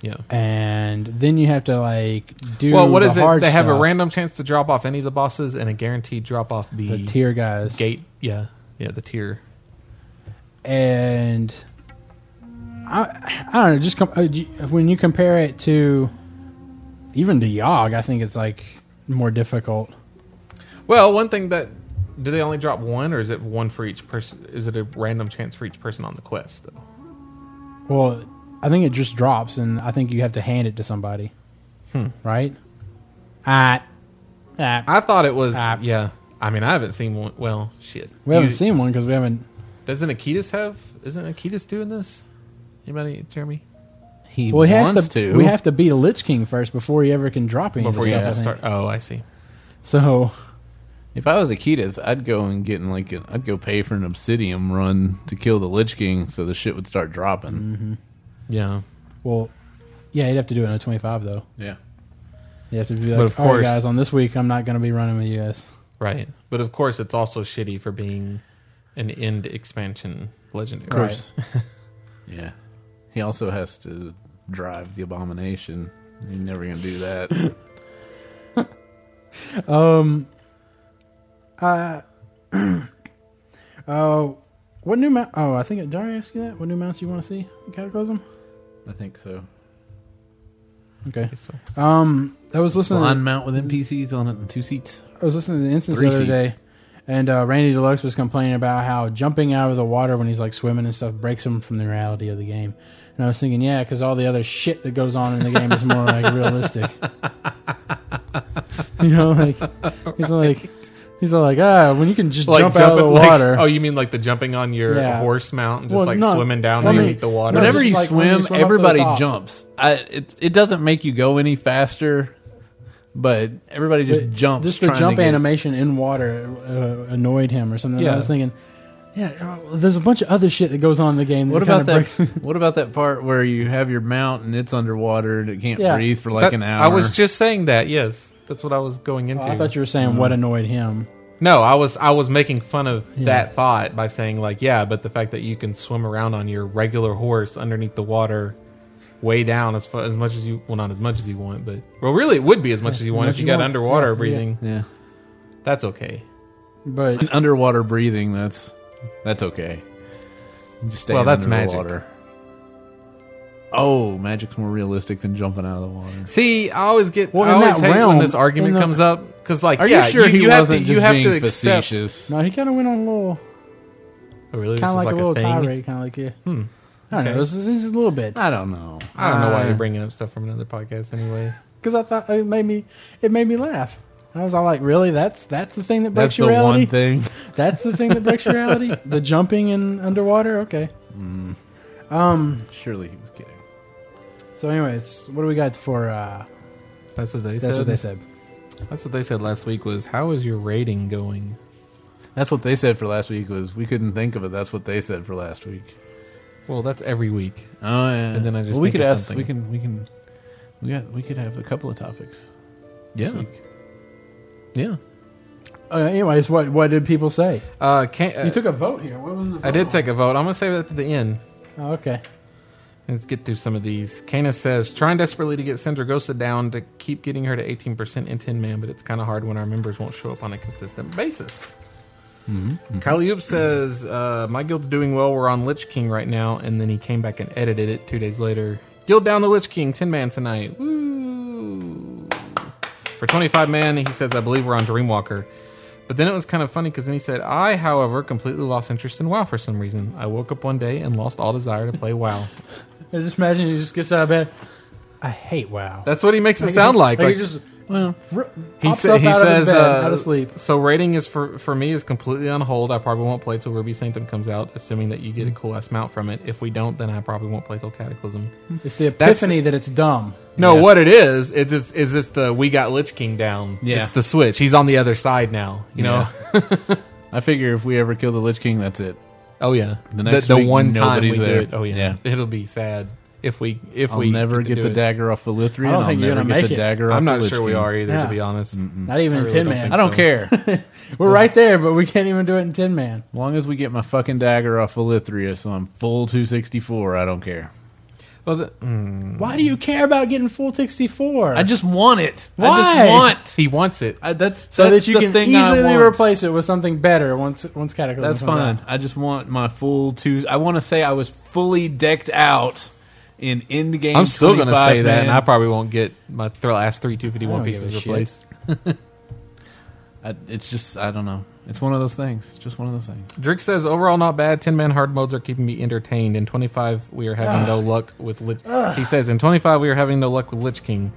Speaker 5: Yeah.
Speaker 3: and then you have to like do
Speaker 5: Well, what
Speaker 3: the
Speaker 5: is it?
Speaker 3: hard
Speaker 5: They have a
Speaker 3: stuff,
Speaker 5: random chance to drop off any of the bosses and a guaranteed drop off the,
Speaker 3: the tier guys
Speaker 5: gate. Yeah, yeah, the tier.
Speaker 3: and I, I don't know. Just com- uh, you- when you compare it to even to Yogg, I think it's like more difficult.
Speaker 5: Well, one thing that do they only drop one, or is it one for each person? Is it a random chance for each person on the quest? Though?
Speaker 3: Well, I think it just drops, and I think you have to hand it to somebody, right? Ah, ah.
Speaker 5: Hmm. I thought it was.
Speaker 3: Ah.
Speaker 5: yeah, I mean, I haven't seen one. Well, shit.
Speaker 3: we haven't
Speaker 5: You-
Speaker 3: seen one because we haven't.
Speaker 5: Doesn't Akitas have? Isn't Akitas doing this? Anybody, Jeremy?
Speaker 2: He
Speaker 3: Well, he has
Speaker 2: wants
Speaker 3: to, We have to beat a Lich King first before he ever can drop any
Speaker 5: Before
Speaker 3: of
Speaker 5: you
Speaker 3: the
Speaker 5: have
Speaker 3: stuff.
Speaker 5: to
Speaker 3: I
Speaker 5: start. Oh, I see.
Speaker 3: think. So
Speaker 2: If I was Akitas, I'd go and get in like an, I'd go pay for an obsidium run to kill the Lich King, so the shit would start dropping.
Speaker 3: Mm-hmm.
Speaker 5: Yeah.
Speaker 3: Well, yeah, you'd have to do it in a 25, though.
Speaker 2: Yeah,
Speaker 3: You have to be
Speaker 5: But
Speaker 3: like,
Speaker 5: of
Speaker 3: all right,
Speaker 5: course-
Speaker 3: guys, on this week, I'm not going to be running with you guys.
Speaker 5: Right. But of course, it's also shitty for being an end expansion legendary. Of
Speaker 3: course.
Speaker 2: yeah. He also has to drive the abomination. He's never gonna do that.
Speaker 3: Um, uh, oh, what new mount? Oh, I think did I ask you that? What new mounts you want to see? in Cataclysm.
Speaker 2: I think so.
Speaker 3: Okay.
Speaker 5: so.
Speaker 3: Um, I was listening.
Speaker 2: Line mount with NPCs on it and two seats.
Speaker 3: I was listening to the instance
Speaker 2: Three
Speaker 3: the other
Speaker 2: seats.
Speaker 3: day, and uh, Randy Deluxe was complaining about how jumping out of the water when he's like swimming and stuff breaks him from the reality of the game. And I was thinking, yeah, because all the other shit that goes on in the game is more like realistic. you know, like he's like he's like ah, when you can just jump out of the
Speaker 5: jumping- like-
Speaker 3: water.
Speaker 5: oh, you mean like the jumping on your
Speaker 3: Yeah.
Speaker 5: horse mount and just
Speaker 3: Well,
Speaker 5: like
Speaker 3: no.
Speaker 5: swimming down
Speaker 3: I mean,
Speaker 5: underneath the water?
Speaker 3: No,
Speaker 2: Whenever
Speaker 3: just
Speaker 2: you,
Speaker 3: like when
Speaker 2: swim,
Speaker 3: you swim up to the
Speaker 2: everybody
Speaker 3: top.
Speaker 2: jumps. I, it it doesn't make you go any faster, but everybody just
Speaker 3: But
Speaker 2: jumps.
Speaker 3: Just the
Speaker 2: trying to
Speaker 3: jump
Speaker 2: get-
Speaker 3: animation in water uh, annoyed him or something. And I
Speaker 2: Yeah.
Speaker 3: was thinking, yeah, uh, there's a bunch of other shit that goes on in the game. That
Speaker 2: What about
Speaker 3: kinda
Speaker 2: that?
Speaker 3: breaks-
Speaker 2: what about that part where you have your mount and it's underwater and it can't
Speaker 3: Yeah.
Speaker 2: breathe for like
Speaker 5: That-
Speaker 2: an hour?
Speaker 5: I was just saying that. Yes, that's what I was going into.
Speaker 3: Oh, I thought you were saying what
Speaker 2: Mm-hmm.
Speaker 3: annoyed him.
Speaker 5: no, I was I was making fun of that thought by saying like, yeah, but the fact that you can swim around on your regular horse underneath the water, way down as fu- as much as you well not as much as you want, but well, really it would be as much as you want
Speaker 3: much
Speaker 5: if you
Speaker 3: you
Speaker 5: got
Speaker 3: want.
Speaker 5: underwater
Speaker 3: Yeah, yeah.
Speaker 5: breathing.
Speaker 2: yeah.
Speaker 5: That's okay.
Speaker 3: But
Speaker 2: And underwater breathing, that's that's okay. You Just stay
Speaker 5: Well, that's magic.
Speaker 2: underwater. Oh, magic's more realistic than jumping out of the water.
Speaker 5: See, I always get
Speaker 3: Well,
Speaker 5: I
Speaker 3: in
Speaker 5: always
Speaker 3: that
Speaker 5: hate
Speaker 3: realm,
Speaker 5: when this argument
Speaker 3: in the-
Speaker 5: comes up because like,
Speaker 2: Are
Speaker 5: yeah,
Speaker 2: you sure he
Speaker 5: have
Speaker 2: wasn't
Speaker 5: to,
Speaker 2: just
Speaker 5: you have
Speaker 2: being
Speaker 5: to accept.
Speaker 2: facetious?
Speaker 3: no, he kind of went on a little,
Speaker 5: Oh, really, this
Speaker 3: kind
Speaker 5: is
Speaker 3: of like,
Speaker 5: like
Speaker 3: a little
Speaker 5: thing?
Speaker 3: tirade, kind of like yeah.
Speaker 2: Hmm.
Speaker 3: I don't
Speaker 5: Okay.
Speaker 3: know. This is, this is a little bit
Speaker 2: I don't know.
Speaker 5: I don't know why
Speaker 2: Uh,
Speaker 5: you're bringing up stuff from another podcast anyway.
Speaker 3: because I thought it made me it made me laugh. I was all like, really? That's that's the thing that
Speaker 2: That's
Speaker 3: breaks
Speaker 2: the
Speaker 3: your reality.
Speaker 2: one thing.
Speaker 3: That's the thing that breaks your reality. The jumping in underwater. Okay. Um.
Speaker 2: Surely he was kidding.
Speaker 3: So, anyways, what do we got for? uh
Speaker 5: That's what they
Speaker 3: That's what they said.
Speaker 5: That's what they said last week was how is your rating going?
Speaker 2: That's what they said for last week. Was we couldn't think of it. That's what they said for last week.
Speaker 5: Well, that's every week.
Speaker 2: Oh yeah.
Speaker 5: And then I just
Speaker 2: we
Speaker 5: think
Speaker 2: could
Speaker 5: of
Speaker 2: ask.
Speaker 5: something.
Speaker 2: We can. We can. We got. We could have a couple of topics. this
Speaker 5: Yeah.
Speaker 2: week.
Speaker 5: Yeah.
Speaker 3: Uh, anyways, what what did people say?
Speaker 5: Uh, can't, uh,
Speaker 3: You took a vote here. What was the vote?
Speaker 5: I did take a vote. I'm going to save that to the end.
Speaker 3: Oh, okay.
Speaker 5: Let's get through some of these. Kana says, trying desperately to get Sendragosa down to keep getting her to 18% in 10 man, but it's kind of hard when our members won't show up on a consistent basis. Kyle Yoop says, uh, My guild's doing well. We're on Lich King right now. And then he came back and edited it two days later. Guild down the Lich King, 10 man tonight. Woo! For 25 man, he says, I believe we're on Dreamwalker. But then it was kind of funny because then he said, I, however, completely lost interest in WoW for some reason. I woke up one day and lost all desire to play WoW.
Speaker 3: I just imagine he just gets out of bed. I hate WoW.
Speaker 5: That's what he makes it sound like.
Speaker 3: he
Speaker 5: Like,
Speaker 3: just
Speaker 2: Well,
Speaker 3: r-
Speaker 5: he
Speaker 3: pops
Speaker 5: sa-
Speaker 3: up
Speaker 5: he
Speaker 3: out of his
Speaker 5: says,
Speaker 3: bed,
Speaker 5: uh,
Speaker 3: out of sleep.
Speaker 5: So rating is for for me is completely on hold. I probably won't play till Ruby Sanctum comes out, assuming that you get a cool ass mount from it. If we don't, then I probably won't play till Cataclysm.
Speaker 3: It's the epiphany that it's dumb.
Speaker 5: No,
Speaker 2: Yeah.
Speaker 5: what it is is this, is this the we got Lich King down?
Speaker 2: Yeah.
Speaker 5: it's the switch. He's on the other side now. You know?
Speaker 2: I figure if we ever kill the Lich King, that's it.
Speaker 5: Oh yeah.
Speaker 2: The next
Speaker 5: the,
Speaker 2: week,
Speaker 5: one time we
Speaker 2: nobody's
Speaker 5: do
Speaker 2: there.
Speaker 5: it. Oh yeah. It'll be sad. if we if
Speaker 2: I'll
Speaker 5: we
Speaker 2: never
Speaker 5: to
Speaker 2: get
Speaker 5: do
Speaker 2: the
Speaker 5: it.
Speaker 2: dagger off Elithrian.
Speaker 3: I don't
Speaker 2: I'll
Speaker 3: think you're
Speaker 2: never
Speaker 3: gonna
Speaker 2: get
Speaker 3: make
Speaker 2: the
Speaker 3: it.
Speaker 2: dagger off
Speaker 5: I'm not
Speaker 2: Lich
Speaker 5: sure we
Speaker 2: King.
Speaker 5: are either,
Speaker 3: Yeah.
Speaker 5: to be honest.
Speaker 3: Not even in
Speaker 5: Hmm. really
Speaker 3: Tin
Speaker 5: don't
Speaker 3: Man.
Speaker 5: think
Speaker 2: I don't
Speaker 5: So-
Speaker 2: care. As
Speaker 3: We're right there, but we can't even do it in Tin Man.
Speaker 2: long as we get my fucking dagger off Elithria, so I'm full 264, I don't care.
Speaker 5: Well, the, mm,
Speaker 3: Why do you care about getting full 64?
Speaker 2: I just want it. I
Speaker 3: Why?
Speaker 2: just want.
Speaker 5: he wants it.
Speaker 2: I, that's
Speaker 3: so
Speaker 2: that's
Speaker 3: that you
Speaker 2: the
Speaker 3: can
Speaker 2: thing I
Speaker 3: easily
Speaker 2: want.
Speaker 3: replace it with something better once once Cataclysm.
Speaker 2: That's
Speaker 3: comes out.
Speaker 2: fine. I just want my full two. I want to say I was fully decked out in endgame.
Speaker 5: I'm still going to
Speaker 2: 25,
Speaker 5: say that, and
Speaker 2: man.
Speaker 5: I probably won't get my th- last three 251
Speaker 3: I don't give
Speaker 5: pieces
Speaker 3: a shit.
Speaker 5: replaced.
Speaker 2: I, it's just I don't know. It's one of those things. It's Just one of those things.
Speaker 5: Drix says, overall, not bad. 10 man hard modes are keeping me entertained. In 25, we are having no luck with Lich. He says, in 25, we are having no luck with Lich King.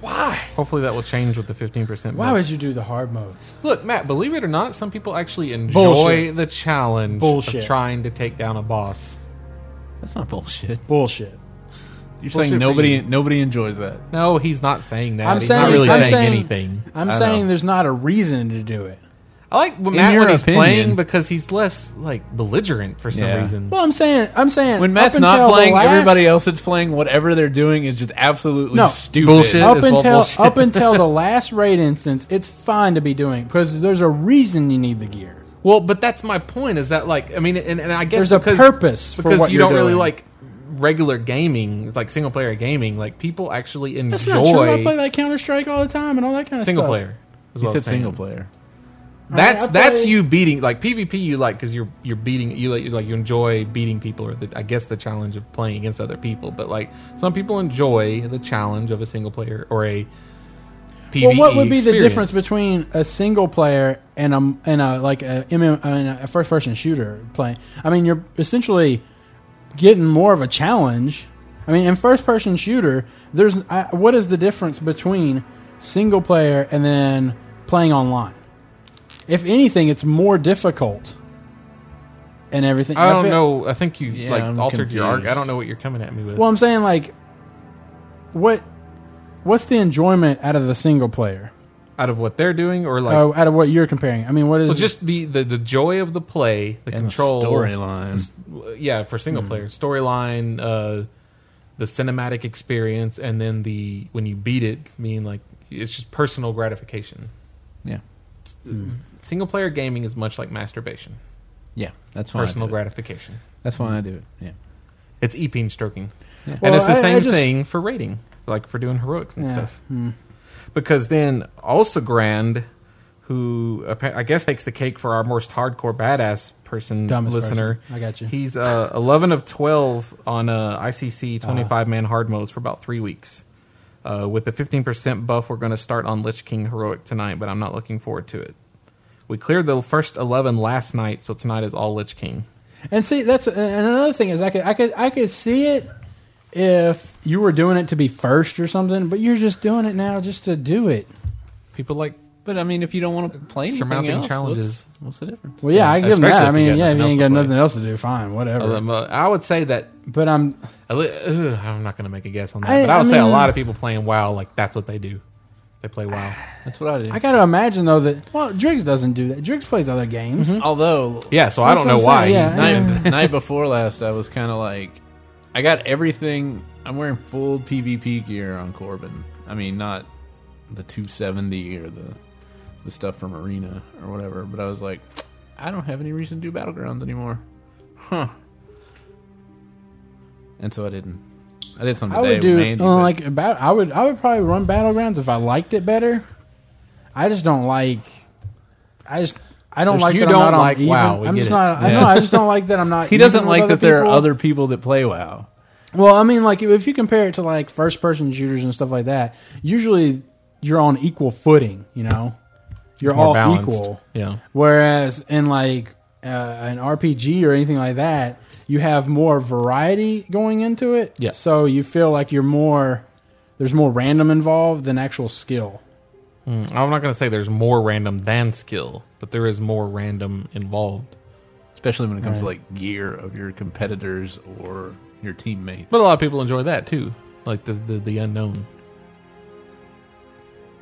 Speaker 5: Why? Hopefully, that will change with the 15%.
Speaker 3: Why
Speaker 5: mod.
Speaker 3: would you do the hard modes?
Speaker 5: Look, Matt, believe it or not, some people actually enjoy
Speaker 3: Bullshit.
Speaker 5: the challenge
Speaker 3: Bullshit.
Speaker 5: of trying to take down a boss.
Speaker 2: That's not bullshit.
Speaker 3: Bullshit.
Speaker 2: You're
Speaker 5: Bullshit
Speaker 2: saying
Speaker 5: for
Speaker 2: nobody
Speaker 5: you.
Speaker 2: nobody enjoys that.
Speaker 5: No, he's not saying that.
Speaker 3: I'm
Speaker 5: he's not
Speaker 3: saying-
Speaker 5: really
Speaker 3: I'm
Speaker 5: saying,
Speaker 3: saying-
Speaker 5: anything.
Speaker 3: I'm
Speaker 2: I
Speaker 3: saying
Speaker 2: know.
Speaker 3: there's not a reason to do it.
Speaker 5: I like Matt
Speaker 2: your
Speaker 5: when he's
Speaker 2: opinion-
Speaker 5: playing because he's less like belligerent for some
Speaker 2: Yeah.
Speaker 5: reason.
Speaker 3: Well, I'm saying, I'm saying,
Speaker 2: When Matt's
Speaker 3: up
Speaker 2: not
Speaker 3: until the
Speaker 2: playing,
Speaker 3: last-
Speaker 2: everybody else that's playing, whatever they're doing is just absolutely
Speaker 3: No.
Speaker 2: stupid.
Speaker 5: Bullshit.
Speaker 3: up
Speaker 5: is all
Speaker 3: until
Speaker 5: bullshit.
Speaker 3: up until the last raid instance, it's fine to be doing because there's a reason you need the gear.
Speaker 5: Well, but that's my point. Is that like I mean, and, and I guess
Speaker 3: There's a
Speaker 5: because,
Speaker 3: purpose for
Speaker 5: because
Speaker 3: what
Speaker 5: you
Speaker 3: you're
Speaker 5: don't really
Speaker 3: doing.
Speaker 5: like regular gaming, like single player gaming. Like people actually enjoy
Speaker 3: That's not true. I play like Counter Strike all the time and all that kind of
Speaker 5: single
Speaker 3: stuff.
Speaker 5: player. is
Speaker 2: He
Speaker 5: what I'm
Speaker 2: said
Speaker 5: saying.
Speaker 2: single player.
Speaker 5: That's
Speaker 3: I play-
Speaker 5: that's you beating like PvP. You like because you're you're beating you like you like you enjoy beating people or the, I guess the challenge of playing against other people. But like some people enjoy the challenge of a single player or a PvE.
Speaker 3: Well, what would be the
Speaker 5: experience.
Speaker 3: difference between a single player and a and a like a MM I mean, a first person shooter playing? I mean, you're essentially getting more of a challenge. I mean, in first person shooter, there's I, what is the difference between single player and then playing online? If anything, it's more difficult and everything.
Speaker 5: I don't
Speaker 3: feel-
Speaker 5: know. I think you
Speaker 2: Yeah,
Speaker 5: like
Speaker 2: I'm
Speaker 5: altered your arc.
Speaker 2: confused.
Speaker 5: I don't know what you're coming at me with.
Speaker 3: Well, I'm saying like what what's the enjoyment out of the single player?
Speaker 5: out of what they're doing or like
Speaker 3: Oh, out of what you're comparing. I mean, what is
Speaker 5: Well, just the, the, the joy of the play, the
Speaker 2: And
Speaker 5: control
Speaker 2: storyline.
Speaker 5: Yeah, for single
Speaker 2: Hmm.
Speaker 5: player storyline, uh, the cinematic experience, and then the when you beat it, mean like it's just personal gratification.
Speaker 2: Yeah.
Speaker 5: Single player gaming is much like masturbation,
Speaker 2: Yeah. That's why
Speaker 5: personal
Speaker 2: Oh, I do it.
Speaker 5: gratification.
Speaker 2: That's why I do it. Yeah.
Speaker 5: It's epeen stroking, and
Speaker 3: Well,
Speaker 5: it's the
Speaker 3: I- I
Speaker 5: same
Speaker 3: just-
Speaker 5: thing for raiding, like for doing heroics and
Speaker 3: Yeah, Hmm.
Speaker 5: stuff. Because then also Grand, who appa- I guess takes the cake for our most hardcore badass person
Speaker 3: Dumbest
Speaker 5: listener.
Speaker 3: person. I got you.
Speaker 5: He's uh, eleven of twelve on uh, ICC
Speaker 3: Uh-huh.
Speaker 5: twenty five man hard modes for about three weeks. Uh, with the fifteen percent buff, we're going to start on Lich King heroic tonight, but I'm not looking forward to it. We cleared the first eleven last night, so tonight is all Lich King.
Speaker 3: And see, that's and another thing is I could I could I could see it if you were doing it to be first or something, but you're just doing it now just to do it.
Speaker 5: People like
Speaker 2: But I mean, if you don't want to play anything
Speaker 5: Surmounting
Speaker 2: else, what's-
Speaker 5: challenges.
Speaker 2: What's, the difference?
Speaker 3: Well, yeah,
Speaker 5: Yeah,
Speaker 3: I give them that.
Speaker 5: especially
Speaker 3: I
Speaker 5: if you
Speaker 3: mean,
Speaker 5: got
Speaker 3: yeah, if you
Speaker 5: nothing
Speaker 3: ain't
Speaker 5: else
Speaker 3: got
Speaker 5: to play.
Speaker 3: nothing else to do, fine, whatever.
Speaker 5: Um, uh, I would say that
Speaker 3: but I'm
Speaker 5: a li- ugh, I'm not going to make a guess on that,
Speaker 3: I-
Speaker 5: but I would
Speaker 3: I
Speaker 5: say a
Speaker 3: mean-
Speaker 5: lot of people playing WoW like that's what they do. They play WoW.
Speaker 2: That's what I do.
Speaker 3: I got to imagine though that well, Driggs doesn't do that. Driggs plays other games.
Speaker 5: Mm-hmm.
Speaker 2: Although
Speaker 5: Yeah, so I
Speaker 3: That's
Speaker 5: don't know
Speaker 3: what I'm
Speaker 5: why.
Speaker 3: saying, yeah.
Speaker 5: He's not-
Speaker 2: night night before last, I was kind of like, I got everything. I'm wearing full PvP gear on Corbin. I mean, not the 270 or the the stuff from Arena or whatever. But I was like, I don't have any reason to do battlegrounds anymore, huh? And so I didn't. I did something
Speaker 3: I
Speaker 2: today
Speaker 3: would do
Speaker 2: with Andy,
Speaker 3: uh,
Speaker 2: but-
Speaker 3: like about I would I would probably run battlegrounds if I liked it better. I just don't like. I just. I don't
Speaker 5: Just
Speaker 3: like
Speaker 5: you
Speaker 3: that
Speaker 5: don't
Speaker 3: I'm not on
Speaker 5: like
Speaker 3: even.
Speaker 5: WoW, we
Speaker 3: I'm
Speaker 5: get
Speaker 3: just
Speaker 5: it.
Speaker 3: not. I
Speaker 2: Yeah.
Speaker 3: know. I just don't like that I'm not.
Speaker 2: he doesn't
Speaker 3: even
Speaker 2: like
Speaker 3: with
Speaker 2: that there are
Speaker 3: people.
Speaker 2: other people that play WoW.
Speaker 3: Well, I mean, like if you compare it to like first person shooters and stuff like that, usually you're on equal footing. You know, you're
Speaker 5: more
Speaker 3: all
Speaker 5: balanced.
Speaker 3: equal.
Speaker 5: Yeah.
Speaker 3: Whereas in like uh, an RPG or anything like that, you have more variety going into it.
Speaker 5: Yeah.
Speaker 3: So you feel like you're more. There's more random involved than actual skill.
Speaker 5: Mm, I'm not going to say there's more random than skill, but there is more random involved.
Speaker 2: especially when it comes to like gear of your competitors or your teammates.
Speaker 5: But a lot of people enjoy that too, like the the, the unknown,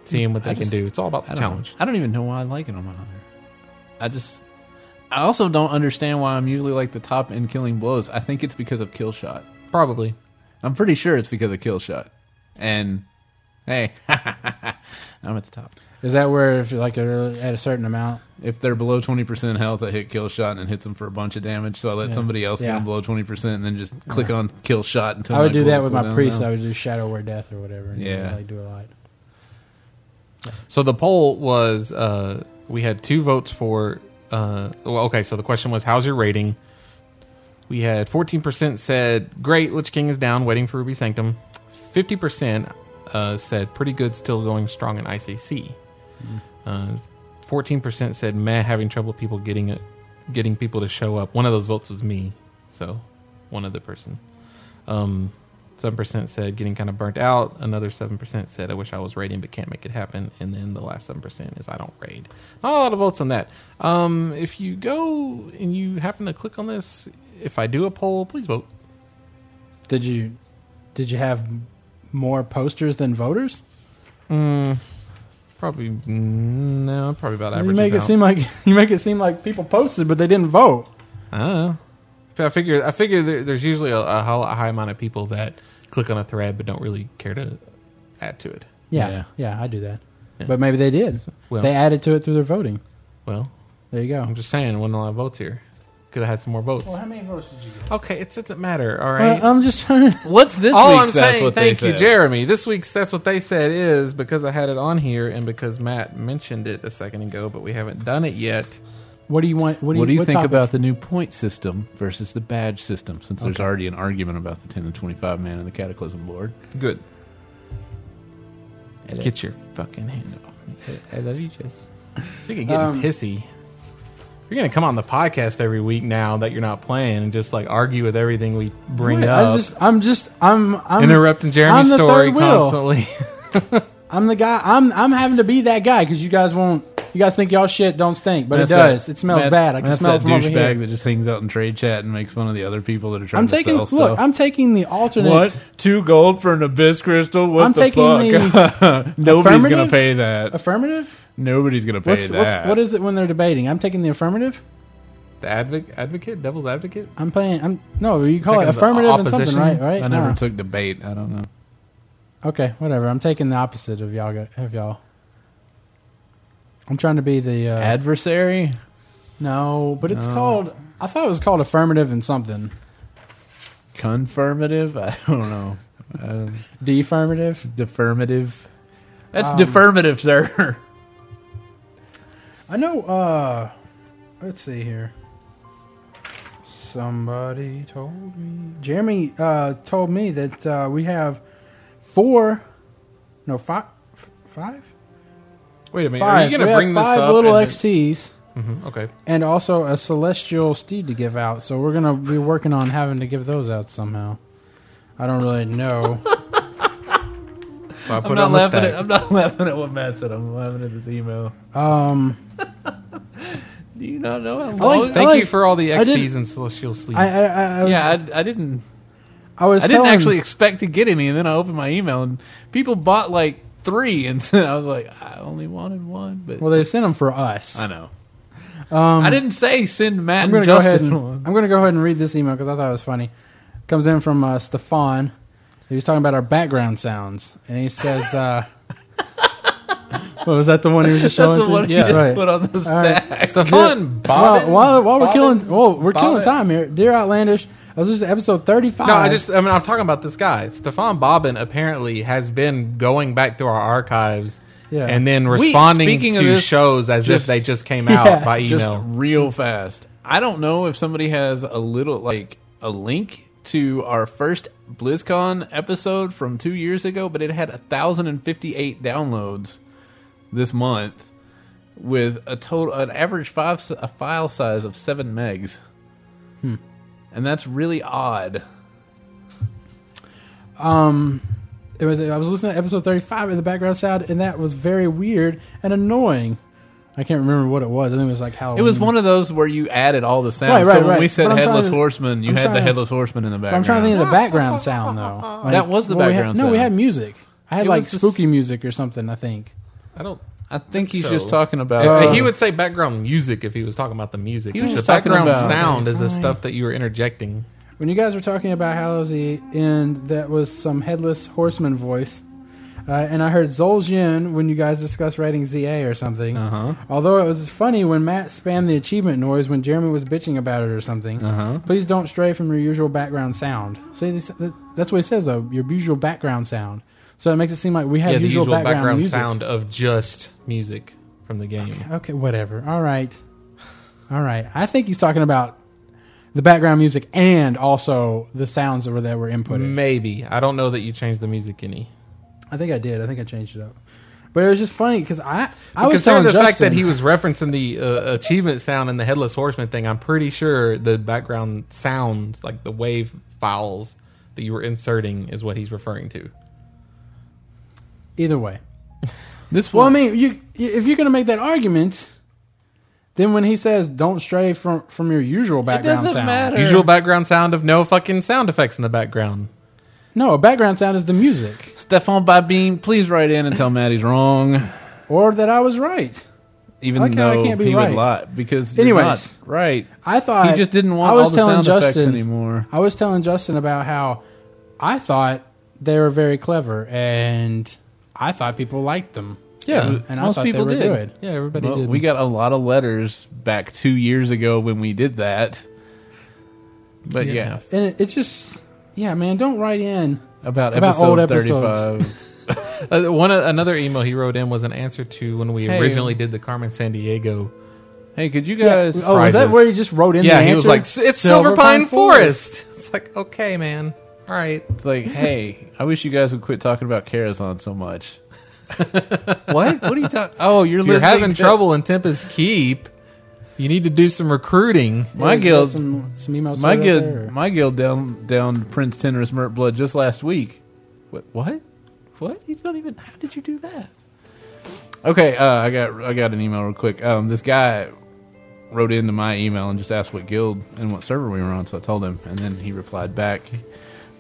Speaker 5: seeing what they
Speaker 2: I
Speaker 5: can
Speaker 2: just-
Speaker 5: do. It's all about
Speaker 2: I
Speaker 5: the
Speaker 2: don't
Speaker 5: challenge.
Speaker 2: Know. I don't even know why I like it on my hunter. I just I also don't understand why I'm usually like the top in killing blows. I think it's because of kill shot.
Speaker 5: Probably.
Speaker 2: I'm pretty sure it's because of kill shot. And hey, I'm at the top.
Speaker 3: Is that where if you're like a- at a certain amount?
Speaker 2: If they're below 20% health, I hit kill shot and it hits them for a bunch of damage. So I let somebody else get
Speaker 3: Yeah.
Speaker 2: them below 20% and then just click on kill shot until
Speaker 3: I would
Speaker 2: my
Speaker 3: do
Speaker 2: glory
Speaker 3: that with my
Speaker 2: cooldown
Speaker 3: priest.
Speaker 2: down.
Speaker 3: I would do shadow wear death or whatever. And
Speaker 2: Yeah.
Speaker 3: like do a lot.
Speaker 5: So the poll was uh, we had two votes for. Uh, well, okay, so the question was, how's your rating? We had 14% said, great, Lich King is down, waiting for Ruby Sanctum. 50% uh, said, pretty good, still going strong in ICC. Uh, 14% said, meh, having trouble people getting it, getting people to show up. One of those votes was me, so one other person. Um, seven percent said getting kind of burnt out. Another seven percent said I wish I was raiding but can't make it happen. And then the last seven percent is I don't raid. Not a lot of votes on that. Um, if you go and you happen to click on this, if I do a poll, please vote.
Speaker 3: Did you did you have more posters than voters?
Speaker 5: Mm, probably mm, no, probably about
Speaker 3: Hmm. You
Speaker 5: average.
Speaker 3: make it seem like you make it seem like people posted, but they didn't vote.
Speaker 5: I don't know. But I figure I figure there, there's usually a, a hell- a high amount of people that click on a thread but don't really care to add to it.
Speaker 3: Yeah,
Speaker 2: Yeah.
Speaker 3: yeah, I do that.
Speaker 5: Yeah.
Speaker 3: But maybe they did.
Speaker 5: Well,
Speaker 3: they added to it through their voting.
Speaker 5: well,
Speaker 3: There you go.
Speaker 5: I'm just saying, wasn't a lot of votes here. Could have had some more votes.
Speaker 3: many votes did you get?
Speaker 5: Okay, it doesn't matter. All right.
Speaker 3: I'm just trying to.
Speaker 2: What's this
Speaker 5: All I'm
Speaker 2: week's That's
Speaker 5: saying,
Speaker 2: What They
Speaker 5: thank you,
Speaker 2: Said?
Speaker 5: Jeremy. This week's that's what they said is because I had it on here and because Matt mentioned it a second ago, but we haven't done it yet.
Speaker 3: What do you want? What do you,
Speaker 2: What do you think
Speaker 3: topic?
Speaker 2: about the new point system versus the badge system? Since there's
Speaker 3: Okay.
Speaker 2: already an argument about the 10 and 25 man and the Cataclysm board.
Speaker 5: Good. Get your fucking hand off me. I love you, Jess. Speaking of getting
Speaker 3: Um,
Speaker 5: pissy, you're gonna come on the podcast every week now that you're not playing and just like argue with everything we bring
Speaker 3: Wait,
Speaker 5: up,
Speaker 3: I just, I'm just, I'm, I'm
Speaker 5: interrupting
Speaker 3: I'm
Speaker 5: Jeremy's
Speaker 3: the
Speaker 5: story
Speaker 3: third wheel.
Speaker 5: constantly.
Speaker 3: I'm the guy. I'm, I'm having to be that guy because you guys won't. You guys think y'all shit don't stink, but
Speaker 2: That's
Speaker 3: it
Speaker 2: that-
Speaker 3: does. it smells
Speaker 2: Matt-
Speaker 3: bad. I can
Speaker 2: that's
Speaker 3: smell it
Speaker 2: that
Speaker 3: from over
Speaker 2: douchebag
Speaker 3: here.
Speaker 2: that just hangs out in trade chat and makes fun of the other people that are trying
Speaker 3: I'm
Speaker 2: to
Speaker 3: taking.
Speaker 2: sell
Speaker 3: Look,
Speaker 2: stuff.
Speaker 3: I'm taking the alternate.
Speaker 2: What? Two gold for an abyss crystal? What
Speaker 3: I'm
Speaker 2: the
Speaker 3: taking
Speaker 2: fuck? Nobody's gonna
Speaker 3: affirmative?
Speaker 2: pay that.
Speaker 3: Affirmative.
Speaker 2: Nobody's gonna pay
Speaker 3: What's,
Speaker 2: that.
Speaker 3: what's, what is it when they're debating? I'm taking the affirmative.
Speaker 5: the advocate, advocate, devil's advocate.
Speaker 3: I'm playing. I'm no. You call it
Speaker 5: Taking the
Speaker 3: affirmative and something,
Speaker 5: opposition?
Speaker 3: right? Right.
Speaker 2: I never
Speaker 3: Uh,
Speaker 2: took debate. I don't know.
Speaker 3: okay. Whatever. I'm taking the opposite of y'all. go- Of y'all. I'm trying to be the uh,
Speaker 2: Adversary?
Speaker 3: no, but it's called. I thought it was called affirmative and something.
Speaker 2: Confirmative? I don't know. Um,
Speaker 3: Deaffirmative.
Speaker 2: defermative? That's
Speaker 3: Um,
Speaker 2: defermative, sir.
Speaker 3: I know. Uh, let's see here. Somebody told me. Jeremy uh, told me that uh, we have four, no five, five,
Speaker 5: Wait a minute,
Speaker 3: five.
Speaker 5: are you gonna
Speaker 3: we
Speaker 5: bring
Speaker 3: have
Speaker 5: this
Speaker 3: five
Speaker 5: up?
Speaker 3: little
Speaker 5: and then-
Speaker 3: XTs
Speaker 5: Mhm, okay.
Speaker 3: and also a celestial steed to give out. So we're gonna be working on having to give those out somehow. I don't really know.
Speaker 5: Well, I put
Speaker 2: I'm
Speaker 5: it
Speaker 2: not
Speaker 5: on the
Speaker 2: laughing.
Speaker 5: stack.
Speaker 2: At, I'm not laughing at what Matt said. I'm laughing at this email.
Speaker 3: um,
Speaker 2: Do you not know? How
Speaker 3: I like-
Speaker 2: long-
Speaker 5: Thank
Speaker 3: I
Speaker 5: you for all the
Speaker 3: I didn't-
Speaker 5: XTs and Celestial Sleep.
Speaker 3: I, I, I, I was,
Speaker 2: yeah, I, I didn't.
Speaker 3: I was.
Speaker 2: I didn't
Speaker 3: telling-
Speaker 2: actually expect to get any, and then I opened my email, and people bought like three, and I was like, I only wanted one, but
Speaker 3: Well, they sent them for us.
Speaker 2: I know.
Speaker 3: Um,
Speaker 2: I didn't say send Matt and
Speaker 3: I'm gonna go ahead
Speaker 2: Justin
Speaker 3: and
Speaker 2: one.
Speaker 3: I'm gonna go ahead and read this email because I thought it was funny. Comes in from uh, Stefan. He was talking about our background sounds, and he says, uh, "What was that? The one he was just showing?
Speaker 2: That's the
Speaker 3: to?
Speaker 2: one
Speaker 3: yeah,
Speaker 2: yeah, just
Speaker 3: right.
Speaker 2: put on the
Speaker 3: All right.
Speaker 2: stack.
Speaker 5: Stefan
Speaker 3: Well,
Speaker 5: Bobbin.
Speaker 3: while, while we're
Speaker 5: Bobbin?
Speaker 3: killing, well, we're killing
Speaker 5: Bobbin?
Speaker 3: time here, dear Outlandish. I was just episode thirty-five.
Speaker 5: No, I just I mean I'm talking about this guy. Stefan Bobbin apparently has been going back through our archives
Speaker 3: Yeah.
Speaker 5: and then responding
Speaker 2: speaking
Speaker 5: to
Speaker 2: of this,
Speaker 5: shows as
Speaker 2: just-
Speaker 5: if they just came
Speaker 3: Yeah.
Speaker 5: out by
Speaker 2: just
Speaker 5: email.
Speaker 2: real fast. I don't know if somebody has a little like a link to our first BlizzCon episode from two years ago, but it had thousand and fifty-eight downloads this month with a total an average five s- a file size of seven megs,
Speaker 3: Hmm.
Speaker 2: and that's really odd.
Speaker 3: um, it was I was listening to episode thirty-five in the background sound, and that was very weird and annoying. I can't remember what it was. I think it was like Halloween.
Speaker 2: It was one of those where you added all the sounds.
Speaker 3: Um, Right, right,
Speaker 2: so when
Speaker 3: right.
Speaker 2: we said
Speaker 3: But I'm
Speaker 2: headless
Speaker 3: trying to-
Speaker 2: horseman, you
Speaker 3: I'm
Speaker 2: had the
Speaker 3: trying to-
Speaker 2: headless horseman in the
Speaker 3: But I'm
Speaker 2: background.
Speaker 3: trying to think of the background sound though. Like,
Speaker 2: That was the
Speaker 3: well, we
Speaker 2: background
Speaker 3: had, No, we
Speaker 2: sound.
Speaker 3: had music. I had
Speaker 2: It
Speaker 3: like
Speaker 2: was the s-
Speaker 3: spooky music or something. I think.
Speaker 5: I don't
Speaker 2: I think he's
Speaker 5: so.
Speaker 2: just talking about.
Speaker 5: Uh,
Speaker 3: Uh,
Speaker 5: he would say background music if he was talking about the music.
Speaker 2: He was
Speaker 5: the
Speaker 2: just talking
Speaker 5: background
Speaker 2: about-
Speaker 5: sound is the
Speaker 3: Fine.
Speaker 5: stuff that you were interjecting.
Speaker 3: When you guys were talking about Hallows Eve, and that was some headless horseman voice, uh, and I heard Zoljian when you guys discussed writing ZA or something.
Speaker 2: Uh-huh.
Speaker 3: Although it was funny when Matt spammed the achievement noise when Jeremy was bitching about it or something.
Speaker 2: Uh-huh.
Speaker 3: Please don't stray from your usual background sound. See, this, that, that's what he says though. Your usual background sound. So it makes it seem like we have
Speaker 5: yeah, the
Speaker 3: usual,
Speaker 5: usual background,
Speaker 3: music.
Speaker 5: sound of just music from the game.
Speaker 3: Okay, whatever. All right. All right. I think he's talking about the background music and also the sounds that were that were inputted.
Speaker 5: Maybe I don't know that you changed the music any.
Speaker 3: I think I did. I think I changed it up. But it was just funny because I I was telling
Speaker 5: Considering the
Speaker 3: Justin
Speaker 5: fact that he was referencing the uh, achievement sound and the headless horseman thing, I'm pretty sure the background sounds like the wave files that you were inserting is what he's referring to.
Speaker 3: either way.
Speaker 2: This
Speaker 3: Well, I
Speaker 2: one,
Speaker 3: mean, you if you're going to make that argument, then when he says "Don't stray from from your usual background
Speaker 5: doesn't
Speaker 3: sound,"
Speaker 5: matter. Usual background sound of no fucking sound effects in the background.
Speaker 3: no, a background sound is the music,
Speaker 2: Stefan Babine, please write in and tell Matt he's wrong,
Speaker 3: or that I was right.
Speaker 2: even
Speaker 3: I like how I
Speaker 2: though
Speaker 3: can't be
Speaker 2: he
Speaker 3: right.
Speaker 2: would lie because you're
Speaker 3: Anyways.
Speaker 2: not right.
Speaker 3: I thought
Speaker 2: he just didn't want
Speaker 3: I was
Speaker 2: all the
Speaker 3: telling
Speaker 2: sound effects
Speaker 3: Justin-
Speaker 2: anymore.
Speaker 3: I was telling Justin about how I thought they were very clever, and I thought people liked them.
Speaker 5: Yeah,
Speaker 3: and I
Speaker 2: most
Speaker 3: thought
Speaker 2: people
Speaker 3: they were
Speaker 2: did.
Speaker 3: good.
Speaker 5: Uh, Yeah, everybody
Speaker 2: Well,
Speaker 5: did.
Speaker 2: we got a lot of letters back two years ago when we did that. But
Speaker 5: Yeah.
Speaker 2: yeah,
Speaker 3: And it, it's just, yeah, man, don't write in.
Speaker 2: about,
Speaker 3: About
Speaker 2: episode
Speaker 3: old episodes.
Speaker 2: 35.
Speaker 5: Uh, one uh, another email he wrote in was an answer to when we
Speaker 2: Hey.
Speaker 5: originally did the Carmen San Diego.
Speaker 2: hey, could you guys.
Speaker 3: oh, was that
Speaker 5: prizes.
Speaker 3: where he just wrote in?
Speaker 5: Yeah,
Speaker 3: the
Speaker 5: he was
Speaker 3: answer?
Speaker 5: like, "S- "It's Silver, Pine, Forest. It's like, okay, man, all right.
Speaker 2: It's like, hey, I wish you guys would quit talking about Karazhan so much.
Speaker 5: What? What are you talking? Oh, you're,
Speaker 2: listening
Speaker 5: having
Speaker 2: to-
Speaker 5: trouble in Tempest Keep. You need to do some recruiting.
Speaker 2: My
Speaker 3: Yeah, he's got
Speaker 2: guild,
Speaker 3: some, some emails.
Speaker 2: my
Speaker 3: sorted out
Speaker 2: guild,
Speaker 3: there.
Speaker 2: my guild down down Prince Tenorous Mert Blood just last week. What? What? What? He's not even. How did you do that? Okay, uh, I got I got an email real quick. Um, this guy wrote into my email and just asked what guild and what server we were on, so I told him, and then he replied back.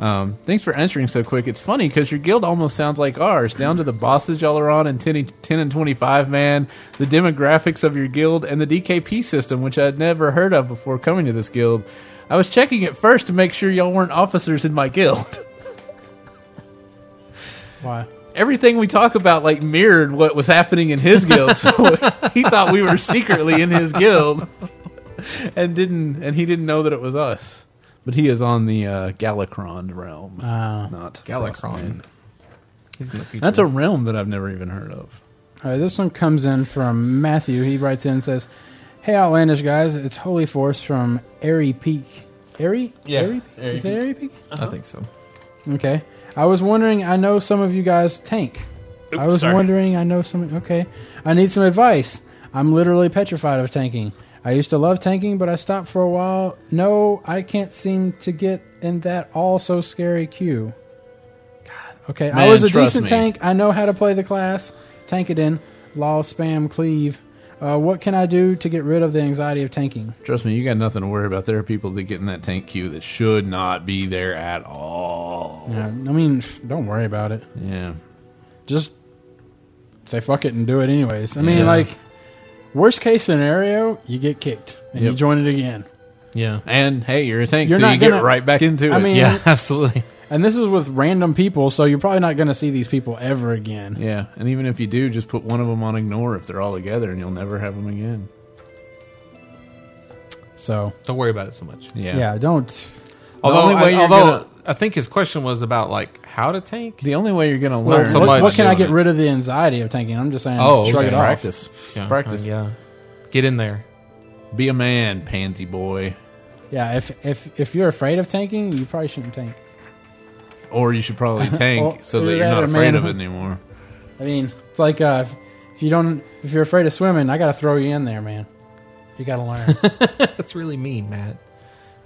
Speaker 2: Um, thanks for answering so quick. It's funny because your guild almost sounds like ours, down to the bosses y'all are on and 10, 10 and 25, man, the demographics of your guild, and the DKP system, which I'd never heard of before coming to this guild. I was checking it first to make sure y'all weren't officers in my guild.
Speaker 3: why?
Speaker 2: Everything we talk about like mirrored what was happening in his guild, so he thought we were secretly in his guild, and didn't, and he didn't know that it was us. But he is on the uh, Galakron realm,
Speaker 3: Uh,
Speaker 2: not Frostman.
Speaker 5: Galakron. He's in the future.
Speaker 2: That's a realm that I've never even heard of.
Speaker 3: All right, this one comes in from Matthew. He writes in and says, "Hey, outlandish guys, it's Holy Force from Airy Peak. Airy,
Speaker 5: Yeah,
Speaker 3: Airy?
Speaker 5: Airy
Speaker 3: is it
Speaker 5: Peak.
Speaker 3: Airy Peak?
Speaker 5: I think so.
Speaker 3: Okay. I was wondering. I know some of you guys tank. I was
Speaker 2: sorry.
Speaker 3: wondering. I know some. Okay. I need some advice. I'm literally petrified of tanking. I used to love tanking, but I stopped for a while. No, I can't seem to get in that all so scary queue. God. Okay. I
Speaker 2: Man,
Speaker 3: was a
Speaker 2: trust
Speaker 3: decent
Speaker 2: me.
Speaker 3: tank. I know how to play the class. Tank it in. Law spam cleave. Uh, what can I do to get rid of the anxiety of tanking?
Speaker 2: Trust me, you got nothing to worry about. There are people that get in that tank queue that should not be there at all.
Speaker 3: Yeah, Uh, I mean, don't worry about it.
Speaker 2: Yeah.
Speaker 3: just say fuck it and do it anyways. I mean,
Speaker 2: Yeah.
Speaker 3: like worst case scenario, you get kicked and you
Speaker 2: Yep.
Speaker 3: join it again.
Speaker 5: Yeah,
Speaker 2: And hey, you're a tank,
Speaker 3: You're
Speaker 2: so
Speaker 3: not
Speaker 2: you
Speaker 3: gonna-
Speaker 2: get right back into
Speaker 3: I
Speaker 2: it.
Speaker 3: mean-
Speaker 5: yeah, absolutely.
Speaker 3: And this is with random people, so you're probably not going to see these people ever again.
Speaker 2: yeah. And even if you do, just put one of them on ignore if they're all together, and you'll never have them again.
Speaker 3: So
Speaker 5: Don't worry about it so much.
Speaker 2: Yeah.
Speaker 3: yeah, don't.
Speaker 5: Although,
Speaker 2: only way
Speaker 5: I,
Speaker 2: you're
Speaker 5: although
Speaker 2: gonna-
Speaker 5: I think his question was about like how to tank.
Speaker 2: The only way you're going to
Speaker 5: Well,
Speaker 2: learn.
Speaker 5: so
Speaker 3: what,
Speaker 5: much-
Speaker 3: what can I
Speaker 5: doing
Speaker 3: get
Speaker 5: it.
Speaker 3: rid of the anxiety of tanking? I'm just saying,
Speaker 5: Oh,
Speaker 3: shrug
Speaker 5: okay.
Speaker 3: it off.
Speaker 2: practice.
Speaker 5: Yeah,
Speaker 2: Practice.
Speaker 5: uh, yeah, get in there.
Speaker 2: Be a man, pansy boy.
Speaker 3: Yeah, if if if you're afraid of tanking, you probably shouldn't tank.
Speaker 2: Or you should probably tank
Speaker 3: Well,
Speaker 2: so that
Speaker 3: either
Speaker 2: you're
Speaker 3: that
Speaker 2: not
Speaker 3: or
Speaker 2: afraid
Speaker 3: man.
Speaker 2: of it anymore.
Speaker 3: I mean, it's like uh, if, if you don't, if you're afraid of swimming, I got to throw you in there, man. You got to learn.
Speaker 5: That's really mean, Matt.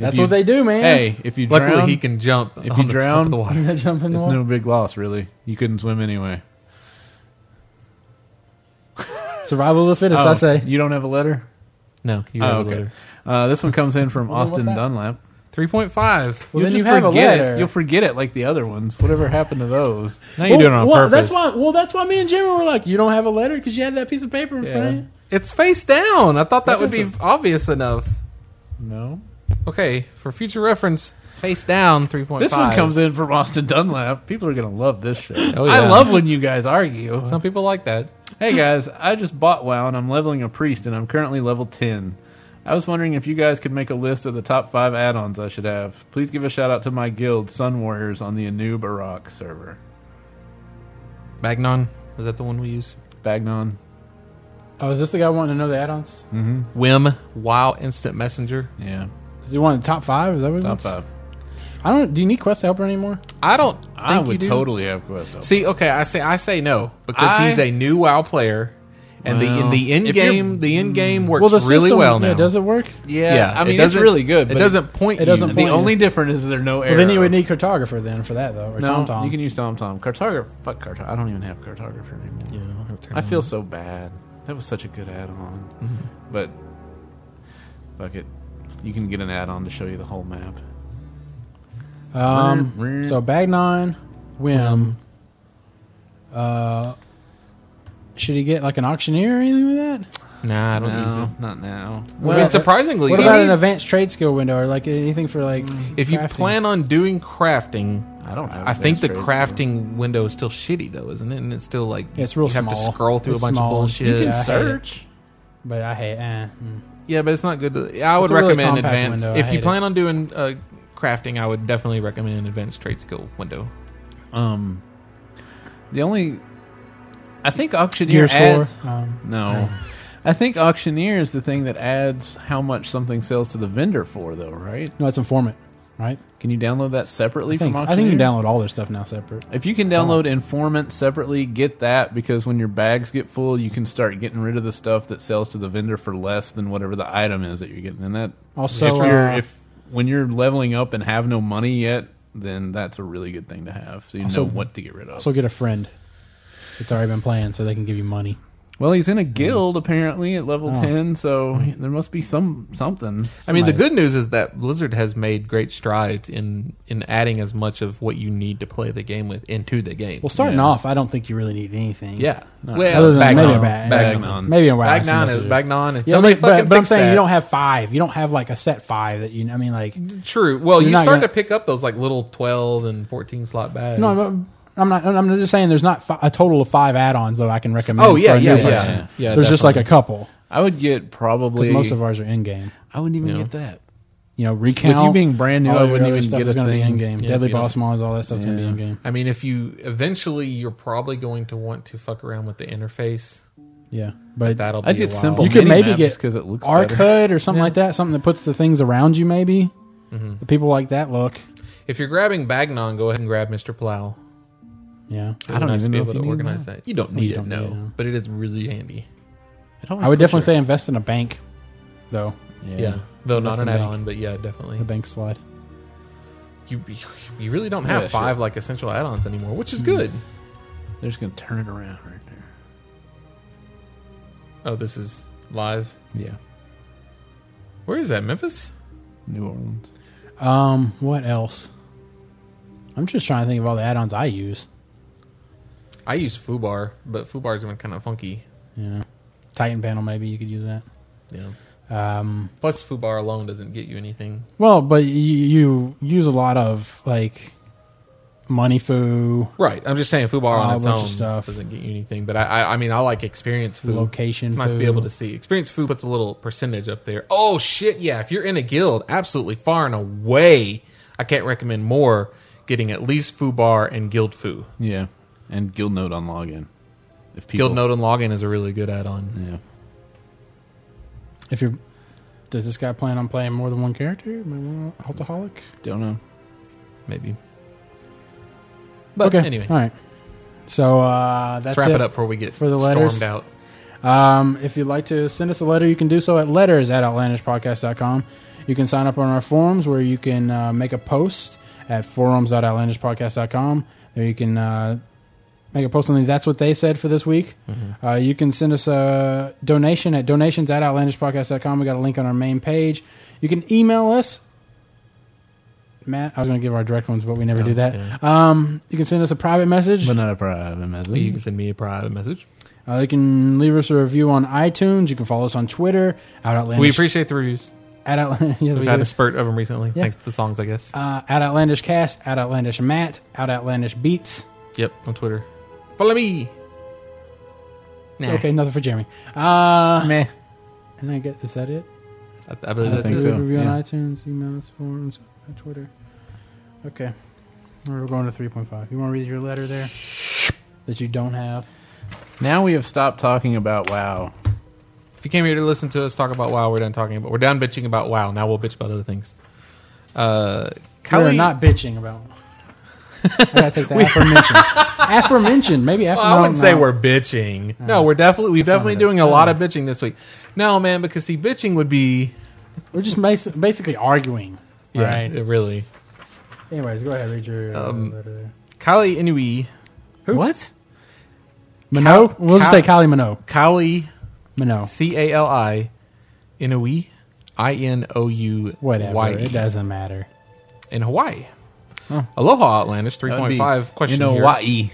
Speaker 3: That's
Speaker 2: you-
Speaker 3: what they do, man.
Speaker 2: Hey, if you
Speaker 5: Luckily,
Speaker 2: drown,
Speaker 5: he can jump.
Speaker 2: if
Speaker 5: on
Speaker 2: you
Speaker 5: the top
Speaker 2: drown-
Speaker 5: of the water.
Speaker 3: jump in the
Speaker 2: it's
Speaker 3: water.
Speaker 2: no big loss, really. You couldn't swim anyway.
Speaker 3: Survival of the
Speaker 2: Oh.
Speaker 3: fittest, I say.
Speaker 2: You don't have a letter?
Speaker 5: No, you
Speaker 2: Oh,
Speaker 5: have
Speaker 2: okay.
Speaker 5: a letter.
Speaker 2: Uh, this one comes in from
Speaker 3: Well, then
Speaker 2: Austin
Speaker 3: what's that?
Speaker 2: Dunlap.
Speaker 5: Three point five.
Speaker 3: Well,
Speaker 2: You'll
Speaker 3: then you
Speaker 2: just
Speaker 3: have a
Speaker 2: forget
Speaker 3: letter.
Speaker 2: It. You'll forget it like the other ones. Whatever happened to those?
Speaker 5: Now you do it on
Speaker 3: well, That's
Speaker 5: purpose.
Speaker 3: why. Well, that's why me and Jimmy were like, "You don't have a letter because you had that piece of paper in
Speaker 2: Yeah.
Speaker 3: front of you."
Speaker 5: It's face down. I thought that,
Speaker 2: That
Speaker 5: would be
Speaker 2: doesn't-
Speaker 5: obvious enough.
Speaker 2: No.
Speaker 5: Okay, for future reference, face down three point five.
Speaker 2: This one comes in from Austin Dunlap. People are going to love this show.
Speaker 5: Oh,
Speaker 2: I
Speaker 5: yeah.
Speaker 2: love when you guys argue.
Speaker 5: Some people like that.
Speaker 2: Hey guys, I just bought WoW and I'm leveling a priest and I'm currently level 10. I was wondering if you guys could make a list of the top 5 add ons I should have. Please give a shout out to my guild, Sun Warriors, on the Anu Barak server.
Speaker 5: Bagnon is that the one we use?
Speaker 2: Bagnon.
Speaker 3: Oh, is this the guy wanting to know the add-ons?
Speaker 5: Hmm. Wim Wow Instant Messenger.
Speaker 2: Yeah.
Speaker 3: Does he want the top five? Is that what he
Speaker 2: Top
Speaker 3: wants?
Speaker 2: 5.
Speaker 3: I don't. Do you need Quest Helper anymore?
Speaker 5: I don't. Think
Speaker 2: I
Speaker 5: you
Speaker 2: would
Speaker 5: do.
Speaker 2: totally have Quest Help.
Speaker 5: see. Okay, I say I say no because
Speaker 2: I-
Speaker 5: he's a new WoW player, and the
Speaker 2: Well,
Speaker 5: in the end
Speaker 2: if you're-
Speaker 5: game the end game works
Speaker 3: Well, the
Speaker 5: really
Speaker 3: system,
Speaker 5: well now.
Speaker 3: Yeah, does it work?
Speaker 2: Yeah, I mean,
Speaker 5: it
Speaker 2: it's
Speaker 5: doesn't-
Speaker 2: really good,
Speaker 5: It
Speaker 2: but
Speaker 5: doesn't point.
Speaker 3: it doesn't
Speaker 5: you.
Speaker 2: The
Speaker 3: point
Speaker 2: only difference is there's no arrow.
Speaker 3: Well, then you would need Cartographer then for that though, or
Speaker 2: no,
Speaker 3: TomTom.
Speaker 2: you can use TomTom. Cartographer. Fuck Cartographer. I don't even have Cartographer anymore. I feel so bad. That was such a good add-on, but fuck it. You can get an add-on to show you the whole map.
Speaker 3: Um, so Bagnon, Wim. Uh, should he get like an auctioneer or anything like that?
Speaker 5: Nah, I don't use it.
Speaker 2: not now.
Speaker 3: What
Speaker 5: I mean,
Speaker 3: about-
Speaker 5: surprisingly,
Speaker 3: What
Speaker 5: you
Speaker 3: about
Speaker 5: need-
Speaker 3: an advanced trade skill window or like anything for like?
Speaker 5: if you
Speaker 3: crafting?
Speaker 5: plan on doing crafting,
Speaker 2: I don't. Have
Speaker 5: I think the
Speaker 2: advanced trades,
Speaker 5: crafting window is still shitty though, isn't it? And it's still like
Speaker 3: Yeah, it's real
Speaker 5: you have
Speaker 3: small.
Speaker 5: to scroll through
Speaker 3: It's
Speaker 5: a bunch
Speaker 3: small.
Speaker 5: of bullshit.
Speaker 3: You can
Speaker 5: Yeah, I
Speaker 2: though.
Speaker 5: hate it.
Speaker 2: search.
Speaker 3: but I hate. Eh, mm.
Speaker 5: Yeah, but it's not good. To, I would
Speaker 3: a really
Speaker 5: recommend
Speaker 3: compact
Speaker 5: advanced.
Speaker 3: window. I
Speaker 5: If
Speaker 3: hate
Speaker 5: you
Speaker 3: it.
Speaker 5: plan on doing uh, crafting, I would definitely recommend advanced trade skill window.
Speaker 2: Um, the only. I think auctioneer
Speaker 3: Gear score.
Speaker 2: adds.
Speaker 3: Um,
Speaker 2: No. I think auctioneer is the thing that adds how much something sells to the vendor for, though, right?
Speaker 3: no, it's informant, right?
Speaker 2: Can you download that separately
Speaker 3: I think,
Speaker 2: from auctioneer?
Speaker 3: I think you can download all their stuff now separate.
Speaker 2: If you can download informant separately, get that because when your bags get full, you can start getting rid of the stuff that sells to the vendor for less than whatever the item is that you're getting. And that
Speaker 3: Also,
Speaker 2: if you're
Speaker 3: uh,
Speaker 2: if when you're leveling up and have no money yet, then that's a really good thing to have. So you
Speaker 3: Also-
Speaker 2: know what to get rid of.
Speaker 3: Also, get a friend that's already been playing, so they can give you money.
Speaker 2: well, he's in a guild apparently at level
Speaker 3: Mm. Oh.
Speaker 2: 10, so there must be some something.
Speaker 5: I mean, the
Speaker 3: Somebody-
Speaker 5: good news is that Blizzard has made great strides in in adding as much of what you need to play the game with into the game.
Speaker 3: Well, starting
Speaker 2: Yeah.
Speaker 3: off, I don't think you really need anything.
Speaker 5: yeah,
Speaker 2: No.
Speaker 5: well,
Speaker 3: Other than maybe
Speaker 5: Bagnon,
Speaker 3: a bag,
Speaker 2: Bagnon.
Speaker 3: maybe a wow.
Speaker 5: Bagnon is
Speaker 3: messenger.
Speaker 5: Bagnon, and
Speaker 3: Yeah,
Speaker 5: somebody
Speaker 3: but, but,
Speaker 5: fucking
Speaker 3: but I'm
Speaker 5: fix
Speaker 3: saying
Speaker 5: that.
Speaker 3: you don't have five. You don't have like a set five that you. I mean, like
Speaker 5: True. Well,
Speaker 3: You're
Speaker 5: you
Speaker 3: not
Speaker 5: start
Speaker 3: gonna-
Speaker 5: to pick up those like little twelve and fourteen slot bags.
Speaker 3: no, I'm, uh, I'm not. I'm just saying there's not fi- a total of five add-ons that I can recommend.
Speaker 5: oh yeah,
Speaker 3: for a
Speaker 5: yeah,
Speaker 3: new
Speaker 5: yeah,
Speaker 3: person.
Speaker 5: yeah, yeah.
Speaker 3: There's just like a
Speaker 5: definitely.
Speaker 3: couple
Speaker 2: I would get probably
Speaker 3: because most of ours are in game.
Speaker 2: I wouldn't even
Speaker 5: Yeah.
Speaker 2: get that.
Speaker 3: You know, recount.
Speaker 2: you being brand new,
Speaker 3: all
Speaker 2: I
Speaker 3: your
Speaker 2: wouldn't
Speaker 3: other
Speaker 2: even
Speaker 3: stuff
Speaker 2: get
Speaker 3: is
Speaker 2: a
Speaker 3: gonna be
Speaker 2: thing.
Speaker 3: in game.
Speaker 5: Yeah,
Speaker 3: Deadly
Speaker 5: you know.
Speaker 3: boss mons, all that stuff's gonna be
Speaker 2: Yeah.
Speaker 3: in game.
Speaker 5: I mean, if you eventually, you're probably going to want to fuck around with the interface.
Speaker 3: Yeah, but
Speaker 5: That'll be
Speaker 2: I'd get
Speaker 5: a while.
Speaker 2: simple.
Speaker 3: You could
Speaker 2: mini
Speaker 3: maybe
Speaker 2: maps
Speaker 3: get
Speaker 2: because it looks
Speaker 3: arc
Speaker 2: better.
Speaker 3: hood or something like that. Something that puts the things around you, maybe.
Speaker 2: Mm-hmm.
Speaker 3: The people like that look.
Speaker 5: If you're grabbing Bagnon, go ahead and grab Mr. Plow.
Speaker 3: Yeah,
Speaker 2: I
Speaker 5: It would
Speaker 2: don't
Speaker 5: be nice
Speaker 2: even
Speaker 5: to be
Speaker 2: know
Speaker 5: able
Speaker 2: if
Speaker 5: to
Speaker 2: you need
Speaker 5: organize that. You don't need
Speaker 3: You
Speaker 5: it,
Speaker 3: don't
Speaker 5: no,
Speaker 3: need it, no.
Speaker 5: but it is really handy.
Speaker 2: It always
Speaker 3: I would
Speaker 2: puts
Speaker 3: definitely
Speaker 2: your-
Speaker 3: say invest in a bank, though.
Speaker 5: Yeah, though not
Speaker 3: Invest
Speaker 5: an
Speaker 3: in bank.
Speaker 5: add-on, but yeah, definitely.
Speaker 3: A bank slide.
Speaker 5: You you really don't
Speaker 2: Yeah,
Speaker 5: have
Speaker 2: sure.
Speaker 5: five like essential add-ons anymore, which is good.
Speaker 2: They're just gonna turn it around right there.
Speaker 5: Oh, this is live.
Speaker 2: Yeah,
Speaker 5: Where is that? Memphis?
Speaker 2: New Orleans.
Speaker 3: Um, what else? I'm just trying to think of all the add-ons I use.
Speaker 5: I use Fubar, but Fubar's been kind of funky.
Speaker 3: Yeah, Titan panel maybe you could use that.
Speaker 5: Yeah.
Speaker 3: Um,
Speaker 5: Plus, Fubar alone doesn't get you anything.
Speaker 3: well, but you, you use a lot of like money foo,
Speaker 5: Right. I'm just saying Fubar
Speaker 3: Oh,
Speaker 5: on
Speaker 3: a
Speaker 5: its
Speaker 3: bunch
Speaker 5: own
Speaker 3: of stuff.
Speaker 5: doesn't get you anything. But I, I, I mean, I like experience food.
Speaker 3: location.
Speaker 5: It's nice to be
Speaker 3: foo.
Speaker 5: able to see. Experience food puts a little percentage up there. Oh shit, yeah. If you're in a guild, absolutely far and away, I can't recommend more getting at least foo bar and guild foo.
Speaker 2: Yeah, and guild node on login. If people
Speaker 5: Guild node and login is a really good add-on.
Speaker 2: yeah,
Speaker 3: If you're, does this guy plan on playing more than one character? Maybe one Altaholic.
Speaker 5: Uh,
Speaker 2: don't know.
Speaker 5: Maybe. But
Speaker 3: okay.
Speaker 5: anyway,
Speaker 3: all right. So uh, that's
Speaker 5: let's wrap
Speaker 3: it.
Speaker 5: it. up before we get
Speaker 3: for the
Speaker 5: stormed
Speaker 3: letters.
Speaker 5: out.
Speaker 3: Um, if you'd like to send us a letter, you can do so at letters at outlandishpodcast.com. You can sign up on our forums where you can uh, make a post at forums.outlandishpodcast.com. There you can uh, make a post on the That's What They Said for this week.
Speaker 5: Mm-hmm.
Speaker 3: Uh, you can send us a donation at donations at outlandishpodcast.com. We got a link on our main page. You can email us. Matt, I was going to give our direct ones, but we never
Speaker 5: Oh,
Speaker 3: do that.
Speaker 5: yeah.
Speaker 3: Um, you can send us a private message.
Speaker 2: But not a private message.
Speaker 5: You can send me a private message.
Speaker 3: Uh, you can leave us a review on iTunes. You can follow us on Twitter. Out
Speaker 5: We
Speaker 3: Outlandish.
Speaker 5: appreciate the reviews.
Speaker 3: At Outlandish, yes, we
Speaker 5: We've had
Speaker 3: do.
Speaker 5: a spurt of them recently,
Speaker 3: Yeah.
Speaker 5: thanks to the songs, I guess.
Speaker 3: uh, at Outlandish Cast, at Outlandish Matt, at Outlandish Beats.
Speaker 5: yep, on Twitter. Follow me. Nah,
Speaker 3: Okay, nothing for Jeremy. Uh,
Speaker 5: Meh.
Speaker 3: and I get is that it?
Speaker 5: I, I believe
Speaker 3: I
Speaker 5: that's
Speaker 3: think
Speaker 5: it.
Speaker 3: so. Review
Speaker 5: Yeah.
Speaker 3: on iTunes, emails, forums, on Twitter. Okay, we're going to three point five. You want to read your letter there that you don't have?
Speaker 2: Now we have stopped talking about WoW.
Speaker 5: If you came here to listen to us talk about WoW, we're done talking about. We're done bitching about WoW. Now we'll bitch about other things. Uh,
Speaker 3: We're
Speaker 5: Kylie-
Speaker 3: not bitching about. I gotta take the aforementioned. aforementioned, maybe. Afor-
Speaker 5: Well, Oh, I
Speaker 3: no,
Speaker 5: wouldn't say
Speaker 3: no.
Speaker 5: we're bitching. No, we're definitely we're definitely
Speaker 3: it.
Speaker 5: doing a lot of bitching this week. No, man, because see, bitching would be
Speaker 3: We're just basi- basically arguing, right?
Speaker 5: it really.
Speaker 3: Anyways, go ahead, read your uh,
Speaker 5: Um,
Speaker 3: letter there.
Speaker 5: Kylie Inui. What?
Speaker 3: Minot? We'll just
Speaker 5: Cal-
Speaker 3: say Kylie Minot.
Speaker 5: Kylie
Speaker 3: Minot.
Speaker 5: C A L I Inui I N O U
Speaker 3: Whatever.
Speaker 5: Y
Speaker 3: It
Speaker 5: E
Speaker 3: doesn't matter.
Speaker 5: in Hawaii. Aloha Outlandish three point five question.
Speaker 2: in
Speaker 5: here.
Speaker 2: Hawaii.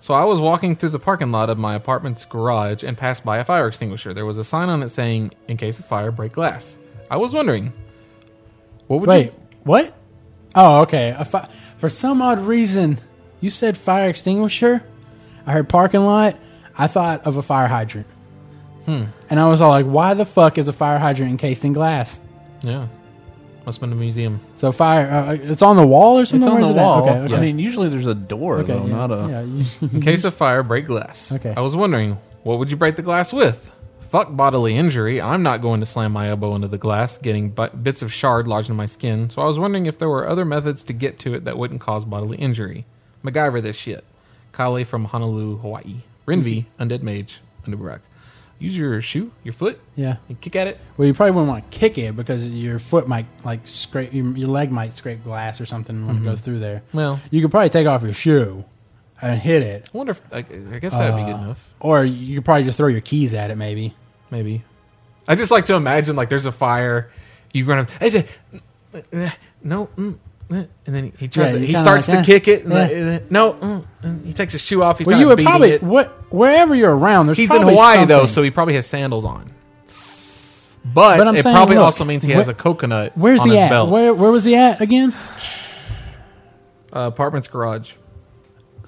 Speaker 5: So I was walking through the parking lot of my apartment's garage and passed by a fire extinguisher. There was a sign on it saying, "In case of fire, break glass." I was wondering, what would
Speaker 3: Wait,
Speaker 5: you?
Speaker 3: what? Oh, okay. A fi- for some odd reason, you said fire extinguisher. I heard parking lot. I thought of a fire hydrant.
Speaker 2: Hmm.
Speaker 3: And I was all like, why the fuck is a fire hydrant encased in glass?
Speaker 5: Yeah, must have been a museum.
Speaker 3: So fire, uh, it's on the wall or something?
Speaker 2: It's on
Speaker 3: Where's
Speaker 2: the
Speaker 3: it at?
Speaker 2: wall.
Speaker 3: Okay, okay.
Speaker 2: I mean, usually there's a door
Speaker 3: Okay,
Speaker 2: though,
Speaker 3: yeah,
Speaker 2: not a.
Speaker 3: yeah, you-
Speaker 5: In case of fire, break glass.
Speaker 3: Okay.
Speaker 5: I was wondering, what would you break the glass with? Fuck bodily injury. I'm not going to slam my elbow into the glass, getting but- bits of shard lodged in my skin. So I was wondering if there were other methods to get to it that wouldn't cause bodily injury. MacGyver this shit. Kali from Honolulu, Hawaii. Renvi, undead mage, Underbrook. Use your shoe, your foot,
Speaker 3: yeah.
Speaker 5: and kick at it.
Speaker 3: Well, you probably wouldn't want to kick it because your foot might like scrape your, your leg might scrape glass or something when it goes through there.
Speaker 5: Mm-hmm. Well,
Speaker 3: You could probably take off your shoe and hit it,
Speaker 5: I wonder if I, I guess that'd be good
Speaker 3: Uh,
Speaker 5: enough.
Speaker 3: or you could probably just throw your keys at it. Maybe
Speaker 5: Maybe. I just like to imagine like there's a fire, you run up, "Hey, eh, no, mm, eh," and then he tries.
Speaker 3: Yeah,
Speaker 5: to,
Speaker 3: you're
Speaker 5: he
Speaker 3: kinda
Speaker 5: starts
Speaker 3: like,
Speaker 5: to
Speaker 3: "Eh,
Speaker 5: kick it. And
Speaker 3: eh."
Speaker 5: then- and then- no, mm, and he takes his shoe off. He's
Speaker 3: well,
Speaker 5: kind
Speaker 3: you
Speaker 5: of
Speaker 3: would
Speaker 5: beating
Speaker 3: probably
Speaker 5: it.
Speaker 3: what wherever you're around. There's
Speaker 5: He's in
Speaker 3: probably
Speaker 5: Hawaii though, so
Speaker 3: something.
Speaker 5: he probably has sandals on. But,
Speaker 3: But I'm
Speaker 5: it
Speaker 3: saying,
Speaker 5: probably
Speaker 3: look,
Speaker 5: also means he has
Speaker 3: where-
Speaker 5: a coconut
Speaker 3: where's
Speaker 5: on
Speaker 3: he
Speaker 5: his
Speaker 3: at?
Speaker 5: belt.
Speaker 3: Where where was he at again?
Speaker 5: Uh, apartment's garage.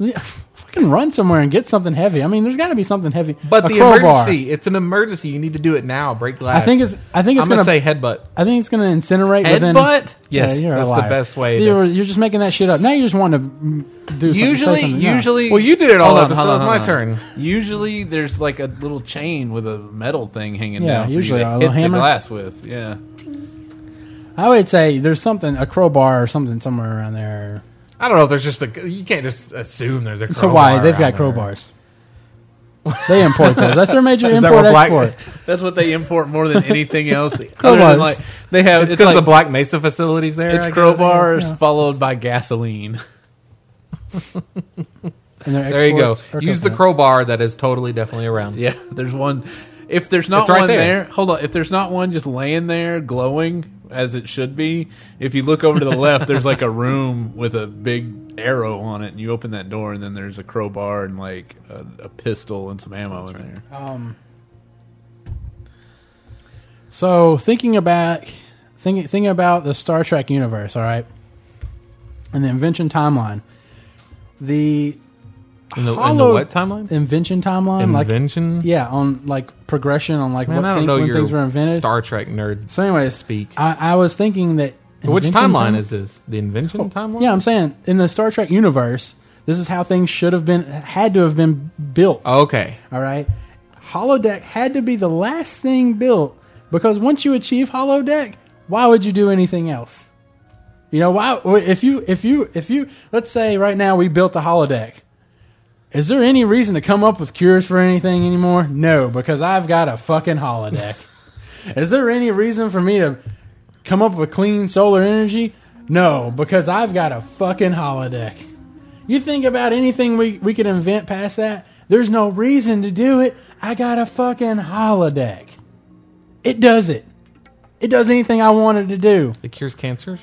Speaker 3: Yeah, Fucking run somewhere and get something heavy. I mean, there's got to be something heavy.
Speaker 5: But
Speaker 3: A
Speaker 5: the
Speaker 3: crowbar.
Speaker 5: emergency, it's an emergency. You need to do it now. Break glass.
Speaker 3: I think it's. I think
Speaker 5: I'm
Speaker 3: it's gonna.
Speaker 5: gonna, say headbutt.
Speaker 3: I think it's gonna incinerate within.
Speaker 5: Headbutt. Yes,
Speaker 3: Yeah, you're
Speaker 5: that's
Speaker 3: a liar.
Speaker 5: the best way. to-
Speaker 3: You're, you're just making that shit up. Now you just want to mm, do something. say
Speaker 2: Usually,
Speaker 3: something. No.
Speaker 2: usually.
Speaker 5: Well, you did it all
Speaker 2: Hold on,
Speaker 5: up, so
Speaker 2: hold on,
Speaker 5: it's
Speaker 2: hold
Speaker 5: my
Speaker 2: on.
Speaker 5: turn.
Speaker 2: Usually, there's like a little chain with a metal thing hanging
Speaker 3: Yeah,
Speaker 2: down. for you
Speaker 3: usually
Speaker 2: to
Speaker 3: a
Speaker 2: hit
Speaker 3: little
Speaker 2: the
Speaker 3: hammer.
Speaker 2: glass with. Yeah,
Speaker 3: I would say there's something a crowbar or something somewhere around there.
Speaker 5: I don't know if there's just a. You can't just assume there's a.
Speaker 3: It's
Speaker 5: crowbar
Speaker 3: Hawaii. They've
Speaker 5: around
Speaker 3: got
Speaker 5: there.
Speaker 3: crowbars. they import those. That's their major
Speaker 5: Is that
Speaker 3: import
Speaker 5: where black-
Speaker 3: export.
Speaker 2: that's what they import more than anything else. other than,
Speaker 3: Crowbars.
Speaker 2: like, they have
Speaker 5: It's
Speaker 2: it's,
Speaker 5: because
Speaker 2: like,
Speaker 5: the Black Mesa facilities there. I
Speaker 2: it's
Speaker 5: guess.
Speaker 2: crowbars
Speaker 3: Yeah.
Speaker 2: followed by gasoline.
Speaker 3: And their
Speaker 5: There you go.
Speaker 3: exports are
Speaker 5: Use the
Speaker 3: coconuts.
Speaker 5: crowbar that is totally definitely around.
Speaker 2: Yeah, there's one. If there's not
Speaker 5: It's right
Speaker 2: one
Speaker 5: there.
Speaker 2: there. hold on. If there's not one just laying there glowing as it should be, if you look over to the left, there's like a room with a big arrow on it, and you open that door, and then there's a crowbar and like a, a pistol and some ammo in there.
Speaker 3: Um, so thinking about thinking thinking about the Star Trek universe, all right, and the invention timeline, the
Speaker 5: In the, in the
Speaker 3: Hollow-
Speaker 5: what timeline?
Speaker 3: invention timeline, like
Speaker 5: Invention.
Speaker 3: yeah, on like progression on like
Speaker 5: Man,
Speaker 3: what
Speaker 5: I don't
Speaker 3: thing-
Speaker 5: know
Speaker 3: when
Speaker 5: your
Speaker 3: things were invented.
Speaker 5: Star Trek nerd
Speaker 3: so, anyways,
Speaker 5: speak.
Speaker 3: I, I was thinking that
Speaker 5: Which
Speaker 3: invention
Speaker 5: timeline
Speaker 3: time- Oh,
Speaker 5: is this? The invention timeline.
Speaker 3: Yeah, I'm saying in the Star Trek universe, this is how things should have been had to have been built.
Speaker 5: Okay.
Speaker 3: All right. Holodeck had to be the last thing built because once you achieve holodeck, why would you do anything else? You know, why if you if you if you let's say right now we built a holodeck. Is there any reason to come up with cures for anything anymore? No, because I've got a fucking holodeck. Is there any reason for me to come up with clean solar energy? No, because I've got a fucking holodeck. You think about anything we, we could invent past that, there's no reason to do it. I got a fucking holodeck. It does it. It does anything I wanted to do.
Speaker 5: It cures cancer.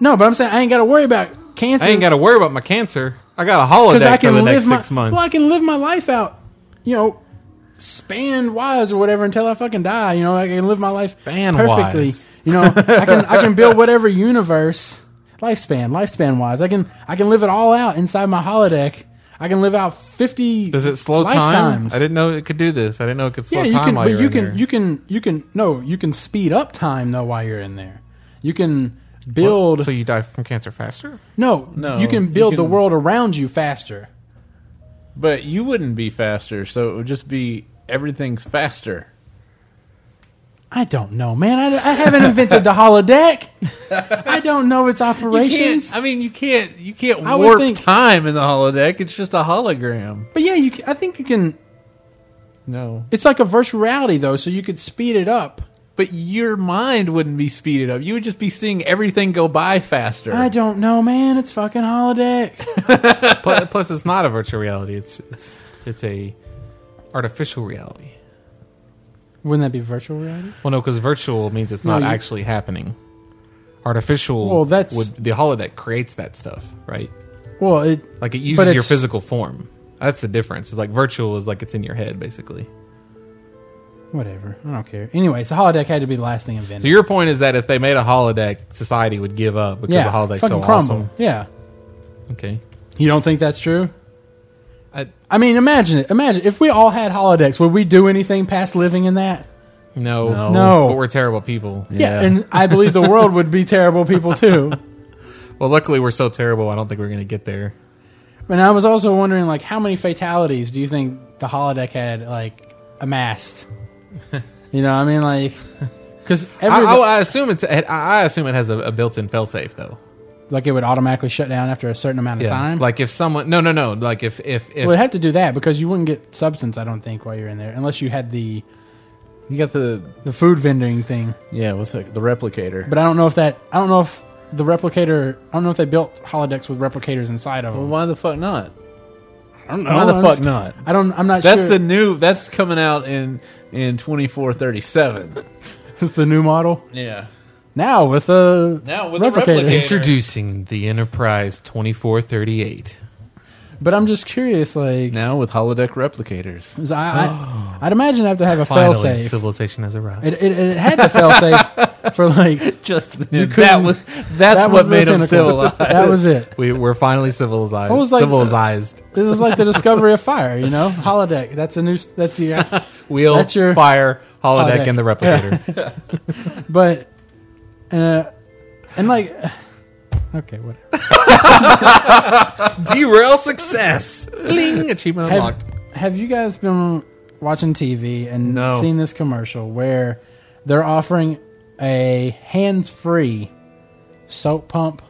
Speaker 3: No, but I'm saying I ain't got to worry about cancer.
Speaker 5: I ain't got to worry about my cancer. I got
Speaker 3: because
Speaker 5: a
Speaker 3: I
Speaker 5: holiday for
Speaker 3: can
Speaker 5: the
Speaker 3: live
Speaker 5: next
Speaker 3: my
Speaker 5: six months.
Speaker 3: well, I can live my life out, you know, span wise or whatever until I fucking die. You know, I can live my life
Speaker 5: Span-wise.
Speaker 3: perfectly. You know, I can I can build whatever universe lifespan lifespan wise. I can I can live it all out inside my holodeck. I can live out fifty.
Speaker 5: Does it slow time?
Speaker 3: lifetimes.
Speaker 5: I didn't know it could do this. I didn't know it could slow
Speaker 3: Yeah, you
Speaker 5: time
Speaker 3: can.
Speaker 5: while
Speaker 3: But
Speaker 5: you're
Speaker 3: you
Speaker 5: in
Speaker 3: can.
Speaker 5: there.
Speaker 3: You can. You can. No, you can speed up time though while you're in there. You can build.
Speaker 5: So you die from cancer faster?
Speaker 3: no,
Speaker 2: No,
Speaker 3: You can
Speaker 2: you
Speaker 3: build the
Speaker 2: can-
Speaker 3: world around you faster.
Speaker 2: But you wouldn't be faster, so it would just be everything's faster.
Speaker 3: I don't know, man. I, I haven't invented the holodeck. I don't know its
Speaker 2: You can't,
Speaker 3: operations.
Speaker 2: I mean, you can't you can't
Speaker 3: I would
Speaker 2: warp
Speaker 3: think-
Speaker 2: time in the holodeck. It's just a hologram.
Speaker 3: But yeah, you. ca- I think you can.
Speaker 2: No,
Speaker 3: It's like a virtual reality though, so you could speed it up.
Speaker 2: but your mind wouldn't be speeded up. You would just be seeing everything go by faster.
Speaker 3: I don't know, man. It's fucking holodeck.
Speaker 5: plus, plus, it's not a virtual reality. It's it's it's a artificial reality.
Speaker 3: Wouldn't that be virtual reality?
Speaker 5: Well, no, because virtual means it's
Speaker 3: No,
Speaker 5: not
Speaker 3: you-
Speaker 5: actually happening. Artificial.
Speaker 3: Well, that's-
Speaker 5: would, the holodeck creates that stuff, right?
Speaker 3: Well, it.
Speaker 5: Like it
Speaker 3: But
Speaker 5: uses your
Speaker 3: it's-
Speaker 5: physical form. That's the difference. It's like virtual is like it's in your head, basically.
Speaker 3: Whatever. I don't care. Anyway, so holodeck had to be the last thing invented.
Speaker 5: So your point is that if they made a holodeck, society would give up because
Speaker 3: yeah,
Speaker 5: the holodecks so
Speaker 3: fucking crumble.
Speaker 5: awesome.
Speaker 3: Yeah.
Speaker 5: Okay.
Speaker 3: You don't think that's true?
Speaker 5: I-
Speaker 3: I mean, imagine it. Imagine if we all had holodecks, would we do anything past living in that?
Speaker 5: No,
Speaker 3: No.
Speaker 5: But we're terrible people.
Speaker 3: Yeah, and I believe the world would be terrible people too.
Speaker 5: Well, luckily we're so terrible. I don't think we're gonna get there.
Speaker 3: And I was also wondering, like, how many fatalities do you think the holodeck had like amassed? You know, what I mean, like, because
Speaker 5: I,
Speaker 3: every
Speaker 5: I, I assume it's. I I assume it has a, a built-in failsafe though.
Speaker 3: like it would automatically shut down after a certain amount of time.
Speaker 5: Like if someone. No, no, no. Like if if if
Speaker 3: it would have to do that because you wouldn't get substance, I don't think, while you're in there, unless you had the
Speaker 2: you got the
Speaker 3: the food vending thing.
Speaker 2: yeah, what's that? The replicator.
Speaker 3: But I don't know if that. I don't know if the replicator. I don't know if they built holodecks with replicators inside of
Speaker 2: Well,
Speaker 3: them.
Speaker 2: why the fuck not?
Speaker 3: I don't know.
Speaker 2: Why the fuck
Speaker 3: Oh, I'm-
Speaker 2: not?
Speaker 3: I don't. I'm not
Speaker 2: That's
Speaker 3: sure.
Speaker 2: the new. That's coming out in in twenty four thirty seven.
Speaker 3: That's the new model
Speaker 2: Yeah.
Speaker 3: now with a
Speaker 2: Now with a replicator.
Speaker 5: introducing the Enterprise twenty four thirty eight.
Speaker 3: But I'm just curious, like.
Speaker 2: Now with holodeck replicators.
Speaker 3: 'Cause I, I, I'd imagine I have to have a fail
Speaker 5: Finally,
Speaker 3: safe.
Speaker 5: civilization has arrived.
Speaker 3: It, it, it had to fail safe for like
Speaker 2: Just that
Speaker 3: couldn't-
Speaker 2: was that's
Speaker 3: that was
Speaker 2: what
Speaker 3: the
Speaker 2: made them
Speaker 3: pinnacle.
Speaker 2: civilized.
Speaker 3: That was it.
Speaker 5: we, we're finally civilized.
Speaker 3: I was like-
Speaker 5: civilized.
Speaker 3: This is like the discovery of fire, you know. Holodeck. That's a new. That's your.
Speaker 5: Wheel,
Speaker 3: That's your-
Speaker 5: fire, holodeck,
Speaker 3: Holodeck.
Speaker 5: and the replicator.
Speaker 3: But, uh, and like, okay, whatever.
Speaker 5: Derail success. Bling. Achievement
Speaker 3: Have,
Speaker 5: unlocked.
Speaker 3: have you guys been watching TV and
Speaker 2: No.
Speaker 3: seen this commercial where they're offering a hands-free soap pump?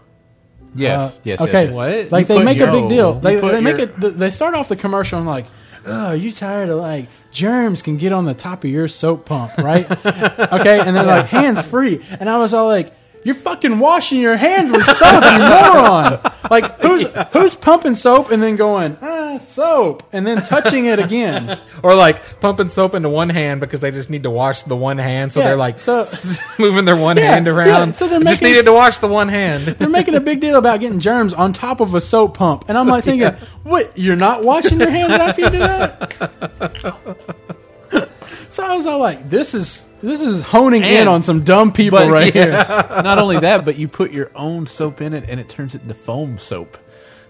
Speaker 6: Yes,
Speaker 3: Uh,
Speaker 6: yes, yes,
Speaker 3: okay.
Speaker 6: yes.
Speaker 5: What?
Speaker 3: Like
Speaker 2: You
Speaker 3: they
Speaker 2: put
Speaker 3: make a
Speaker 2: your-
Speaker 3: big deal.
Speaker 2: you
Speaker 3: They,
Speaker 2: put
Speaker 3: they make
Speaker 2: your-
Speaker 3: it. th- They start off the commercial and like, oh, you tired of like germs can get on the top of your soap pump, right? okay, and then like hands free, and I was all like. You're fucking washing your hands with soap, you moron! Like who's who's pumping soap and then going ah soap and then touching it again?
Speaker 5: Or like pumping soap into one hand because they just need to wash the one hand, so
Speaker 3: Yeah,
Speaker 5: they're like
Speaker 3: so-
Speaker 5: moving their one
Speaker 3: Yeah,
Speaker 5: hand
Speaker 3: yeah,
Speaker 5: around.
Speaker 3: so they're
Speaker 5: I just
Speaker 3: making-
Speaker 5: needed to wash the one hand.
Speaker 3: They're making a big deal about getting germs on top of a soap pump, and I'm like thinking, what? You're not washing your hands after you do that? so I was all like, this is this is honing in
Speaker 2: And-
Speaker 3: on some dumb people
Speaker 2: but-
Speaker 3: right here.
Speaker 2: Not only that, but you put your own soap in it and it turns it into foam soap.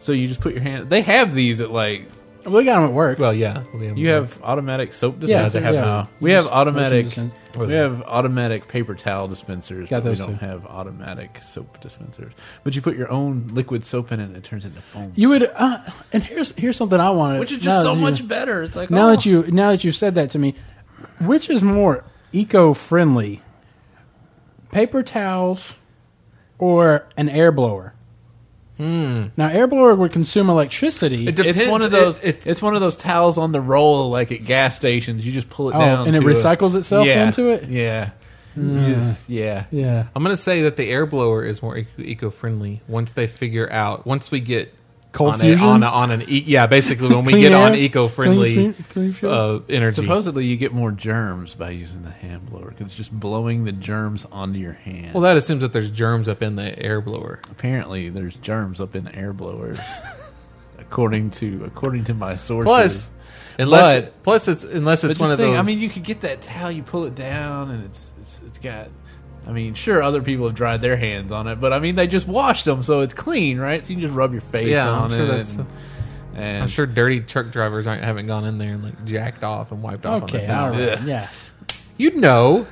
Speaker 2: So you just put your hand. They have these at like
Speaker 3: We got them at work.
Speaker 5: Well, yeah.
Speaker 2: you have automatic soap dispensers.
Speaker 3: Mm-hmm.
Speaker 2: Uh,
Speaker 3: they have them.
Speaker 2: we
Speaker 3: You
Speaker 2: have
Speaker 3: just
Speaker 2: automatic.
Speaker 3: motion dispense.
Speaker 2: We have automatic paper towel dispensers.
Speaker 3: Got
Speaker 2: but we
Speaker 3: those
Speaker 2: don't
Speaker 3: too.
Speaker 2: have automatic soap dispensers. But you put your own liquid soap in it and it turns into foam.
Speaker 3: You
Speaker 2: soap,
Speaker 3: would, uh, and here's here's something I wanted,
Speaker 2: which is
Speaker 3: now
Speaker 2: just so
Speaker 3: that you-
Speaker 2: much better. It's like
Speaker 3: Now
Speaker 2: oh.
Speaker 3: that you now that you said that to me, which is more eco friendly, paper towels, or an air blower? Hmm. Now, air blower would consume electricity.
Speaker 5: It depends.
Speaker 2: It's one of those.
Speaker 5: It, it-
Speaker 2: it's one of those towels on the roll, like at gas stations. You just pull it
Speaker 3: Oh,
Speaker 2: down,
Speaker 3: and it
Speaker 2: to
Speaker 3: recycles
Speaker 2: a,
Speaker 3: itself
Speaker 2: yeah,
Speaker 3: into it?
Speaker 2: Yeah, You just- yeah.
Speaker 3: yeah.
Speaker 5: I'm gonna say that the air blower is more eco friendly once they figure out once we get
Speaker 3: Cold
Speaker 5: on
Speaker 3: fusion?
Speaker 5: A, on, a, on an e- yeah basically when we
Speaker 3: Clean
Speaker 5: get on
Speaker 3: air?
Speaker 5: eco
Speaker 3: Clean
Speaker 5: friendly
Speaker 3: fu- clean fuel?
Speaker 5: uh, energy.
Speaker 2: Supposedly, you get more germs by using the hand blower because it's just blowing the germs onto your hand.
Speaker 5: well, that assumes that there's germs up in the air blower.
Speaker 2: apparently there's germs up in air blowers, according to according to my sources.
Speaker 5: Plus, Unless,
Speaker 2: But-
Speaker 5: plus it's unless it's
Speaker 2: But
Speaker 5: one
Speaker 2: just
Speaker 5: of
Speaker 2: think,
Speaker 5: those.
Speaker 2: I mean, you could get that towel, you pull it down, and it's it's, it's got. I mean, sure, other people have dried their hands on it, but I mean, they just washed them, so it's clean, right? So you can just rub your face
Speaker 5: yeah, I'm
Speaker 2: on
Speaker 5: sure
Speaker 2: it.
Speaker 5: that's.
Speaker 2: and, and
Speaker 5: I'm sure dirty truck drivers aren't haven't gone in there and like jacked off and wiped off on
Speaker 3: Okay,
Speaker 5: the towel.
Speaker 3: all right. Yeah.
Speaker 5: You'd know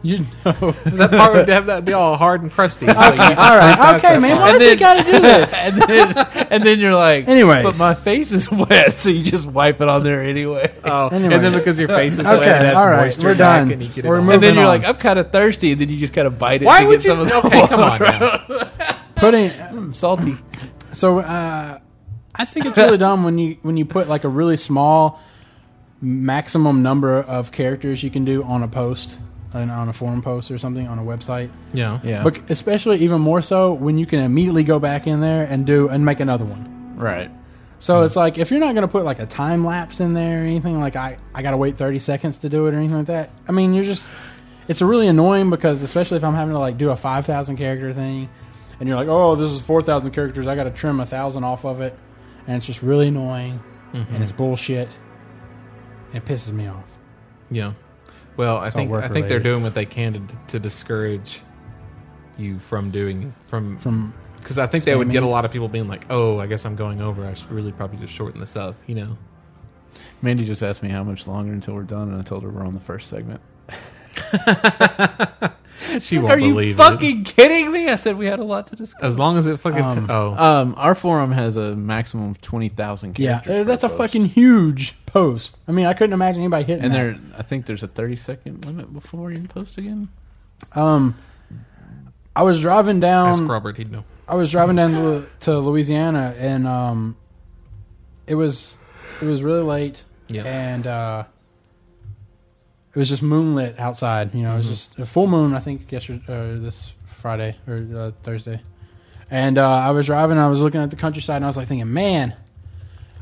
Speaker 3: You know.
Speaker 5: that part would have that be all hard and crusty. Like, you just-
Speaker 3: all right. Okay, man. Why does he got to do this?
Speaker 2: and then and then you're like,
Speaker 3: Anyways.
Speaker 2: but my face is wet, so you just wipe it on there anyway.
Speaker 3: Anyways.
Speaker 5: and then because your face is wet,
Speaker 3: Okay,
Speaker 5: it adds
Speaker 3: all right,
Speaker 5: moisture
Speaker 3: we're
Speaker 5: back
Speaker 3: done.
Speaker 5: And you get it
Speaker 3: We're
Speaker 5: all-
Speaker 3: moving-
Speaker 2: and then you're
Speaker 3: on.
Speaker 2: like, I'm kind of thirsty, and then you just kind of bite it.
Speaker 5: Why
Speaker 2: to
Speaker 5: would
Speaker 2: get
Speaker 5: you?
Speaker 2: Some of the
Speaker 5: Okay, come on. Now.
Speaker 3: Putting
Speaker 2: salty.
Speaker 3: so uh, I think it's really dumb when you when you put like a really small maximum number of characters you can do on a post and on a forum post or something on a website.
Speaker 5: Yeah.
Speaker 2: Yeah,
Speaker 3: But especially even more so when you can immediately go back in there and do and make another one.
Speaker 2: right.
Speaker 3: So it's like if you're not going to put like a time lapse in there or anything like I I got to wait 30 seconds to do it or anything like that. I mean, you're just it's really annoying because especially if I'm having to like do a 5,000 character thing and you're like, "Oh, this is 4,000 characters. I got to trim a 1,000 off of it." And it's just really annoying
Speaker 2: Mm-hmm.
Speaker 3: and it's bullshit. It pisses me off.
Speaker 5: Yeah. Well, I
Speaker 3: all
Speaker 5: think I think they're
Speaker 3: work-related.
Speaker 5: doing what they can to, to discourage you from doing from
Speaker 3: From
Speaker 5: because I think they would get a
Speaker 3: spamming.
Speaker 5: lot of people being like, "Oh, I guess I'm going over. I should really probably just shorten this up," you know.
Speaker 2: Mandy just asked me how much longer until we're done, and I told her we're on the first segment.
Speaker 5: She
Speaker 2: Are
Speaker 5: won't
Speaker 2: you
Speaker 5: believe it.
Speaker 2: fucking kidding me? I said we had a lot to discuss.
Speaker 5: As long as it fucking
Speaker 3: Um,
Speaker 5: oh
Speaker 2: Um, our forum has a maximum of twenty thousand
Speaker 3: yeah,
Speaker 2: characters.
Speaker 3: uh,
Speaker 2: per
Speaker 3: that's a
Speaker 2: post.
Speaker 3: fucking huge post. I mean, I couldn't imagine anybody hitting
Speaker 2: And
Speaker 3: that.
Speaker 2: there, I think there's a thirty second limit before you can post again.
Speaker 3: Um, I was driving
Speaker 5: ask
Speaker 3: down.
Speaker 5: Robert, he'd know.
Speaker 3: I was driving down to, to Louisiana, and um, it was it was really late,
Speaker 5: Yeah.
Speaker 3: and uh, it was just moonlit outside. You know, it
Speaker 5: Mm-hmm.
Speaker 3: was just a full moon. I think yesterday, or this Friday or uh, Thursday, and uh, I was driving. I was looking at the countryside, and I was like thinking, man,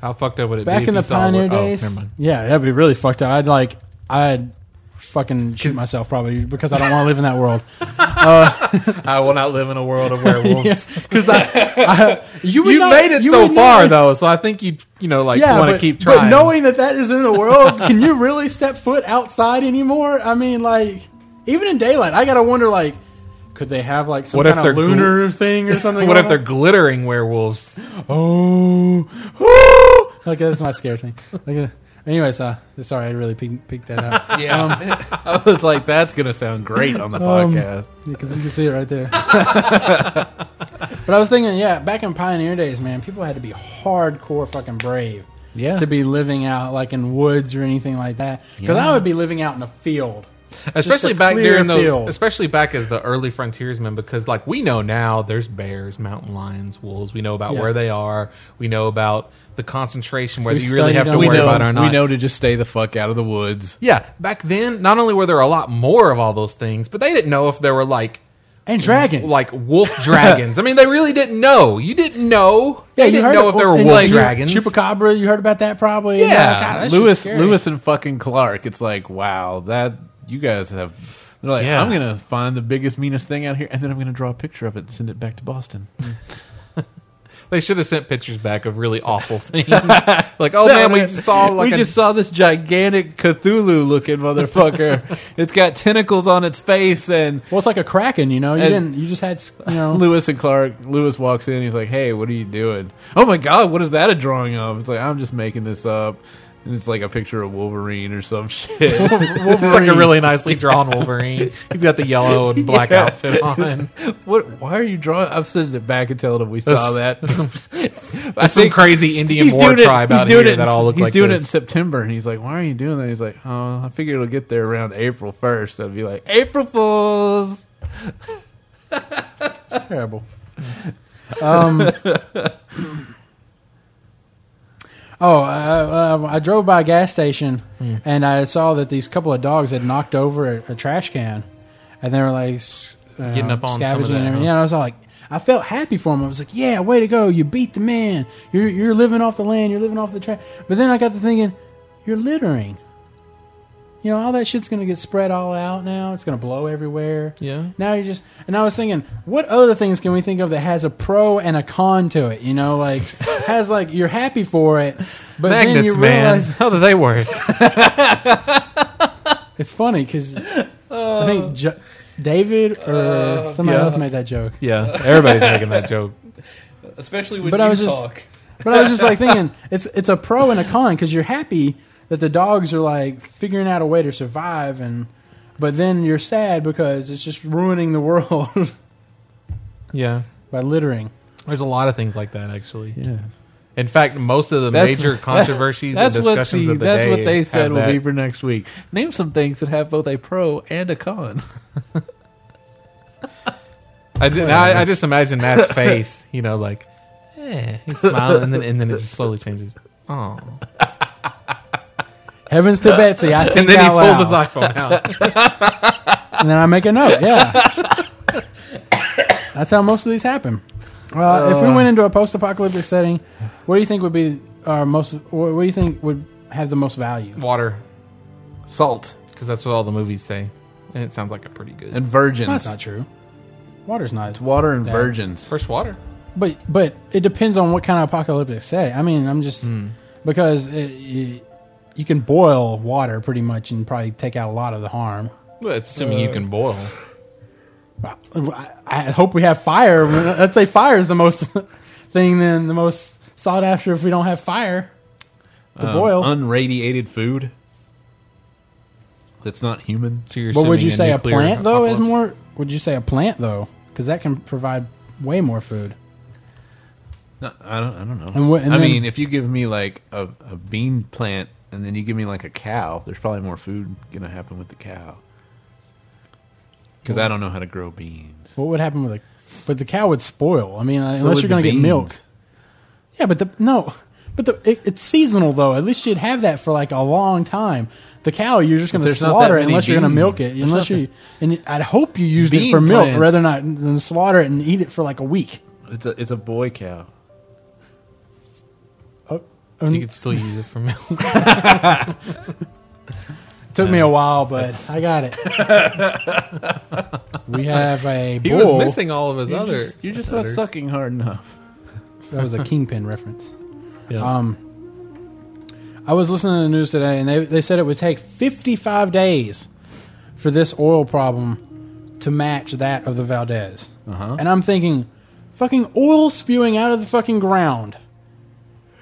Speaker 5: How fucked up would it be
Speaker 3: back
Speaker 5: if
Speaker 3: in
Speaker 5: you
Speaker 3: the
Speaker 5: saw what-
Speaker 3: pioneer
Speaker 5: oh,
Speaker 3: days,
Speaker 5: never mind.
Speaker 3: yeah, that'd be really fucked up. I'd like, I'd fucking shoot myself probably because I don't want to live in that world.
Speaker 5: I will not live in a world of werewolves because
Speaker 3: You, would
Speaker 5: you
Speaker 3: not-
Speaker 5: made it
Speaker 3: you
Speaker 5: so
Speaker 3: would
Speaker 5: far
Speaker 3: not-
Speaker 5: though, so I think you you know like
Speaker 3: yeah,
Speaker 5: want to
Speaker 3: but-
Speaker 5: keep trying.
Speaker 3: But knowing that that is in the world, can you really step foot outside anymore? I mean, like even in daylight, I gotta wonder like, could they have like some
Speaker 5: What if
Speaker 3: kind
Speaker 5: they're
Speaker 3: of lunar thing or something?
Speaker 5: what if
Speaker 3: going
Speaker 5: they're glittering werewolves?
Speaker 3: on? oh, like that's my scare thing. Like, uh, anyways, uh, sorry, I really peeked, peeked that out
Speaker 5: Yeah,
Speaker 2: Um, I was like, that's gonna sound great on the
Speaker 3: Um,
Speaker 2: podcast.
Speaker 3: because you can see it right there. but I was thinking, yeah, back in pioneer days, man, people had to be hardcore fucking brave.
Speaker 2: Yeah,
Speaker 3: To be living out like in woods or anything like that, because I would be living out in a field.
Speaker 5: especially
Speaker 3: a
Speaker 5: back
Speaker 3: clear
Speaker 5: during the
Speaker 3: field.
Speaker 5: especially back as the early frontiersmen because like we know now there's bears mountain lions wolves we know about
Speaker 3: Yeah.
Speaker 5: where they are we know about the concentration whether
Speaker 3: We've
Speaker 5: you really
Speaker 3: studied
Speaker 5: have to
Speaker 3: them.
Speaker 5: worry
Speaker 2: we know.
Speaker 5: about it or not
Speaker 2: We know to just stay the fuck out of the woods.
Speaker 5: yeah back then not only were there a lot more of all those things but they didn't know if there were like
Speaker 3: and dragons.
Speaker 5: like wolf dragons i mean they really didn't know you didn't know
Speaker 3: yeah,
Speaker 5: they
Speaker 3: you
Speaker 5: didn't
Speaker 3: heard
Speaker 5: know
Speaker 3: of-
Speaker 5: if there were
Speaker 3: and,
Speaker 5: wolf
Speaker 3: like,
Speaker 5: dragons
Speaker 3: chupacabra. You heard about that probably? And
Speaker 5: Yeah,
Speaker 3: you're like, "God, that's
Speaker 2: Lewis,
Speaker 3: just scary."
Speaker 2: Lewis, and fucking Clark. It's like, wow, that you guys have. They're like,
Speaker 5: Yeah.
Speaker 2: I'm gonna find the biggest, meanest thing out here, and then I'm gonna draw a picture of it and send it back to Boston.
Speaker 5: they should have sent pictures back of really awful things like oh man we saw like
Speaker 2: we
Speaker 5: a-
Speaker 2: just saw this gigantic Cthulhu-looking motherfucker. it's got tentacles on its face, and
Speaker 3: Well, it's like a kraken. You know, you
Speaker 2: And-
Speaker 3: didn't. You just had s- you know.
Speaker 2: Lewis and Clark. Lewis walks in. He's like, "Hey, what are you doing? Oh my god, what is that a drawing of?" It's like I'm just making this up, and it's like a picture of Wolverine or some shit.
Speaker 5: It's like a really nicely drawn Wolverine. He's got the yellow and black outfit on.
Speaker 2: what? Why are you drawing? I'm sending it back and telling him we saw that. I
Speaker 5: There's some crazy Indian war
Speaker 2: doing it-
Speaker 5: tribe
Speaker 2: he's
Speaker 5: out
Speaker 2: doing
Speaker 5: here
Speaker 2: it
Speaker 5: that
Speaker 2: in-
Speaker 5: all look
Speaker 2: he's
Speaker 5: like
Speaker 2: doing it in
Speaker 5: this.
Speaker 2: September, and he's like, "Why are you doing that?" He's like, "Oh, I figure it'll get there around April 1st. I'd be like, "April Fools."
Speaker 3: terrible. Um. Oh, uh, uh, I drove by a gas station
Speaker 5: Hmm.
Speaker 3: and I saw that these couple of dogs had knocked over a, a trash can, and they were like s- uh,
Speaker 5: Getting up on some of
Speaker 3: scavenging
Speaker 5: that,
Speaker 3: and everything. Yeah,
Speaker 5: huh?
Speaker 3: and I was all like, I felt happy for him. I was like, Yeah, way to go! You beat the man. You're you're living off the land. You're living off the trash. But then I got to thinking, you're littering. You you know all that shit's gonna get spread all out now. It's gonna blow everywhere.
Speaker 5: Yeah.
Speaker 3: Now you just and I was thinking, what other things can we think of that has a pro and a con to it? You know, like has like you're happy for it, but then you
Speaker 5: Magnets, man.
Speaker 3: realize
Speaker 2: Oh,
Speaker 5: How do they work?
Speaker 3: it's funny because I think jo- David or somebody
Speaker 5: Uh, yeah.
Speaker 3: else made that joke.
Speaker 5: yeah, everybody's making that joke.
Speaker 2: Especially when
Speaker 3: But I you was just- talk. But I was just like thinking, it's it's a pro and a con because you're happy that the dogs are like figuring out a way to survive, and but then you're sad because it's just ruining the world
Speaker 5: Yeah,
Speaker 3: by littering.
Speaker 5: there's a lot of things like that actually.
Speaker 2: Yeah.
Speaker 5: In fact, most of the
Speaker 2: That's-
Speaker 5: major controversies
Speaker 2: That's
Speaker 5: and
Speaker 2: what
Speaker 5: discussions
Speaker 2: the,
Speaker 5: of the
Speaker 2: that's
Speaker 5: day
Speaker 2: what they
Speaker 5: have
Speaker 2: said will
Speaker 5: that.
Speaker 2: be for next week. Name some things that have both a pro and a con.
Speaker 5: I, ju- now I, I just imagine Matt's face, you know, like, eh, he's smiling, and then, and then it just slowly changes. Oh,
Speaker 3: Heavens to Betsy! I think
Speaker 5: and then he
Speaker 3: out
Speaker 5: pulls
Speaker 3: loud.
Speaker 5: his iPhone out.
Speaker 3: and then I make a note. Yeah, that's how most of these happen. Uh, if we went into a post-apocalyptic setting, what do you think would be our most? What what do you think would have the most value?
Speaker 5: Water,
Speaker 2: Salt
Speaker 5: because that's what all the movies say, and it sounds like a pretty good
Speaker 2: and virgins.
Speaker 3: That's not true. Water's not.
Speaker 2: Water and
Speaker 3: Yeah.
Speaker 2: virgins.
Speaker 5: fresh water.
Speaker 3: But but it depends on what kind of apocalyptic setting. I mean, I'm just
Speaker 2: Hmm.
Speaker 3: because it, it, you can boil water pretty much and probably take out a lot of the harm.
Speaker 5: Well, it's assuming you can boil.
Speaker 3: I, I hope we have fire. I'd say fire is the most thing, then the most sought after. If we don't have fire, to
Speaker 2: Um,
Speaker 3: boil.
Speaker 2: Unradiated food. That's not human.
Speaker 5: So you're
Speaker 3: but would
Speaker 5: assuming
Speaker 3: you say a
Speaker 5: nuclear
Speaker 3: plant though is
Speaker 5: apocalypse.
Speaker 3: more? Would you say a plant though? Because that can provide way more food.
Speaker 2: No, I don't. I don't know.
Speaker 3: And what- and
Speaker 2: I
Speaker 3: then-
Speaker 2: mean, if you give me like a, a bean plant, and then you give me like a cow, there's probably more food gonna happen with the cow. Because I don't know how to grow beans.
Speaker 3: What would happen with a? But the cow would spoil. I mean,
Speaker 2: So
Speaker 3: unless
Speaker 2: would
Speaker 3: you're
Speaker 2: the
Speaker 3: going to get
Speaker 2: beans.
Speaker 3: milk. Yeah, but the no, but the it, it's seasonal though. At least you'd have that for like a long time. The cow, you're just going to
Speaker 2: there's not
Speaker 3: slaughter
Speaker 2: that
Speaker 3: it
Speaker 2: many
Speaker 3: unless you're going to
Speaker 2: beans.
Speaker 3: milk it. unless you and I'd hope you used it
Speaker 2: Bean
Speaker 3: for milk
Speaker 2: plants.
Speaker 3: rather not than slaughter it and eat it for like a week.
Speaker 2: It's a it's a boy cow.
Speaker 3: And
Speaker 5: You could still use it for milk.
Speaker 3: it took me a while, but I got it. we have a
Speaker 5: He
Speaker 3: bull.
Speaker 5: was missing all of his
Speaker 2: You're
Speaker 5: other.
Speaker 2: just, you're just not
Speaker 5: others.
Speaker 2: sucking hard enough.
Speaker 3: That was a kingpin reference.
Speaker 5: Yeah.
Speaker 3: Um, I was listening to the news today, and they they said it would take 55 days for this oil problem to match that of the Valdez. Uh-huh. And I'm thinking, fucking oil spewing out of the fucking ground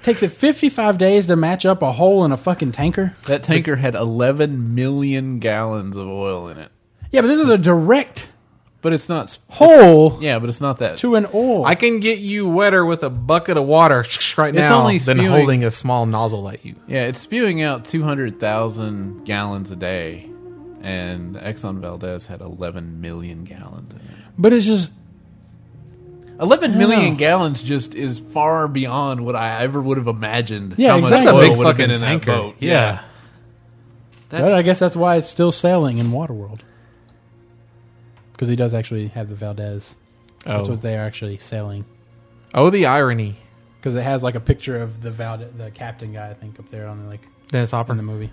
Speaker 3: takes it 55 days to match up a hole in a fucking tanker.
Speaker 2: That tanker had 11 million gallons of oil in it,
Speaker 3: Yeah, but this is a direct
Speaker 2: but it's not. s-
Speaker 3: hole
Speaker 2: Yeah, but it's not that.
Speaker 3: to an oil.
Speaker 5: I can get you wetter with a bucket of water right
Speaker 2: It's
Speaker 5: now
Speaker 2: only
Speaker 5: than
Speaker 2: spewing-
Speaker 5: holding a small nozzle at you.
Speaker 2: Yeah, it's spewing out 200,000 gallons a day, and Exxon Valdez had 11 million gallons in it.
Speaker 3: but it's just
Speaker 2: 11 million
Speaker 3: know.
Speaker 2: gallons just is far beyond what I ever would have imagined.
Speaker 3: Yeah,
Speaker 2: how much
Speaker 3: exactly. That's a
Speaker 2: oil
Speaker 5: big
Speaker 2: would have been
Speaker 5: fucking
Speaker 2: in
Speaker 5: tanker.
Speaker 2: that boat.
Speaker 5: Yeah.
Speaker 3: but I guess that's why it's still sailing in Waterworld. Because he does actually have the Valdez. That's
Speaker 5: Oh.
Speaker 3: what they are actually selling.
Speaker 5: oh, the irony.
Speaker 3: Because it has like a picture of the Valde- the captain guy, I think, up there on the, like
Speaker 5: Dennis
Speaker 3: in
Speaker 5: Hopper.
Speaker 3: the movie.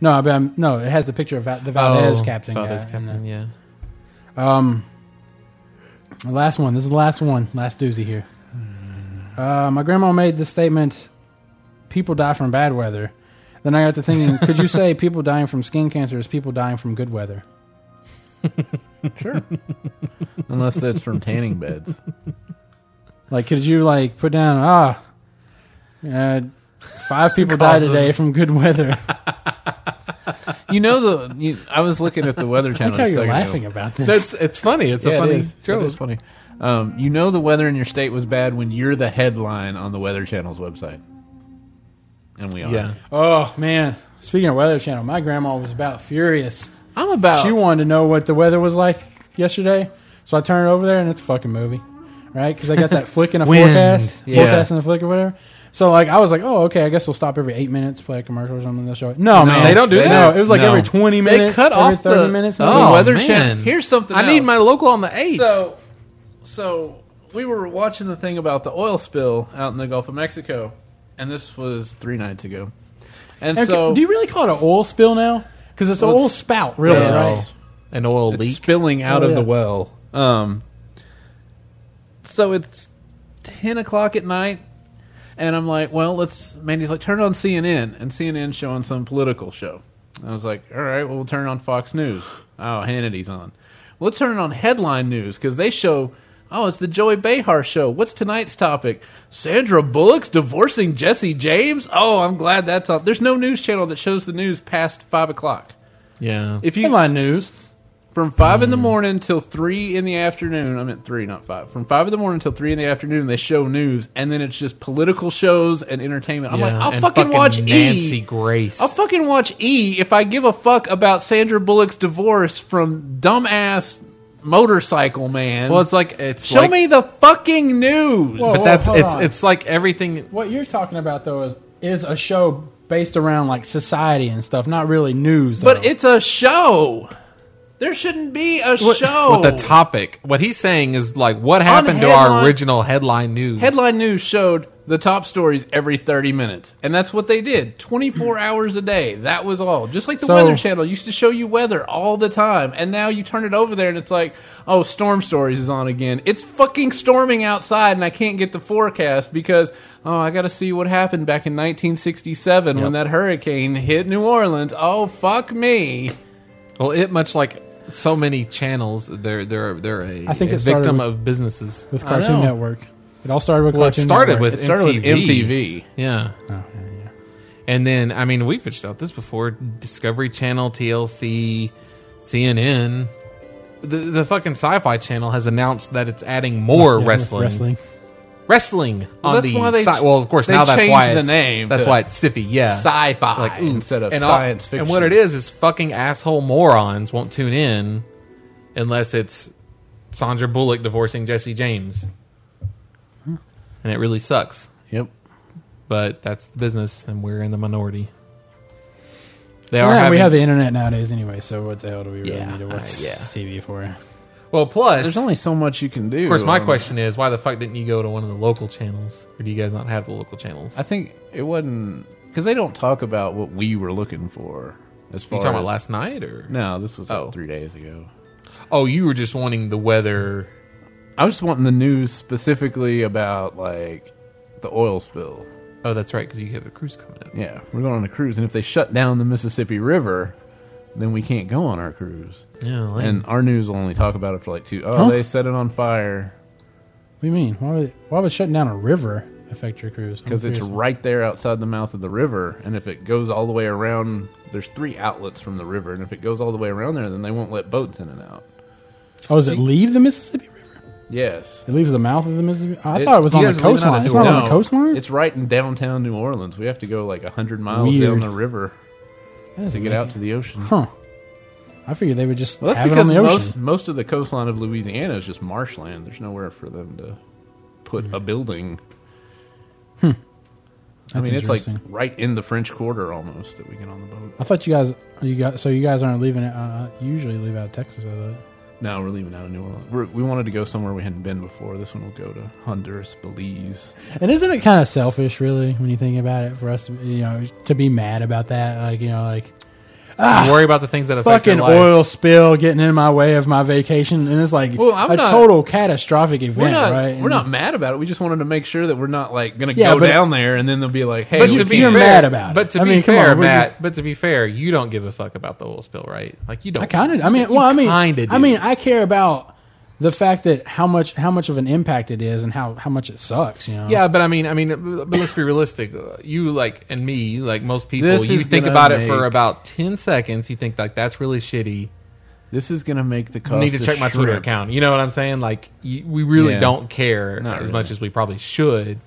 Speaker 3: No, I mean, no, it has the picture of Val- the Valdez captain
Speaker 5: Valdez
Speaker 3: guy.
Speaker 5: Oh. captain,
Speaker 3: and
Speaker 5: yeah.
Speaker 3: the- um, the last one. This is the last one. Last doozy here. Uh, my grandma made this statement: "People die from bad weather." Then I got to thinking: Could you say people dying from skin cancer is people dying from good weather?
Speaker 2: Sure. Unless that's from tanning beds.
Speaker 3: Like, could you like put down ah, uh, five people died
Speaker 5: Cause of-
Speaker 3: today from good weather?
Speaker 2: You know the. You, I was looking at the Weather
Speaker 3: I
Speaker 2: Channel.
Speaker 3: like how
Speaker 2: a
Speaker 3: you're
Speaker 2: second ago.
Speaker 3: laughing about this.
Speaker 5: That's it's funny. It's a
Speaker 2: yeah,
Speaker 5: funny
Speaker 2: it is.
Speaker 5: joke.
Speaker 2: It is funny. Um, you know the weather in your state was bad when you're the headline on the Weather Channel's website, and we are.
Speaker 5: Yeah.
Speaker 3: Oh man! Speaking of Weather Channel, my grandma was about furious.
Speaker 2: I'm about.
Speaker 5: Oh.
Speaker 3: She wanted to know what the weather was like yesterday, so I turned it over there, and it's a fucking movie, right? Because I got that flick in a
Speaker 5: Wind.
Speaker 3: forecast,
Speaker 5: Yeah.
Speaker 3: forecast in a flick or whatever. So like, I was like, oh okay, I guess we'll stop every eight minutes, play a commercial or something. They'll show it. No, man,
Speaker 5: they don't do that?
Speaker 3: No, it was like
Speaker 2: No.
Speaker 3: every twenty minutes,
Speaker 5: cut
Speaker 3: every
Speaker 5: off
Speaker 3: thirty
Speaker 5: the-
Speaker 3: minutes.
Speaker 5: oh,
Speaker 3: maybe.
Speaker 2: the Weather
Speaker 5: man.
Speaker 2: Channel. Here's something.
Speaker 5: I need
Speaker 2: else.
Speaker 5: my local on the eighth.
Speaker 2: So, so we were watching the thing about the oil spill out in the Gulf of Mexico, and this was three nights ago. And
Speaker 3: Okay,
Speaker 2: so
Speaker 3: do you really call it an oil spill now? because it's an old spout, really.
Speaker 2: Yeah.
Speaker 3: Right?
Speaker 5: An oil
Speaker 2: It's
Speaker 5: leak.
Speaker 2: spilling out
Speaker 3: Oh,
Speaker 2: of the
Speaker 3: yeah.
Speaker 2: well. Um, so it's ten o'clock at night, and I'm like, "Well, let's." Mandy's like, "Turn on CNN," and CNN's showing some political show. I was like, "All right, well, we'll turn on Fox News." Oh, Hannity's on. Well, let's turn it on headline news because they show. Oh, it's the Joey Behar show. What's tonight's topic? Sandra Bullock's divorcing Jesse James. Oh, I'm glad that's on. There's no news channel that shows the news past five o'clock.
Speaker 5: yeah.
Speaker 2: If you
Speaker 3: Headline news.
Speaker 2: from five in the morning till three in the afternoon. I meant three, not five. From five in the morning till three in the afternoon, they show news, and then it's just political shows and entertainment. I'm like,
Speaker 5: Yeah,
Speaker 2: I'll
Speaker 5: and
Speaker 2: fucking, watch
Speaker 5: Nancy
Speaker 2: E.
Speaker 5: Grace.
Speaker 2: I'll fucking watch E if I give a fuck about Sandra Bullock's divorce from dumbass motorcycle man.
Speaker 5: well, it's like it's
Speaker 2: show
Speaker 5: like-
Speaker 2: me the fucking news.
Speaker 3: Whoa.
Speaker 5: But that's
Speaker 3: hold
Speaker 5: it's
Speaker 3: on.
Speaker 5: it's like everything.
Speaker 3: What you're talking about though is is a show based around like society and stuff, not really news.
Speaker 2: But
Speaker 3: though.
Speaker 2: it's a show. There shouldn't be a show.
Speaker 5: With the topic, what he's saying is like what happened to our
Speaker 2: headline-
Speaker 5: original headline news.
Speaker 2: Headline news showed the top stories every 30 minutes. And that's what they did 24 hours a day. That was all. Just like the
Speaker 3: So-
Speaker 2: Weather Channel used to show you weather all the time. And now you turn it over there and it's like, oh, Storm Stories is on again. It's fucking storming outside and I can't get the forecast because, oh, I got to see what happened back in 1967 when that hurricane hit New Orleans. Oh, fuck me.
Speaker 5: Well, it much like so many channels, they're they're they're a,
Speaker 3: I think
Speaker 5: a
Speaker 3: it started
Speaker 5: victim
Speaker 3: with-
Speaker 5: of businesses.
Speaker 3: with
Speaker 2: I
Speaker 3: Cartoon
Speaker 2: know.
Speaker 3: Network. It all started with
Speaker 5: Well, it
Speaker 3: Cartoon
Speaker 5: started
Speaker 3: Network.
Speaker 5: with
Speaker 2: It started with
Speaker 5: MTV.
Speaker 2: MTV.
Speaker 5: Yeah.
Speaker 2: Oh,
Speaker 5: And then I mean we've pitched out this before: Discovery Channel, TLC, CNN. The, the fucking Sci-Fi Channel has announced that it's adding more
Speaker 3: Yeah, with
Speaker 5: wrestling, wrestling,
Speaker 3: Wrestling.
Speaker 5: on
Speaker 2: that's
Speaker 5: the
Speaker 2: why they-
Speaker 5: sci- well, of course
Speaker 2: they
Speaker 5: now that's why
Speaker 2: changed the
Speaker 5: it's,
Speaker 2: name
Speaker 5: That's
Speaker 2: to
Speaker 5: why it's sci-fi, yeah,
Speaker 2: Sci fi
Speaker 5: Like, ooh.
Speaker 2: instead of
Speaker 5: And all-
Speaker 2: science fiction.
Speaker 5: And what it is is fucking asshole morons won't tune in unless it's Sandra Bullock divorcing Jesse James.
Speaker 2: Hmm.
Speaker 5: And it really sucks.
Speaker 2: Yep.
Speaker 5: But that's the business and we're in the minority. They
Speaker 3: Yeah,
Speaker 5: are having,
Speaker 3: we have the internet nowadays anyway, so what the hell do we really
Speaker 5: Yeah,
Speaker 3: need to
Speaker 5: uh,
Speaker 3: watch
Speaker 5: yeah.
Speaker 3: TV for?
Speaker 5: Well plus
Speaker 2: There's only so much you can do.
Speaker 5: of course my
Speaker 2: on-
Speaker 5: question is why the fuck didn't you go to one of the local channels? Or do you guys not have the local channels?
Speaker 2: I think it wasn't because they don't talk about what we were looking for. As far
Speaker 5: you talking
Speaker 2: as,
Speaker 5: about last night or
Speaker 2: No, this was
Speaker 5: Oh.
Speaker 2: like three days ago.
Speaker 5: Oh, you were just wanting the weather
Speaker 2: I was just wanting the news specifically about like the oil spill.
Speaker 5: Oh, that's right, because you have a cruise coming up.
Speaker 2: Yeah, we're going on a cruise, and if they shut down the Mississippi River, then we can't go on our cruise.
Speaker 5: Yeah, like-
Speaker 2: And our news will only talk about it for like two. Oh,
Speaker 3: Huh?
Speaker 2: they set it on fire
Speaker 3: What do you mean? Why would why would shutting down a river affect your cruise? I'm
Speaker 2: because it's
Speaker 3: curious.
Speaker 2: right there outside the mouth of the river, and if it goes all the way around, there's three outlets from the river, and if it goes all the way around there, then they won't let boats in and out.
Speaker 3: oh, does it leave the Mississippi River?
Speaker 2: Yes.
Speaker 3: It leaves the mouth of the Mississippi. I
Speaker 2: It-
Speaker 3: thought it was
Speaker 5: you
Speaker 3: on the
Speaker 5: guys are leaving out
Speaker 3: coastline.
Speaker 5: a
Speaker 3: It's
Speaker 5: new
Speaker 3: not
Speaker 5: one.
Speaker 3: on the coastline.
Speaker 2: It's right in downtown New Orleans. We have to go like 100 miles down
Speaker 3: Weird.
Speaker 2: the river
Speaker 3: It's
Speaker 2: to get out to the ocean.
Speaker 3: Huh. I figured they would just
Speaker 2: Well, that's
Speaker 3: have it on
Speaker 2: because
Speaker 3: the
Speaker 2: most,
Speaker 3: ocean.
Speaker 2: most of the coastline of Louisiana is just marshland. There's nowhere for them to put a building. I
Speaker 3: That's
Speaker 2: mean, it's like
Speaker 3: interesting.
Speaker 2: right in the French Quarter almost that we get on the boat.
Speaker 3: I thought you guys, you guys, so you guys aren't leaving it. Uh, you usually leave out of Texas. I thought.
Speaker 2: No, we're leaving out of New Orleans. We're, we wanted to go somewhere we hadn't been before. This one will go to Honduras, Belize.
Speaker 3: And isn't it kind of selfish, really, when you think about it, for us, to, you know, to be mad about that? Like, you know, like
Speaker 5: You worry about the things that affect
Speaker 3: Ah, fucking
Speaker 5: your life.
Speaker 3: oil spill getting in my way of my vacation, and it's like
Speaker 2: Well, I'm
Speaker 3: a
Speaker 2: not-
Speaker 3: total catastrophic event,
Speaker 2: We're not,
Speaker 3: right?
Speaker 2: we're
Speaker 3: And-
Speaker 2: not mad about it. We just wanted to make sure that we're not like going to
Speaker 3: Yeah,
Speaker 2: go
Speaker 3: but-
Speaker 2: down there and then they'll be like, "Hey,
Speaker 5: But
Speaker 2: we
Speaker 5: to
Speaker 2: can't
Speaker 5: be
Speaker 3: You're
Speaker 5: fair,
Speaker 3: mad about it.
Speaker 5: But to
Speaker 3: I
Speaker 5: be
Speaker 3: mean, come on,
Speaker 5: fair,
Speaker 3: what do you-
Speaker 5: Matt. But to be fair, you don't give a fuck about the oil spill, right? Like you don't.
Speaker 3: I kind of. I mean, well, I mean,
Speaker 5: kinda do.
Speaker 3: I mean, I care about the fact that how much how much of an impact it is and how how much it sucks. You know.
Speaker 5: Yeah, but I mean, I mean, but let's be realistic. You like and me, like most people,
Speaker 2: This
Speaker 5: you
Speaker 2: is
Speaker 5: think
Speaker 2: gonna
Speaker 5: about it for
Speaker 2: make-
Speaker 5: about ten seconds. You think like that's really shitty.
Speaker 2: This is gonna make the
Speaker 5: I
Speaker 2: cost.
Speaker 5: need to
Speaker 2: of
Speaker 5: check my Twitter
Speaker 2: shrimp.
Speaker 5: account. You know what I'm saying? Like you, we really
Speaker 2: Yeah.
Speaker 5: don't care
Speaker 2: Not
Speaker 5: as
Speaker 2: really.
Speaker 5: much as we probably should.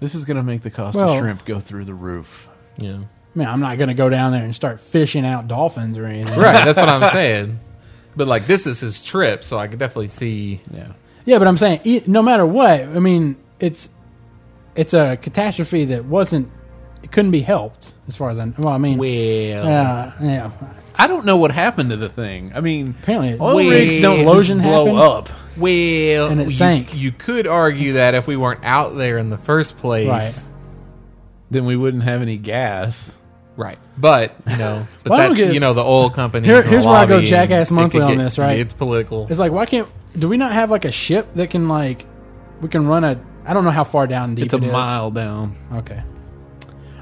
Speaker 2: This is gonna make the cost
Speaker 3: Well-
Speaker 2: of shrimp go through the roof.
Speaker 5: Yeah.
Speaker 3: I mean, I'm not going to go down there and start fishing out dolphins or anything.
Speaker 5: Right. That's what I'm saying. But like this is his trip, so I could definitely see.
Speaker 2: Yeah,
Speaker 3: Yeah, but I'm saying e- no matter what, I mean, it's it's a catastrophe that wasn't it couldn't be helped as far as I well, I mean,
Speaker 5: Well,
Speaker 3: uh, yeah,
Speaker 2: I don't know what happened to the thing. I mean,
Speaker 3: apparently
Speaker 2: oil
Speaker 3: it-
Speaker 2: rigs don't
Speaker 3: explosion
Speaker 2: just blow
Speaker 3: happened.
Speaker 2: up.
Speaker 5: Well,
Speaker 3: And it
Speaker 5: you,
Speaker 3: sank.
Speaker 5: You could argue that if we weren't out there in the first place,
Speaker 3: Right.
Speaker 2: Then we wouldn't have any gas.
Speaker 5: Right, but you know, but
Speaker 3: Why don't
Speaker 5: that,
Speaker 3: we get-
Speaker 5: you know the oil company.
Speaker 3: Here- here's where I go Jackass Monthly on this, right?
Speaker 5: It's political.
Speaker 3: It's like why can't do we not have like a ship that can like we can run a I don't know how far down deep
Speaker 2: It's a
Speaker 3: it is.
Speaker 2: mile down.
Speaker 3: Okay.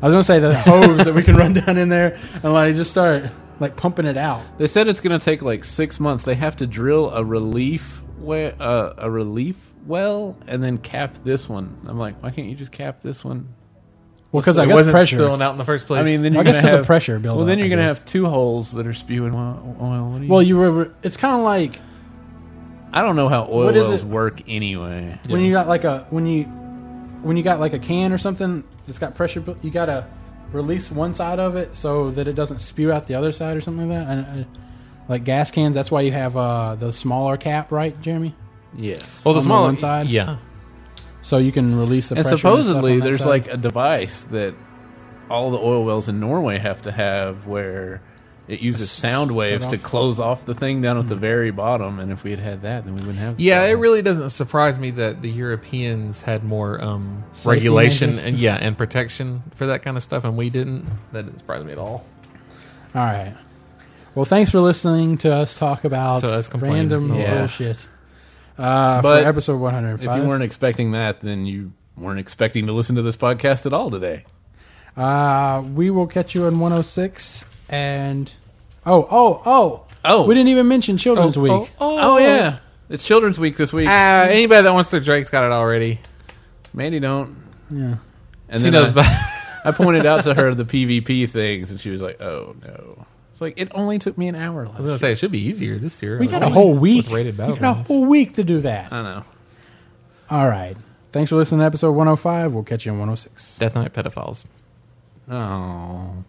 Speaker 3: I was gonna say the hose that we can run down in there and like just start like pumping it out.
Speaker 2: They said it's going to take like six months. They have to drill a relief we- uh, a relief well and then cap this one. I'm like, why can't you just cap this one?
Speaker 3: Well, because I
Speaker 5: It
Speaker 3: guess
Speaker 5: wasn't
Speaker 3: pressure.
Speaker 5: spilling out in the first place.
Speaker 2: I mean, then
Speaker 3: I
Speaker 2: you're
Speaker 3: guess
Speaker 2: gonna
Speaker 3: 'cause of
Speaker 2: have-
Speaker 3: pressure buildup,
Speaker 2: Well, then you're
Speaker 3: I
Speaker 2: going to
Speaker 3: guess.
Speaker 2: have two holes that are spewing o- oil. What do you,
Speaker 3: Well, you were. It's kind of like
Speaker 2: I don't know how oil
Speaker 3: What is
Speaker 2: wells
Speaker 3: it?
Speaker 2: work anyway.
Speaker 3: when you got like a when you when you got like a can or something that's got pressure. bu- You gotta release one side of it so that it doesn't spew out the other side or something like that. And, and uh, like gas cans, that's why you have uh, the smaller cap, right, Jeremy?
Speaker 2: Yes.
Speaker 5: well,
Speaker 3: on
Speaker 5: the
Speaker 3: the
Speaker 5: smaller
Speaker 3: one side.
Speaker 5: yeah,
Speaker 3: So you can release the
Speaker 2: and
Speaker 3: pressure.
Speaker 2: supposedly
Speaker 3: and stuff on that
Speaker 2: there's
Speaker 3: side.
Speaker 2: like a device that all the oil wells in Norway have to have where it uses sound waves
Speaker 3: off.
Speaker 2: to close off the thing down at the very bottom. And if we had had that, then we wouldn't have. the
Speaker 5: yeah. It
Speaker 2: problem.
Speaker 5: really doesn't surprise me that the Europeans had more um, regulation
Speaker 3: measures.
Speaker 5: and yeah and protection for that kind of stuff, and we didn't. That didn't surprise me at all.
Speaker 3: All right. Well, thanks for listening to us talk about
Speaker 5: To us complaining.
Speaker 3: random
Speaker 2: Yeah.
Speaker 3: bullshit. Uh,
Speaker 2: But
Speaker 3: for episode
Speaker 2: If
Speaker 3: 105.
Speaker 2: you weren't expecting that, then you weren't expecting to listen to this podcast at all today.
Speaker 3: uh, we will catch you in 106. And oh, oh, oh,
Speaker 2: Oh.
Speaker 3: we didn't even mention Children's Week.
Speaker 2: Oh, yeah, it's Children's Week this week.
Speaker 5: Ah, anybody that wants their Drake's got it already.
Speaker 2: Mandy don't.
Speaker 3: Yeah.
Speaker 2: And
Speaker 5: she
Speaker 2: then
Speaker 5: knows
Speaker 2: I,
Speaker 5: about.
Speaker 2: I pointed out to her the PvP things, and she was like, "Oh no." It's like it only took me an hour.
Speaker 5: I was
Speaker 2: Last
Speaker 5: gonna say it should be easier this year.
Speaker 3: We got a
Speaker 5: Really?
Speaker 3: whole week.
Speaker 5: With rated
Speaker 3: we got a
Speaker 5: battlegrounds.
Speaker 3: whole week to do that.
Speaker 2: I know.
Speaker 3: All right. oh Thanks for listening to episode 105. We'll catch you in 106.
Speaker 5: Death Knight pedophiles.
Speaker 2: Oh.